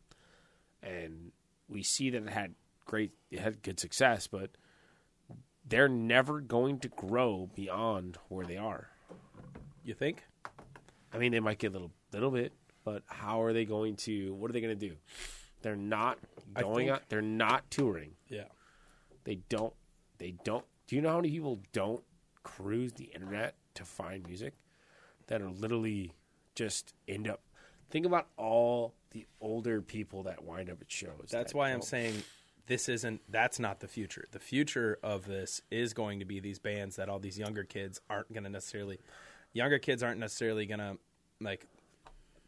[SPEAKER 2] and we see that it had great, it had good success, but they're never going to grow beyond where they are.
[SPEAKER 3] You think?
[SPEAKER 2] I mean, they might get a little little bit, but how are they going to? What are they going to do? They're not going
[SPEAKER 3] think-
[SPEAKER 2] out. They're not touring.
[SPEAKER 3] Yeah.
[SPEAKER 2] They don't. They don't. Do you know how many people don't cruise the internet to find music that are literally just end up? Think about all the older people that wind up at shows.
[SPEAKER 3] That's
[SPEAKER 2] that
[SPEAKER 3] why I'm
[SPEAKER 2] don't-
[SPEAKER 3] saying this isn't. That's not the future. The future of this is going to be these bands that all these younger kids aren't going to necessarily. Younger kids aren't necessarily going to like.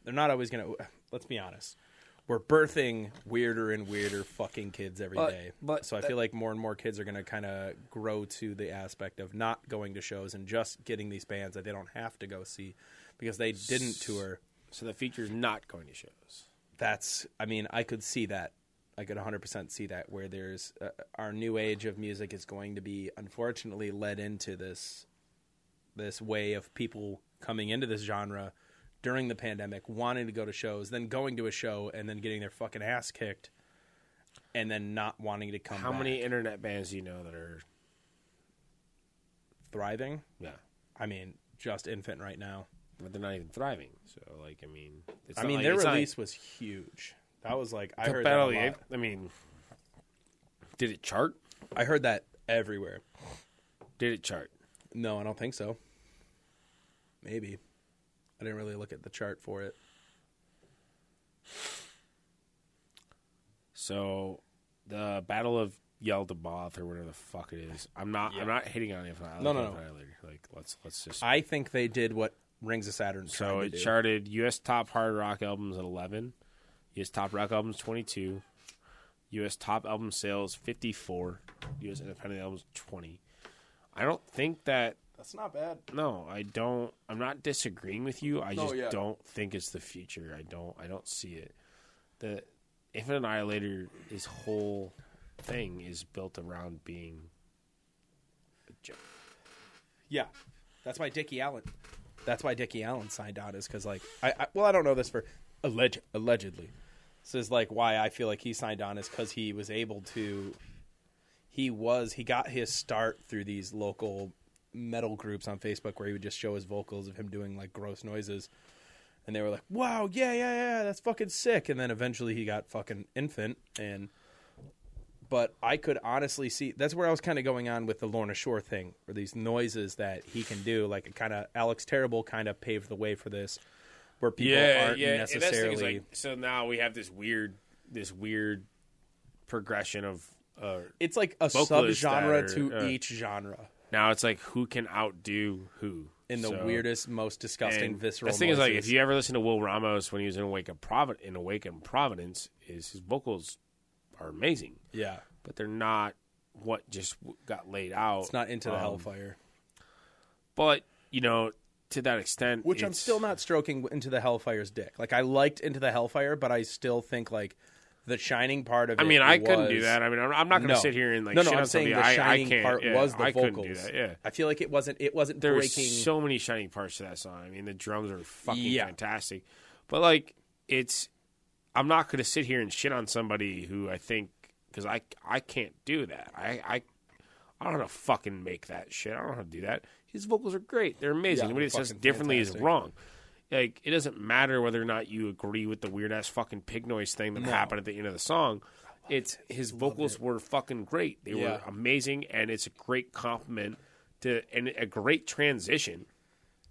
[SPEAKER 3] They're not always going to. Let's be honest. We're birthing weirder and weirder fucking kids every day.
[SPEAKER 2] But- but
[SPEAKER 3] so I
[SPEAKER 2] that-
[SPEAKER 3] feel like more and more kids are going to kind of grow to the aspect of not going to shows and just getting these bands that they don't have to go see because they didn't tour
[SPEAKER 2] So the feature's not going to shows.
[SPEAKER 3] that's i mean i could see that i could 100% see that where there's uh, our new age of music is going to be unfortunately led into this this way of people coming into this genre during the pandemic wanting to go to shows then going to a show and then getting their fucking ass kicked and then not wanting to come
[SPEAKER 2] How
[SPEAKER 3] back.
[SPEAKER 2] many internet bands do you know that are?
[SPEAKER 3] thriving
[SPEAKER 2] Yeah,
[SPEAKER 3] i mean just infant right now
[SPEAKER 2] but they're not even thriving. So like, I mean, it's
[SPEAKER 3] i
[SPEAKER 2] not
[SPEAKER 3] mean
[SPEAKER 2] like-
[SPEAKER 3] their
[SPEAKER 2] it's not like-
[SPEAKER 3] release was huge that was like i
[SPEAKER 2] The
[SPEAKER 3] heard that a
[SPEAKER 2] Battle of the
[SPEAKER 3] lot.
[SPEAKER 2] Egg- I mean, did it chart?
[SPEAKER 3] i heard that everywhere
[SPEAKER 2] Did it chart?
[SPEAKER 3] No, I don't think so. Maybe. I didn't really look at the chart for it.
[SPEAKER 2] So the Battle of Yaldabaoth or whatever the fuck it is. I'm not. I'm not hitting on Infinite Island.
[SPEAKER 3] No, no, no.
[SPEAKER 2] Like let's let's just.
[SPEAKER 3] I think they did what Rings of Saturn
[SPEAKER 2] so
[SPEAKER 3] tried to
[SPEAKER 2] it
[SPEAKER 3] do.
[SPEAKER 2] charted U.S. top hard rock albums at 11, U.S. top rock albums 22, U.S. top album sales 54, U.S. independent albums 20. I don't think that.
[SPEAKER 1] That's not bad.
[SPEAKER 2] No, I don't. I'm not disagreeing with you. I
[SPEAKER 3] Oh,
[SPEAKER 2] just
[SPEAKER 1] yeah.
[SPEAKER 2] don't think it's the future. I don't. I don't see it. The Infinite Annihilator, this whole thing is built around being a joke.
[SPEAKER 3] yeah. That's why Dickie Allen. That's why Dickie Allen signed on is because like I, I well I don't know this for alleged allegedly. This is like why I feel like he signed on is because he was able to he was he got his start through these local metal groups on Facebook where he would just show his vocals of him doing like gross noises. And they were like, "Wow, yeah, yeah, yeah, that's fucking sick." And then eventually he got fucking infant and but I could honestly see that's where I was kind of going on with the Lorna Shore thing, or these noises that he can do. Like it kind of Alex Terrible kind of paved the way for this, where people aren't
[SPEAKER 2] And that's the thing is,
[SPEAKER 3] necessarily.
[SPEAKER 2] like, so now we have this weird, this weird progression of. Uh,
[SPEAKER 3] it's like a
[SPEAKER 2] vocalists that
[SPEAKER 3] subgenre
[SPEAKER 2] are-
[SPEAKER 3] to
[SPEAKER 2] uh,
[SPEAKER 3] each genre
[SPEAKER 2] now it's like who can outdo who
[SPEAKER 3] in the
[SPEAKER 2] So-
[SPEAKER 3] weirdest, most disgusting,
[SPEAKER 2] and
[SPEAKER 3] visceral.
[SPEAKER 2] That's the thing is like if
[SPEAKER 3] noises.
[SPEAKER 2] you ever listen to Will Ramos when he was in Awake in Providence, in Awake in Providence, is his vocals are amazing,
[SPEAKER 3] yeah,
[SPEAKER 2] but they're not what just w- got laid out.
[SPEAKER 3] it's not into the
[SPEAKER 2] Um,
[SPEAKER 3] Hellfire,
[SPEAKER 2] but you know to that extent,
[SPEAKER 3] which I'm
[SPEAKER 2] it's-
[SPEAKER 3] still not stroking into the Hellfire's dick. Like I liked into the Hellfire, but I still think like the shining part of
[SPEAKER 2] I
[SPEAKER 3] it
[SPEAKER 2] mean, I couldn't do
[SPEAKER 3] was-
[SPEAKER 2] that. I mean, I'm, I'm not going to
[SPEAKER 3] No.
[SPEAKER 2] sit here and like
[SPEAKER 3] no,
[SPEAKER 2] shit
[SPEAKER 3] no.
[SPEAKER 2] on
[SPEAKER 3] I'm saying
[SPEAKER 2] somebody.
[SPEAKER 3] the
[SPEAKER 2] I, I
[SPEAKER 3] shining
[SPEAKER 2] can't,
[SPEAKER 3] part
[SPEAKER 2] yeah,
[SPEAKER 3] was the
[SPEAKER 2] I couldn't
[SPEAKER 3] vocals.
[SPEAKER 2] do that. Yeah,
[SPEAKER 3] I feel like it wasn't. It wasn't
[SPEAKER 2] there were
[SPEAKER 3] breaking.
[SPEAKER 2] so many shining parts to that song. I mean, the drums are fucking
[SPEAKER 3] Yeah.
[SPEAKER 2] fantastic, but like, it's I'm not going to sit here and shit on somebody who I think because I I can't do that. I I I don't know how to fucking make that shit. I don't know how to do that. His vocals are great. They're amazing.
[SPEAKER 3] Yeah,
[SPEAKER 2] Anybody
[SPEAKER 3] they're
[SPEAKER 2] that says
[SPEAKER 3] fucking
[SPEAKER 2] differently is
[SPEAKER 3] fantastic.
[SPEAKER 2] wrong. Like it doesn't matter whether or not you agree with the weird ass fucking pig noise thing that happened at the end of the song. It's his vocals were fucking great. They were
[SPEAKER 3] Yeah.
[SPEAKER 2] amazing, and it's a great compliment to and a great transition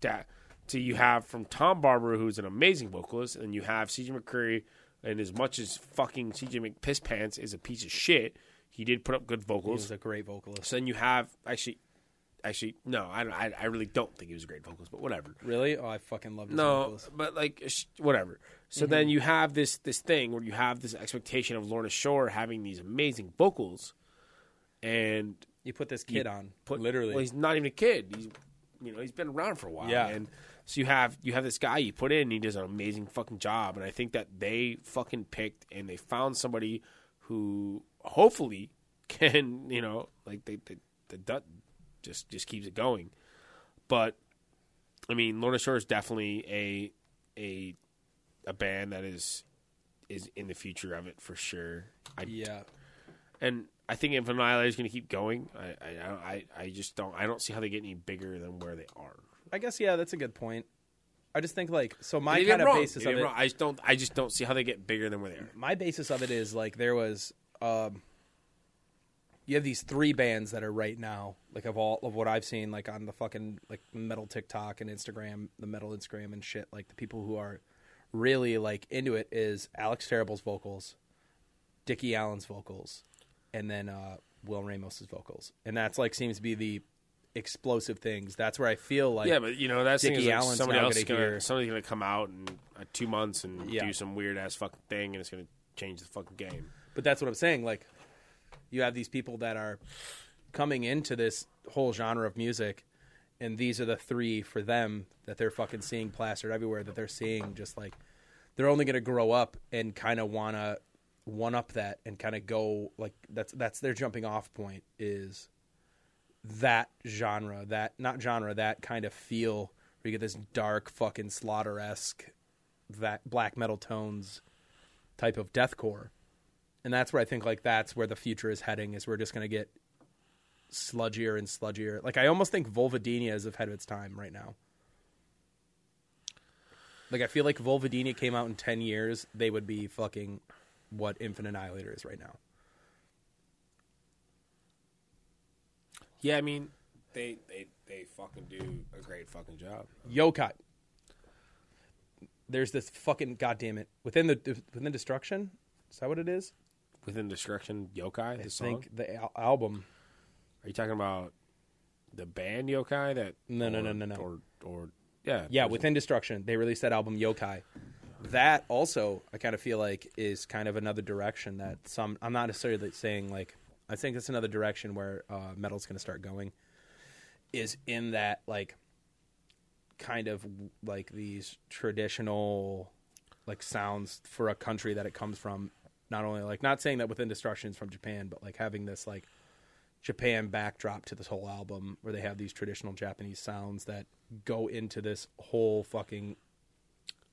[SPEAKER 2] to to you have from Tom Barber, who's an amazing vocalist, and you have CJ McCurry. And as much as fucking CJ McPisspants is a piece of shit, he did put up good
[SPEAKER 3] he
[SPEAKER 2] vocals.
[SPEAKER 3] was a great vocalist.
[SPEAKER 2] So then you have actually, actually no, I don't, I, I really don't think he was a great vocalist, but whatever.
[SPEAKER 3] Really? Oh, I fucking loved his
[SPEAKER 2] No,
[SPEAKER 3] vocals.
[SPEAKER 2] but like sh- whatever. So then you have this this thing where you have this expectation of Lorna Shore having these amazing vocals, and
[SPEAKER 3] You put this kid on,
[SPEAKER 2] put
[SPEAKER 3] literally.
[SPEAKER 2] Well, he's not even a kid. He's you know he's been around for a while.
[SPEAKER 3] Yeah.
[SPEAKER 2] and so you have you have this guy you put in, and he does an amazing fucking job. And I think that they fucking picked and they found somebody who hopefully <laughs> can you know like they they, the dut just just keeps it going. But I mean, Lorna Shore is definitely a a a band that is is in the future of it for sure. I
[SPEAKER 3] yeah,
[SPEAKER 2] and I think Infinite Annihilator is going to keep going. I, I- I don't- I I just don't I don't see how they get any bigger than where they are.
[SPEAKER 3] I guess yeah, that's a good point. I just think like so my
[SPEAKER 2] They did
[SPEAKER 3] kind of
[SPEAKER 2] wrong.
[SPEAKER 3] basis
[SPEAKER 2] They
[SPEAKER 3] of
[SPEAKER 2] did
[SPEAKER 3] it.
[SPEAKER 2] wrong. I just don't I just don't see how they get bigger than where they are.
[SPEAKER 3] My basis of it is like there was, um, you have these three bands that are right now like of all of what I've seen like on the fucking like metal TikTok and Instagram, the metal Instagram and shit. Like the people who are really like into it is Alex Terrible's vocals, Dickie Allen's vocals, and then uh, Will Ramos's vocals, and that's like seems to be the explosive things. That's where I feel like
[SPEAKER 2] yeah, but you know that's thing is
[SPEAKER 3] Dickie
[SPEAKER 2] like
[SPEAKER 3] Allen's
[SPEAKER 2] somebody
[SPEAKER 3] now
[SPEAKER 2] else
[SPEAKER 3] gonna
[SPEAKER 2] is gonna
[SPEAKER 3] hear-
[SPEAKER 2] somebody's gonna come out in uh, two months and
[SPEAKER 3] Yeah.
[SPEAKER 2] do some weird ass fucking thing, and it's gonna change the fucking game.
[SPEAKER 3] But that's what I'm saying. Like, you have these people that are coming into this whole genre of music, and these are the three for them that they're fucking seeing plastered everywhere. That they're seeing just like they're only going to grow up and kind of wanna one up that and kind of go like that's that's their jumping off point is that genre that not genre that kind of feel where you get this dark fucking slaughter esque that black metal tones type of deathcore and that's where I think like that's where the future is heading is we're just gonna get sludgier and sludgier. Like I almost think Volvadinia is ahead of its time right now. Like I feel like Volvadinia came out in ten years, they would be fucking what Infinite Annihilator is right now.
[SPEAKER 2] Yeah, I mean they they they fucking do a great fucking job.
[SPEAKER 3] Yokai. There's this fucking goddamn it within the within destruction. Is that what it is?
[SPEAKER 2] Within Destruction, Yokai, the
[SPEAKER 3] I
[SPEAKER 2] song.
[SPEAKER 3] think the al- album.
[SPEAKER 2] Are you talking about the band Yokai that?
[SPEAKER 3] No, no,
[SPEAKER 2] or-
[SPEAKER 3] no, no, no.
[SPEAKER 2] Or, or yeah,
[SPEAKER 3] Yeah,
[SPEAKER 2] there's-
[SPEAKER 3] within destruction, they released that album Yokai. That also, I kind of feel like is kind of another direction that some. I'm not necessarily saying like I think that's another direction where uh, metal's going to start going. Is in that like kind of like these traditional like sounds for a country that it comes from. Not only like not saying that within destruction is from Japan, but like having this like Japan backdrop to this whole album where they have these traditional Japanese sounds that go into this whole fucking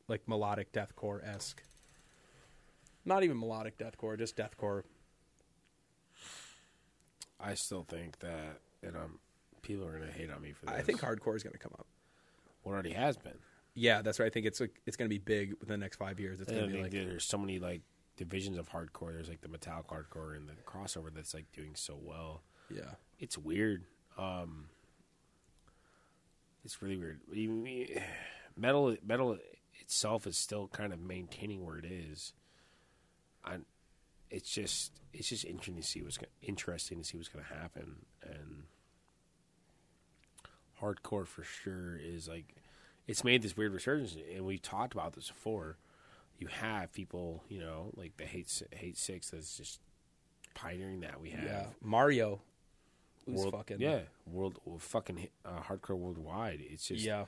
[SPEAKER 3] like melodic deathcore esque. Not even melodic deathcore, just deathcore.
[SPEAKER 2] I still think that, and um, people are gonna hate on me for this.
[SPEAKER 3] I think hardcore is going to come up.
[SPEAKER 2] well, it already has been.
[SPEAKER 3] Yeah, that's right. I think it's like, it's going to be big within the next five years. It's
[SPEAKER 2] And I
[SPEAKER 3] going to be
[SPEAKER 2] think
[SPEAKER 3] like
[SPEAKER 2] that there's so many like divisions of hardcore. There's like the metallic hardcore and the crossover that's like doing so well.
[SPEAKER 3] yeah,
[SPEAKER 2] It's weird. Um, it's really weird. Even me- Metal, metal itself is still kind of maintaining where it is. I, it's just, it's just interesting to see what's go- interesting to see what's going to happen. And hardcore for sure is like, it's made this weird resurgence, and we've talked about this before. You have people, you know, like the hate Si- hate six that's just pioneering that. We have
[SPEAKER 3] yeah. Mario, who's
[SPEAKER 2] world,
[SPEAKER 3] fucking
[SPEAKER 2] yeah, world well, fucking hit- uh, hardcore worldwide. It's just
[SPEAKER 3] yeah.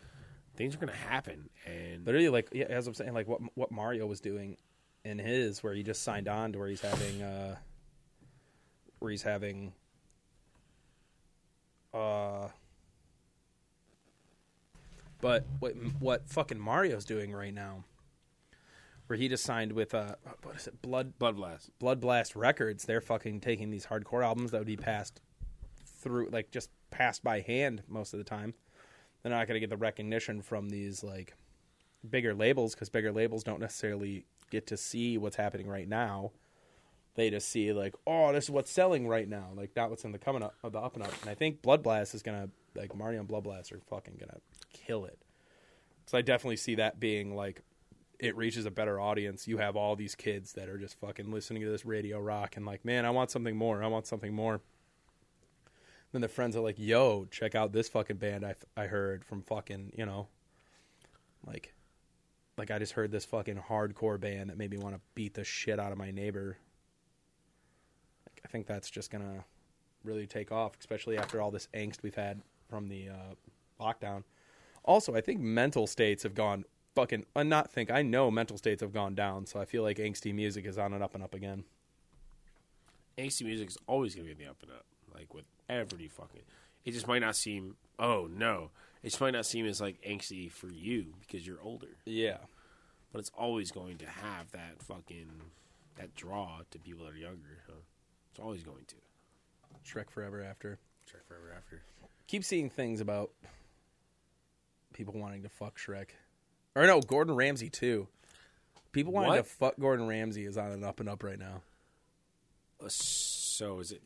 [SPEAKER 2] things are gonna happen, and
[SPEAKER 3] Literally, like yeah, as I'm saying, like what what Mario was doing in his, where he just signed on to where he's having, uh where he's having, uh. But what what fucking Mario's doing right now, where he just signed with uh what is it Blood
[SPEAKER 2] Blood Blast.
[SPEAKER 3] Blood Blast Records, they're fucking taking these hardcore albums that would be passed through, like just passed by hand most of the time. They're not going to get the recognition from these like bigger labels because bigger labels don't necessarily get to see what's happening right now. They just see like, oh, this is what's selling right now, like not what's in the coming up, the up and up. And I think Blood Blast is gonna like Mario and Blood Blast are fucking gonna kill it. So I definitely see that being like it reaches a better audience. You have all these kids that are just fucking listening to this radio rock and like, man, I want something more. I want something more. Then their friends are like, yo, check out this fucking band I, I heard from fucking, you know, like, like I just heard this fucking hardcore band that made me want to beat the shit out of my neighbor. Like, I think that's just gonna really take off, especially after all this angst we've had from the uh, lockdown. Also, I think mental states have gone fucking. I not think I know mental states have gone down, so I feel like angsty music is on and up and up again.
[SPEAKER 2] AC music is always gonna be in the up and up, like with every fucking. It just might not seem. Oh no, it just might not seem as like angsty for you because you're older,
[SPEAKER 3] Yeah,
[SPEAKER 2] but it's always going to have that fucking that draw to people that are younger. Huh? It's always going to.
[SPEAKER 3] Shrek Forever After.
[SPEAKER 2] Check forever after.
[SPEAKER 3] Keep seeing things about people wanting to fuck Shrek, or no, Gordon Ramsay too. People wanting
[SPEAKER 2] What?
[SPEAKER 3] to fuck Gordon Ramsay is on an up and up right now. <laughs>
[SPEAKER 2] Uh, So is it?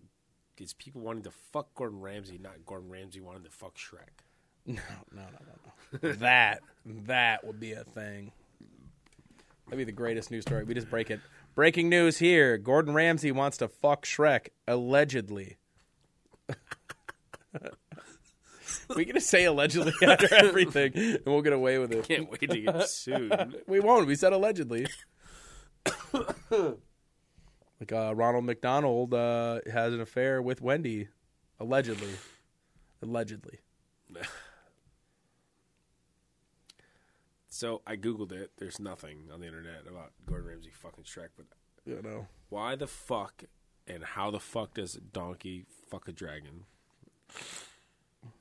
[SPEAKER 2] Is people wanting to fuck Gordon Ramsay, not Gordon Ramsay wanting to fuck Shrek?
[SPEAKER 3] No, no, no, no, no. that that would be a thing. That'd be the greatest news story. We just break it. Breaking news here: Gordon Ramsay wants to fuck Shrek allegedly. <laughs> we can just say allegedly <laughs> after everything, and we'll get away with it.
[SPEAKER 2] Can't wait to
[SPEAKER 3] <laughs>
[SPEAKER 2] get sued.
[SPEAKER 3] We won't. We said allegedly. like uh, Ronald McDonald uh, has an affair with Wendy, allegedly. Allegedly.
[SPEAKER 2] So I googled it. There's nothing on the internet about Gordon Ramsay fucking Shrek, but
[SPEAKER 3] You know.
[SPEAKER 2] why the fuck and how the fuck does a donkey fuck a dragon?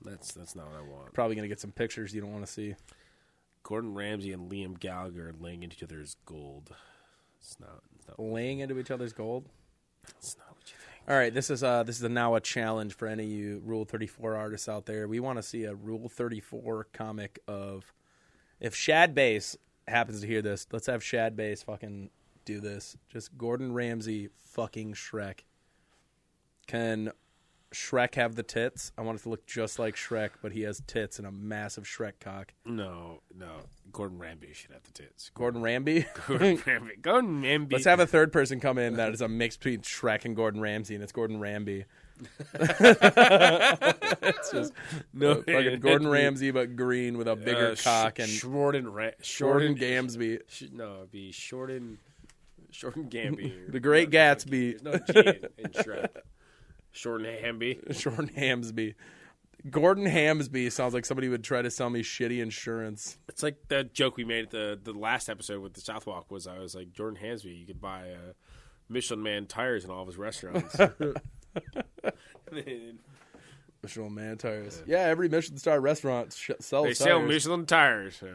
[SPEAKER 2] That's that's not what I want.
[SPEAKER 3] probably gonna get some pictures you don't want to see.
[SPEAKER 2] Gordon Ramsay and Liam Gallagher laying into each other's gold. It's not. It's not,
[SPEAKER 3] Laying into each other's gold.
[SPEAKER 2] it's not what you think.
[SPEAKER 3] All right, this is uh this is now a challenge for any of you Rule Thirty Four artists out there. We want to see a Rule Thirty Four comic of if Shad Base happens to hear this, let's have Shad Base fucking do this. Just Gordon Ramsay fucking Shrek. Can Shrek have the tits? I want it to look just like Shrek, but he has tits and a massive Shrek cock.
[SPEAKER 2] No, no. Gordon Ramsay should have the tits. <laughs>
[SPEAKER 3] Gordon Ramsay.
[SPEAKER 2] Gordon Ramsay. Gordon Ramsay.
[SPEAKER 3] Let's have a third person come in that is a mix between Shrek and Gordon Ramsay, and it's Gordon Ramsay. it's just
[SPEAKER 2] <laughs>
[SPEAKER 3] no fucking
[SPEAKER 2] it'd
[SPEAKER 3] Gordon
[SPEAKER 2] be-
[SPEAKER 3] Ramsay, but green with a bigger
[SPEAKER 2] uh, Sh-
[SPEAKER 3] cock and
[SPEAKER 2] Shorten Ra-
[SPEAKER 3] Gordon
[SPEAKER 2] Shorten
[SPEAKER 3] Gamsby,
[SPEAKER 2] Sh- no, it'd be Shorten, Shorten
[SPEAKER 3] <laughs>
[SPEAKER 2] Gamby.
[SPEAKER 3] The Great
[SPEAKER 2] There's
[SPEAKER 3] Gatsby.
[SPEAKER 2] No, G in, there's no G in,
[SPEAKER 3] <laughs>
[SPEAKER 2] in Shrek. Shorten Hamby.
[SPEAKER 3] Jordan Hamsby. Gordon Hamsby sounds like somebody would try to sell me shitty insurance.
[SPEAKER 2] It's like that joke we made at the the last episode with the Southwalk was I was like Jordan Hamsby, you could buy uh, Michelin Man tires in all of his
[SPEAKER 3] <laughs>
[SPEAKER 2] restaurants. <laughs> they
[SPEAKER 3] Michelin Man tires. Yeah, every Michelin star restaurant sh- sells tires.
[SPEAKER 2] sell Michelin tires. So.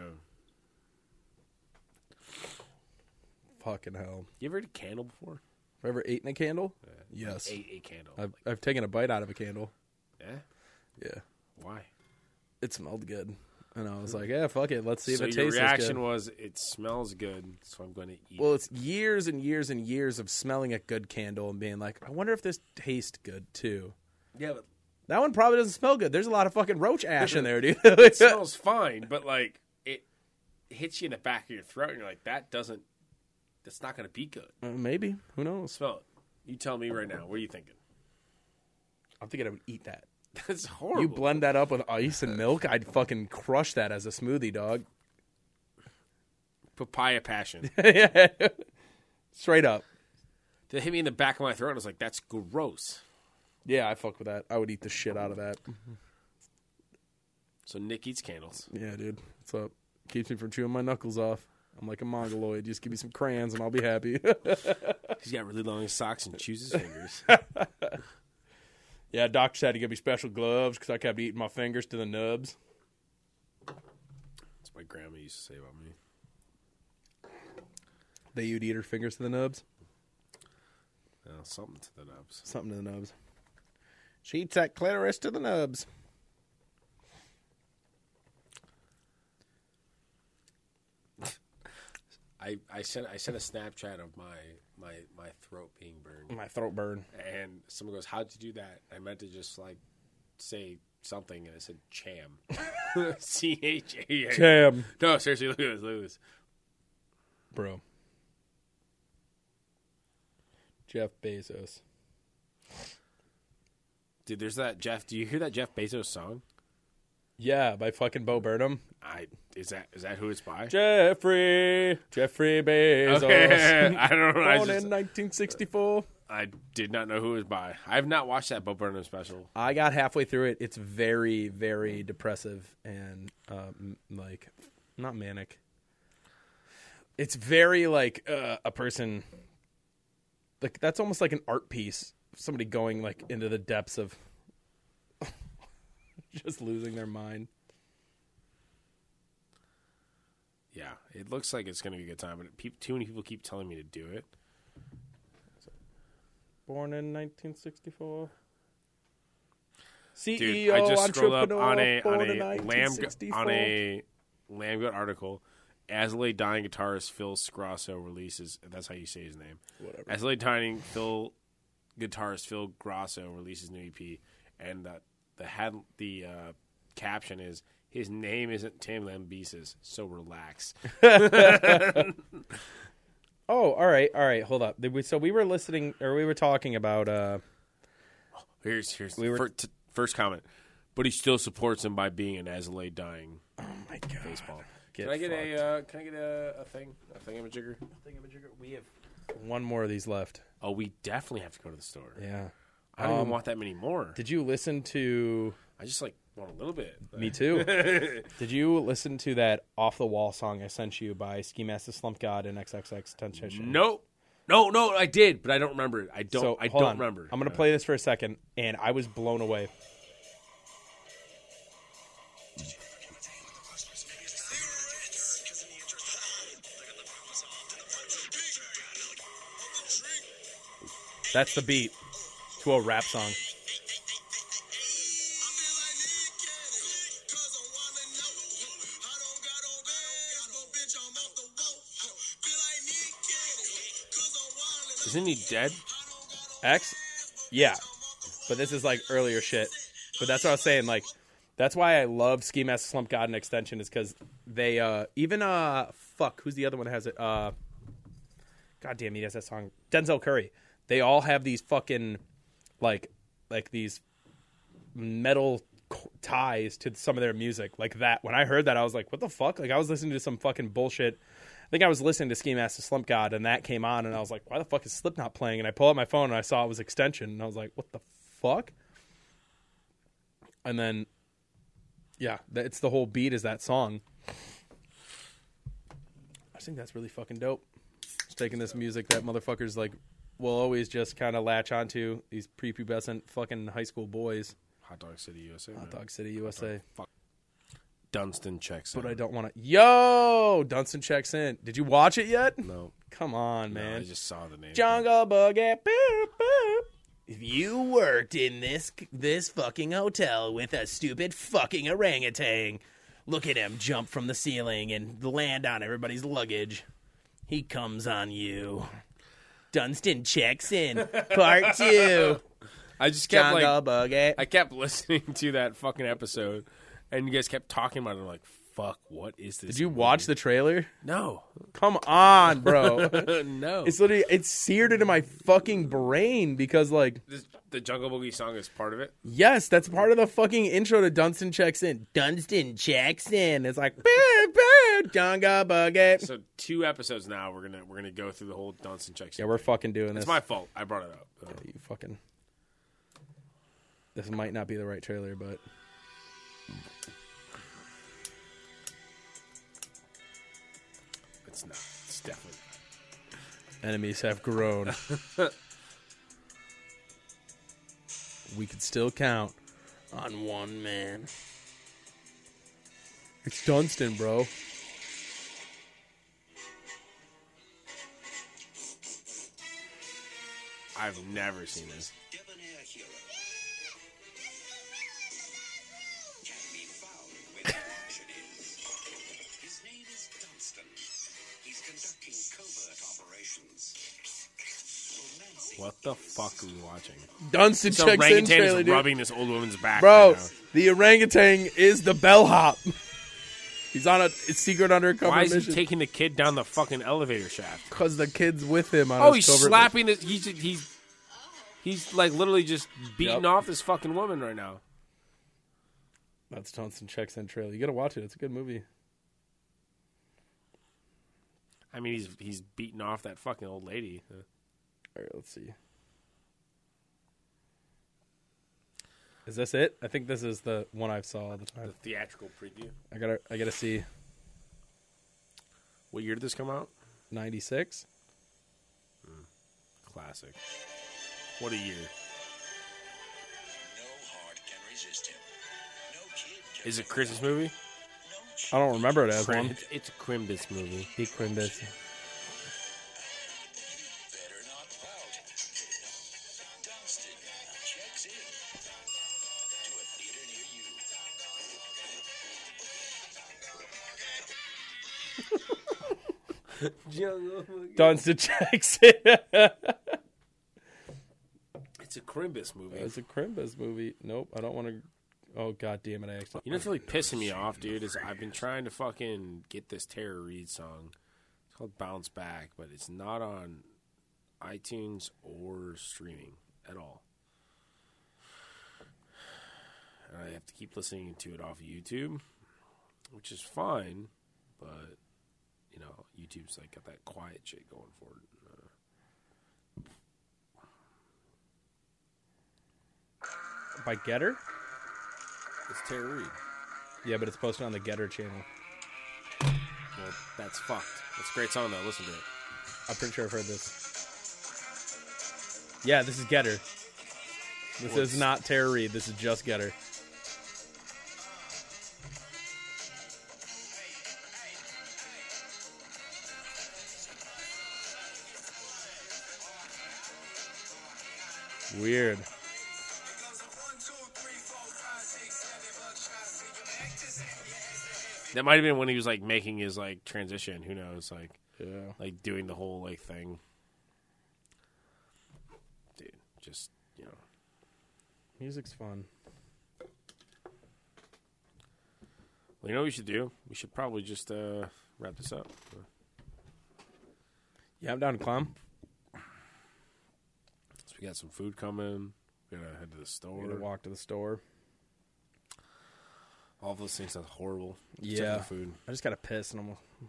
[SPEAKER 3] Fucking hell.
[SPEAKER 2] You ever had a candle before?
[SPEAKER 3] Have I ever eaten a candle? yes.
[SPEAKER 2] A, a candle.
[SPEAKER 3] I've, I've taken a bite out of a candle.
[SPEAKER 2] yeah.
[SPEAKER 3] Yeah.
[SPEAKER 2] Why?
[SPEAKER 3] It smelled good. And I was like, yeah, fuck it. Let's see
[SPEAKER 2] so
[SPEAKER 3] if it
[SPEAKER 2] your
[SPEAKER 3] tastes as
[SPEAKER 2] reaction
[SPEAKER 3] good.
[SPEAKER 2] was it smells good, so I'm going to eat.
[SPEAKER 3] Well,
[SPEAKER 2] it.
[SPEAKER 3] it's years and years and years of smelling a good candle and being like, I wonder if this tastes good too.
[SPEAKER 2] yeah, but
[SPEAKER 3] That one probably doesn't smell good. There's a lot of fucking roach ash in there, <laughs> dude.
[SPEAKER 2] it smells fine, but like it hits you in the back of your throat, and you're like, that doesn't. That's not going to be good.
[SPEAKER 3] Uh, Maybe. Who knows?
[SPEAKER 2] Smell it. You tell me right now. What are you thinking? <laughs>
[SPEAKER 3] I'm thinking I would eat that.
[SPEAKER 2] That's horrible.
[SPEAKER 3] You blend that up with ice and milk, I'd fucking crush that as a smoothie, dog.
[SPEAKER 2] papaya passion.
[SPEAKER 3] <laughs> Straight up.
[SPEAKER 2] that hit me in the back of my throat. and I was like, that's gross.
[SPEAKER 3] Yeah, I fuck with that. I would eat the shit out of that.
[SPEAKER 2] So Nick eats candles.
[SPEAKER 3] Yeah, dude. What's up? Keeps me from chewing my knuckles off. I'm like a mongoloid. Just give me some crayons and I'll be happy. <laughs>
[SPEAKER 2] He's got really long socks and chews his
[SPEAKER 3] <laughs>
[SPEAKER 2] fingers.
[SPEAKER 3] yeah, doctor said to give me special gloves because I kept eating my fingers to the nubs.
[SPEAKER 2] That's what my grandma used to say about me.
[SPEAKER 3] They you'd eat her fingers to the nubs?
[SPEAKER 2] Uh, something to the nubs.
[SPEAKER 3] Something to the nubs. She eats that clitoris to the nubs.
[SPEAKER 2] I, I sent I sent a Snapchat of my my my throat being burned,
[SPEAKER 3] My throat burn.
[SPEAKER 2] and someone goes, "How'd you do that?" I meant to just like say something, and I said "cham," <laughs> C H A M.
[SPEAKER 3] Damn.
[SPEAKER 2] No, seriously, look at this. Look at this.
[SPEAKER 3] Bro. Jeff Bezos.
[SPEAKER 2] Dude, there's that Jeff. Do you hear that Jeff Bezos song?
[SPEAKER 3] Yeah, by fucking Bo Burnham.
[SPEAKER 2] I is that is that who it's by?
[SPEAKER 3] Jeffrey. Jeffrey Bezos.
[SPEAKER 2] <laughs> Okay. <laughs> I don't know.
[SPEAKER 3] Born
[SPEAKER 2] I
[SPEAKER 3] in
[SPEAKER 2] just,
[SPEAKER 3] 1964.
[SPEAKER 2] I did not know who it was by. I've not watched that Bo Burnham special.
[SPEAKER 3] I got halfway through it. It's very, very depressive and um, like not manic. It's very like uh, a person. Like that's almost like an art piece. Somebody going like into the depths of <laughs> just losing their mind.
[SPEAKER 2] Yeah, it looks like it's going to be a good time, but peop too many people keep telling me to do it.
[SPEAKER 3] Born in 1964. CEO
[SPEAKER 2] Dude, I just scrolled up
[SPEAKER 3] E entrepreneur
[SPEAKER 2] on a on
[SPEAKER 3] born in
[SPEAKER 2] a lamb
[SPEAKER 3] 1964.
[SPEAKER 2] on a lambgoat article. Azalea dying guitarist Phil Scrosso releases. That's how you say his name.
[SPEAKER 3] Whatever.
[SPEAKER 2] Azalea dying Phil guitarist Phil Grosso releases new EP, and the the head the uh, caption is his name isn't Tim Lambesis, so
[SPEAKER 3] <laughs>
[SPEAKER 2] relax.
[SPEAKER 3] Oh, all right, all right. Hold up. Did we, so we were listening, or we were talking about. uh
[SPEAKER 2] Here's here's
[SPEAKER 3] were-
[SPEAKER 2] the fir- t- first comment. But he still supports him by being an Azalea dying
[SPEAKER 3] Oh my god!
[SPEAKER 2] baseball.
[SPEAKER 3] Get
[SPEAKER 2] can I get a uh, can I get a, a thing a thingamajigger?
[SPEAKER 3] We have one more of these left.
[SPEAKER 2] Oh, we definitely have to go to the store.
[SPEAKER 3] Yeah. Um,
[SPEAKER 2] I don't even want that many more.
[SPEAKER 3] Did you listen to?
[SPEAKER 2] I just like want a little bit. <laughs>
[SPEAKER 3] Me too. Did you listen to that off the wall song I sent you by Ski Master Slump God and XXX Temptation?
[SPEAKER 2] Nope. No, no, I did, but I don't remember it. I don't.
[SPEAKER 3] So
[SPEAKER 2] I
[SPEAKER 3] hold
[SPEAKER 2] don't
[SPEAKER 3] on.
[SPEAKER 2] remember.
[SPEAKER 3] I'm gonna play this for a second, and I was blown away. That's the beat to a rap song.
[SPEAKER 2] Uh, Isn't he dead?
[SPEAKER 3] X? Yeah. But this is like earlier shit. But that's what I was saying. Like, that's why I love Ski Master Slump God and Extension is because they, uh, even, uh, fuck, who's the other one that has it? Uh, God damn, he has that song. Denzel Curry. They all have these fucking, like, like these metal co- ties to some of their music. Like that. When I heard that, I was like, what the fuck? Like, I was listening to some fucking bullshit. I think I was listening to Ski Master Slump God, and that came on, and I was like, why the fuck is Slipknot playing? And I pull out my phone, and I saw it was Extension, and I was like, what the fuck? And then, yeah, th- it's the whole beat is that song. I just think that's really fucking dope. Just taking this music that motherfuckers like will always just kind of latch onto these prepubescent fucking high school boys.
[SPEAKER 2] Hot Dog City, USA.
[SPEAKER 3] Hot Dog City, USA.
[SPEAKER 2] Dunston checks.
[SPEAKER 3] But
[SPEAKER 2] out.
[SPEAKER 3] I don't want to. Yo, Dunstan checks in. Did you watch it yet?
[SPEAKER 2] No.
[SPEAKER 1] Come on,
[SPEAKER 2] No, I
[SPEAKER 1] man.
[SPEAKER 2] just saw the name.
[SPEAKER 1] Jungle Boogie. Boop, boop.
[SPEAKER 3] If you worked in this this fucking hotel with a stupid fucking orangutan, look at him jump from the ceiling and land on everybody's luggage. He comes on you. Dunstan checks in. Part two. <laughs>
[SPEAKER 2] I just kept
[SPEAKER 3] John
[SPEAKER 2] like
[SPEAKER 3] Galbugget.
[SPEAKER 2] I kept <laughs> listening to that fucking episode, and you guys kept talking about it. I'm like, fuck, what is this?
[SPEAKER 1] Did you watch the trailer?
[SPEAKER 2] No, <laughs>
[SPEAKER 1] Come on, bro.
[SPEAKER 2] no.
[SPEAKER 1] it's literally it's seared into my fucking brain because like
[SPEAKER 2] This, the Jungle Boogie song is part of it.
[SPEAKER 1] yes, that's part of the fucking intro to Dunstan checks in.
[SPEAKER 3] Dunstan checks in.
[SPEAKER 1] <laughs>
[SPEAKER 3] It's like
[SPEAKER 1] Boop, boop, Jungle Boogie.
[SPEAKER 2] So two episodes now. We're gonna we're gonna go through the whole Dunson checks.
[SPEAKER 1] Yeah, we're fucking doing this.
[SPEAKER 2] It's my fault. I brought it up. Um,
[SPEAKER 1] you fucking. This might not be the right trailer, but
[SPEAKER 2] It's not. It's definitely.
[SPEAKER 1] enemies have
[SPEAKER 2] <laughs>
[SPEAKER 1] grown. we could still count.
[SPEAKER 3] on one man.
[SPEAKER 1] It's Dunstan, bro.
[SPEAKER 2] I've never seen this.
[SPEAKER 5] debonair hero. Can be found where the action is. His name is Dunstan. He's conducting covert operations. Romancing
[SPEAKER 2] What the fuck are we watching?
[SPEAKER 1] Dunstan
[SPEAKER 2] So
[SPEAKER 1] checks in
[SPEAKER 2] orangutan
[SPEAKER 1] trailer,
[SPEAKER 2] is
[SPEAKER 1] dude.
[SPEAKER 2] rubbing this old woman's back.
[SPEAKER 1] Bro,
[SPEAKER 2] right now.
[SPEAKER 1] the orangutan is the bellhop. <laughs> He's on a secret undercover
[SPEAKER 2] why is he
[SPEAKER 1] mission
[SPEAKER 2] taking the kid down the fucking elevator shaft?
[SPEAKER 1] because the kid's with him. On
[SPEAKER 2] Oh,
[SPEAKER 1] his
[SPEAKER 2] he's
[SPEAKER 1] covert
[SPEAKER 2] slapping his. He's he's he's like literally just beating
[SPEAKER 1] Yep.
[SPEAKER 2] off this fucking woman right now.
[SPEAKER 1] mission. That's Dunstan checks in trailer. You gotta watch it. It's a good movie.
[SPEAKER 2] I mean, he's he's beating off that fucking old lady.
[SPEAKER 1] All right, let's see. Is this it? I think this is the one I saw all the
[SPEAKER 2] The
[SPEAKER 1] time.
[SPEAKER 2] theatrical preview.
[SPEAKER 1] I gotta, I gotta see
[SPEAKER 2] What year did this come out?
[SPEAKER 1] ninety six.
[SPEAKER 2] Classic. What a year.
[SPEAKER 5] no heart can resist him. No kid can
[SPEAKER 2] Is it Oh. Christmas movie?
[SPEAKER 5] no ch-
[SPEAKER 1] I don't remember it as one.
[SPEAKER 2] It's, it's a Crimbus movie.
[SPEAKER 1] He crimmed this.
[SPEAKER 5] better not pout. Dunstan checks in to a theater near you.
[SPEAKER 1] Dunstan checks <laughs> it.
[SPEAKER 2] It's a Crimbus movie.
[SPEAKER 1] It's a Crimbus movie. Nope, I don't want to. Oh god damn it! I actually.
[SPEAKER 2] you know what's really pissing me off, dude? Is I've been trying to fucking get this Tara Reid song. It's called Bounce Back, but it's not on iTunes or streaming at all. And I have to keep listening to it off of YouTube, which is fine, but you know, YouTube's like got that quiet shit going for it. Uh,
[SPEAKER 1] by Getter.
[SPEAKER 2] it's Tara Reid.
[SPEAKER 1] Yeah, but it's posted on the Getter channel.
[SPEAKER 2] Well, that's fucked. That's a great song though. Listen to it.
[SPEAKER 1] I'm pretty sure I've heard this. Yeah, this is Getter. This is not Tara Reid. This is just Getter. Weird.
[SPEAKER 2] That might have been when he was like making his like transition. Who knows? Like,
[SPEAKER 1] Yeah.
[SPEAKER 2] like doing the whole like thing. Dude, just you know,
[SPEAKER 1] Music's fun.
[SPEAKER 2] well, you know what we should do? We should probably just uh wrap this up.
[SPEAKER 1] Yeah, I'm down to climb.
[SPEAKER 2] So we got some food coming. We gotta head to the
[SPEAKER 1] We're gonna
[SPEAKER 2] store.
[SPEAKER 1] walk to the store.
[SPEAKER 2] All those things sound horrible. except for
[SPEAKER 1] Yeah.
[SPEAKER 2] the food.
[SPEAKER 1] I just gotta piss and I'm. hmm.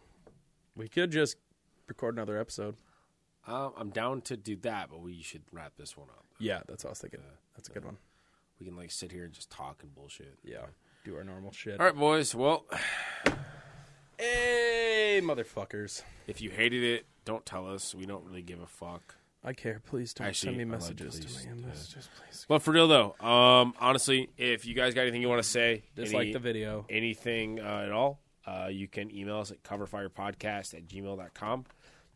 [SPEAKER 1] We could just record another episode.
[SPEAKER 2] Um, I'm down to do that, but we should wrap this one up.
[SPEAKER 1] Yeah, that's what I was thinking. That's a good one.
[SPEAKER 2] We can like sit here and just talk and bullshit.
[SPEAKER 1] Yeah, do our normal shit.
[SPEAKER 2] All right, boys. Well,
[SPEAKER 1] Hey, motherfuckers.
[SPEAKER 2] if you hated it, don't tell us. We don't really give a fuck.
[SPEAKER 1] I care. Please don't
[SPEAKER 2] Actually,
[SPEAKER 1] send me
[SPEAKER 2] I love
[SPEAKER 1] messages to
[SPEAKER 2] police,
[SPEAKER 1] me.
[SPEAKER 2] uh,
[SPEAKER 1] Messages, please.
[SPEAKER 2] But for real though, um, honestly, if you guys got anything you want to say,
[SPEAKER 1] Dislike
[SPEAKER 2] any-
[SPEAKER 1] the video.
[SPEAKER 2] anything uh, at all, uh, you can email us at coverfirepodcast at gmail.com. You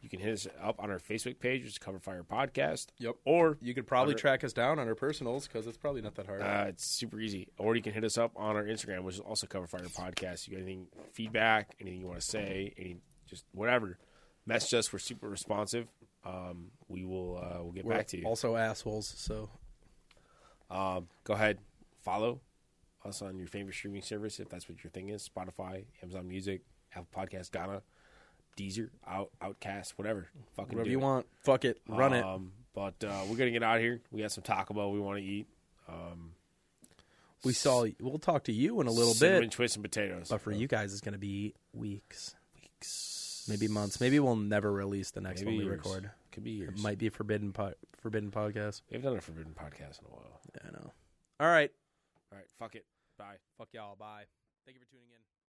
[SPEAKER 2] You can hit us up on our Facebook page, which is Cover Fire Podcast.
[SPEAKER 3] Yep.
[SPEAKER 2] Or
[SPEAKER 3] You could probably
[SPEAKER 2] Under-
[SPEAKER 3] track us down on our personals because it's probably not that hard.
[SPEAKER 2] Uh, it's super easy. Or you can hit us up on our Instagram, which is also Cover Fire Podcast. You got anything feedback, anything you want to say, any just whatever. Message us. We're super responsive. Um, we will uh, we'll get
[SPEAKER 3] We're
[SPEAKER 2] back to you.
[SPEAKER 3] also assholes, so
[SPEAKER 2] Um, go ahead, follow us on your favorite streaming service if that's what your thing is: Spotify, Amazon Music, Apple Podcast, Ghana, Deezer, Out, Outcast, whatever. Fucking
[SPEAKER 3] whatever
[SPEAKER 2] do
[SPEAKER 3] you
[SPEAKER 2] it.
[SPEAKER 3] want, fuck it, run it.
[SPEAKER 2] Um, but uh, we're gonna get out of here. We got some Taco Bell we want to eat.
[SPEAKER 3] We saw. We'll talk to you in a little
[SPEAKER 2] Cinnamon
[SPEAKER 3] bit,
[SPEAKER 2] twists and potatoes.
[SPEAKER 3] but for you guys, it's gonna be weeks, weeks, maybe months. Maybe we'll never release the next
[SPEAKER 2] Maybe
[SPEAKER 3] one we
[SPEAKER 2] years.
[SPEAKER 3] record.
[SPEAKER 2] Could be years.
[SPEAKER 3] It might be forbidden. Po- forbidden podcast.
[SPEAKER 2] We've done a forbidden podcast in a while.
[SPEAKER 3] I know. All right.
[SPEAKER 2] All right, fuck it. Bye.
[SPEAKER 3] Fuck y'all. Bye. Thank you for tuning in.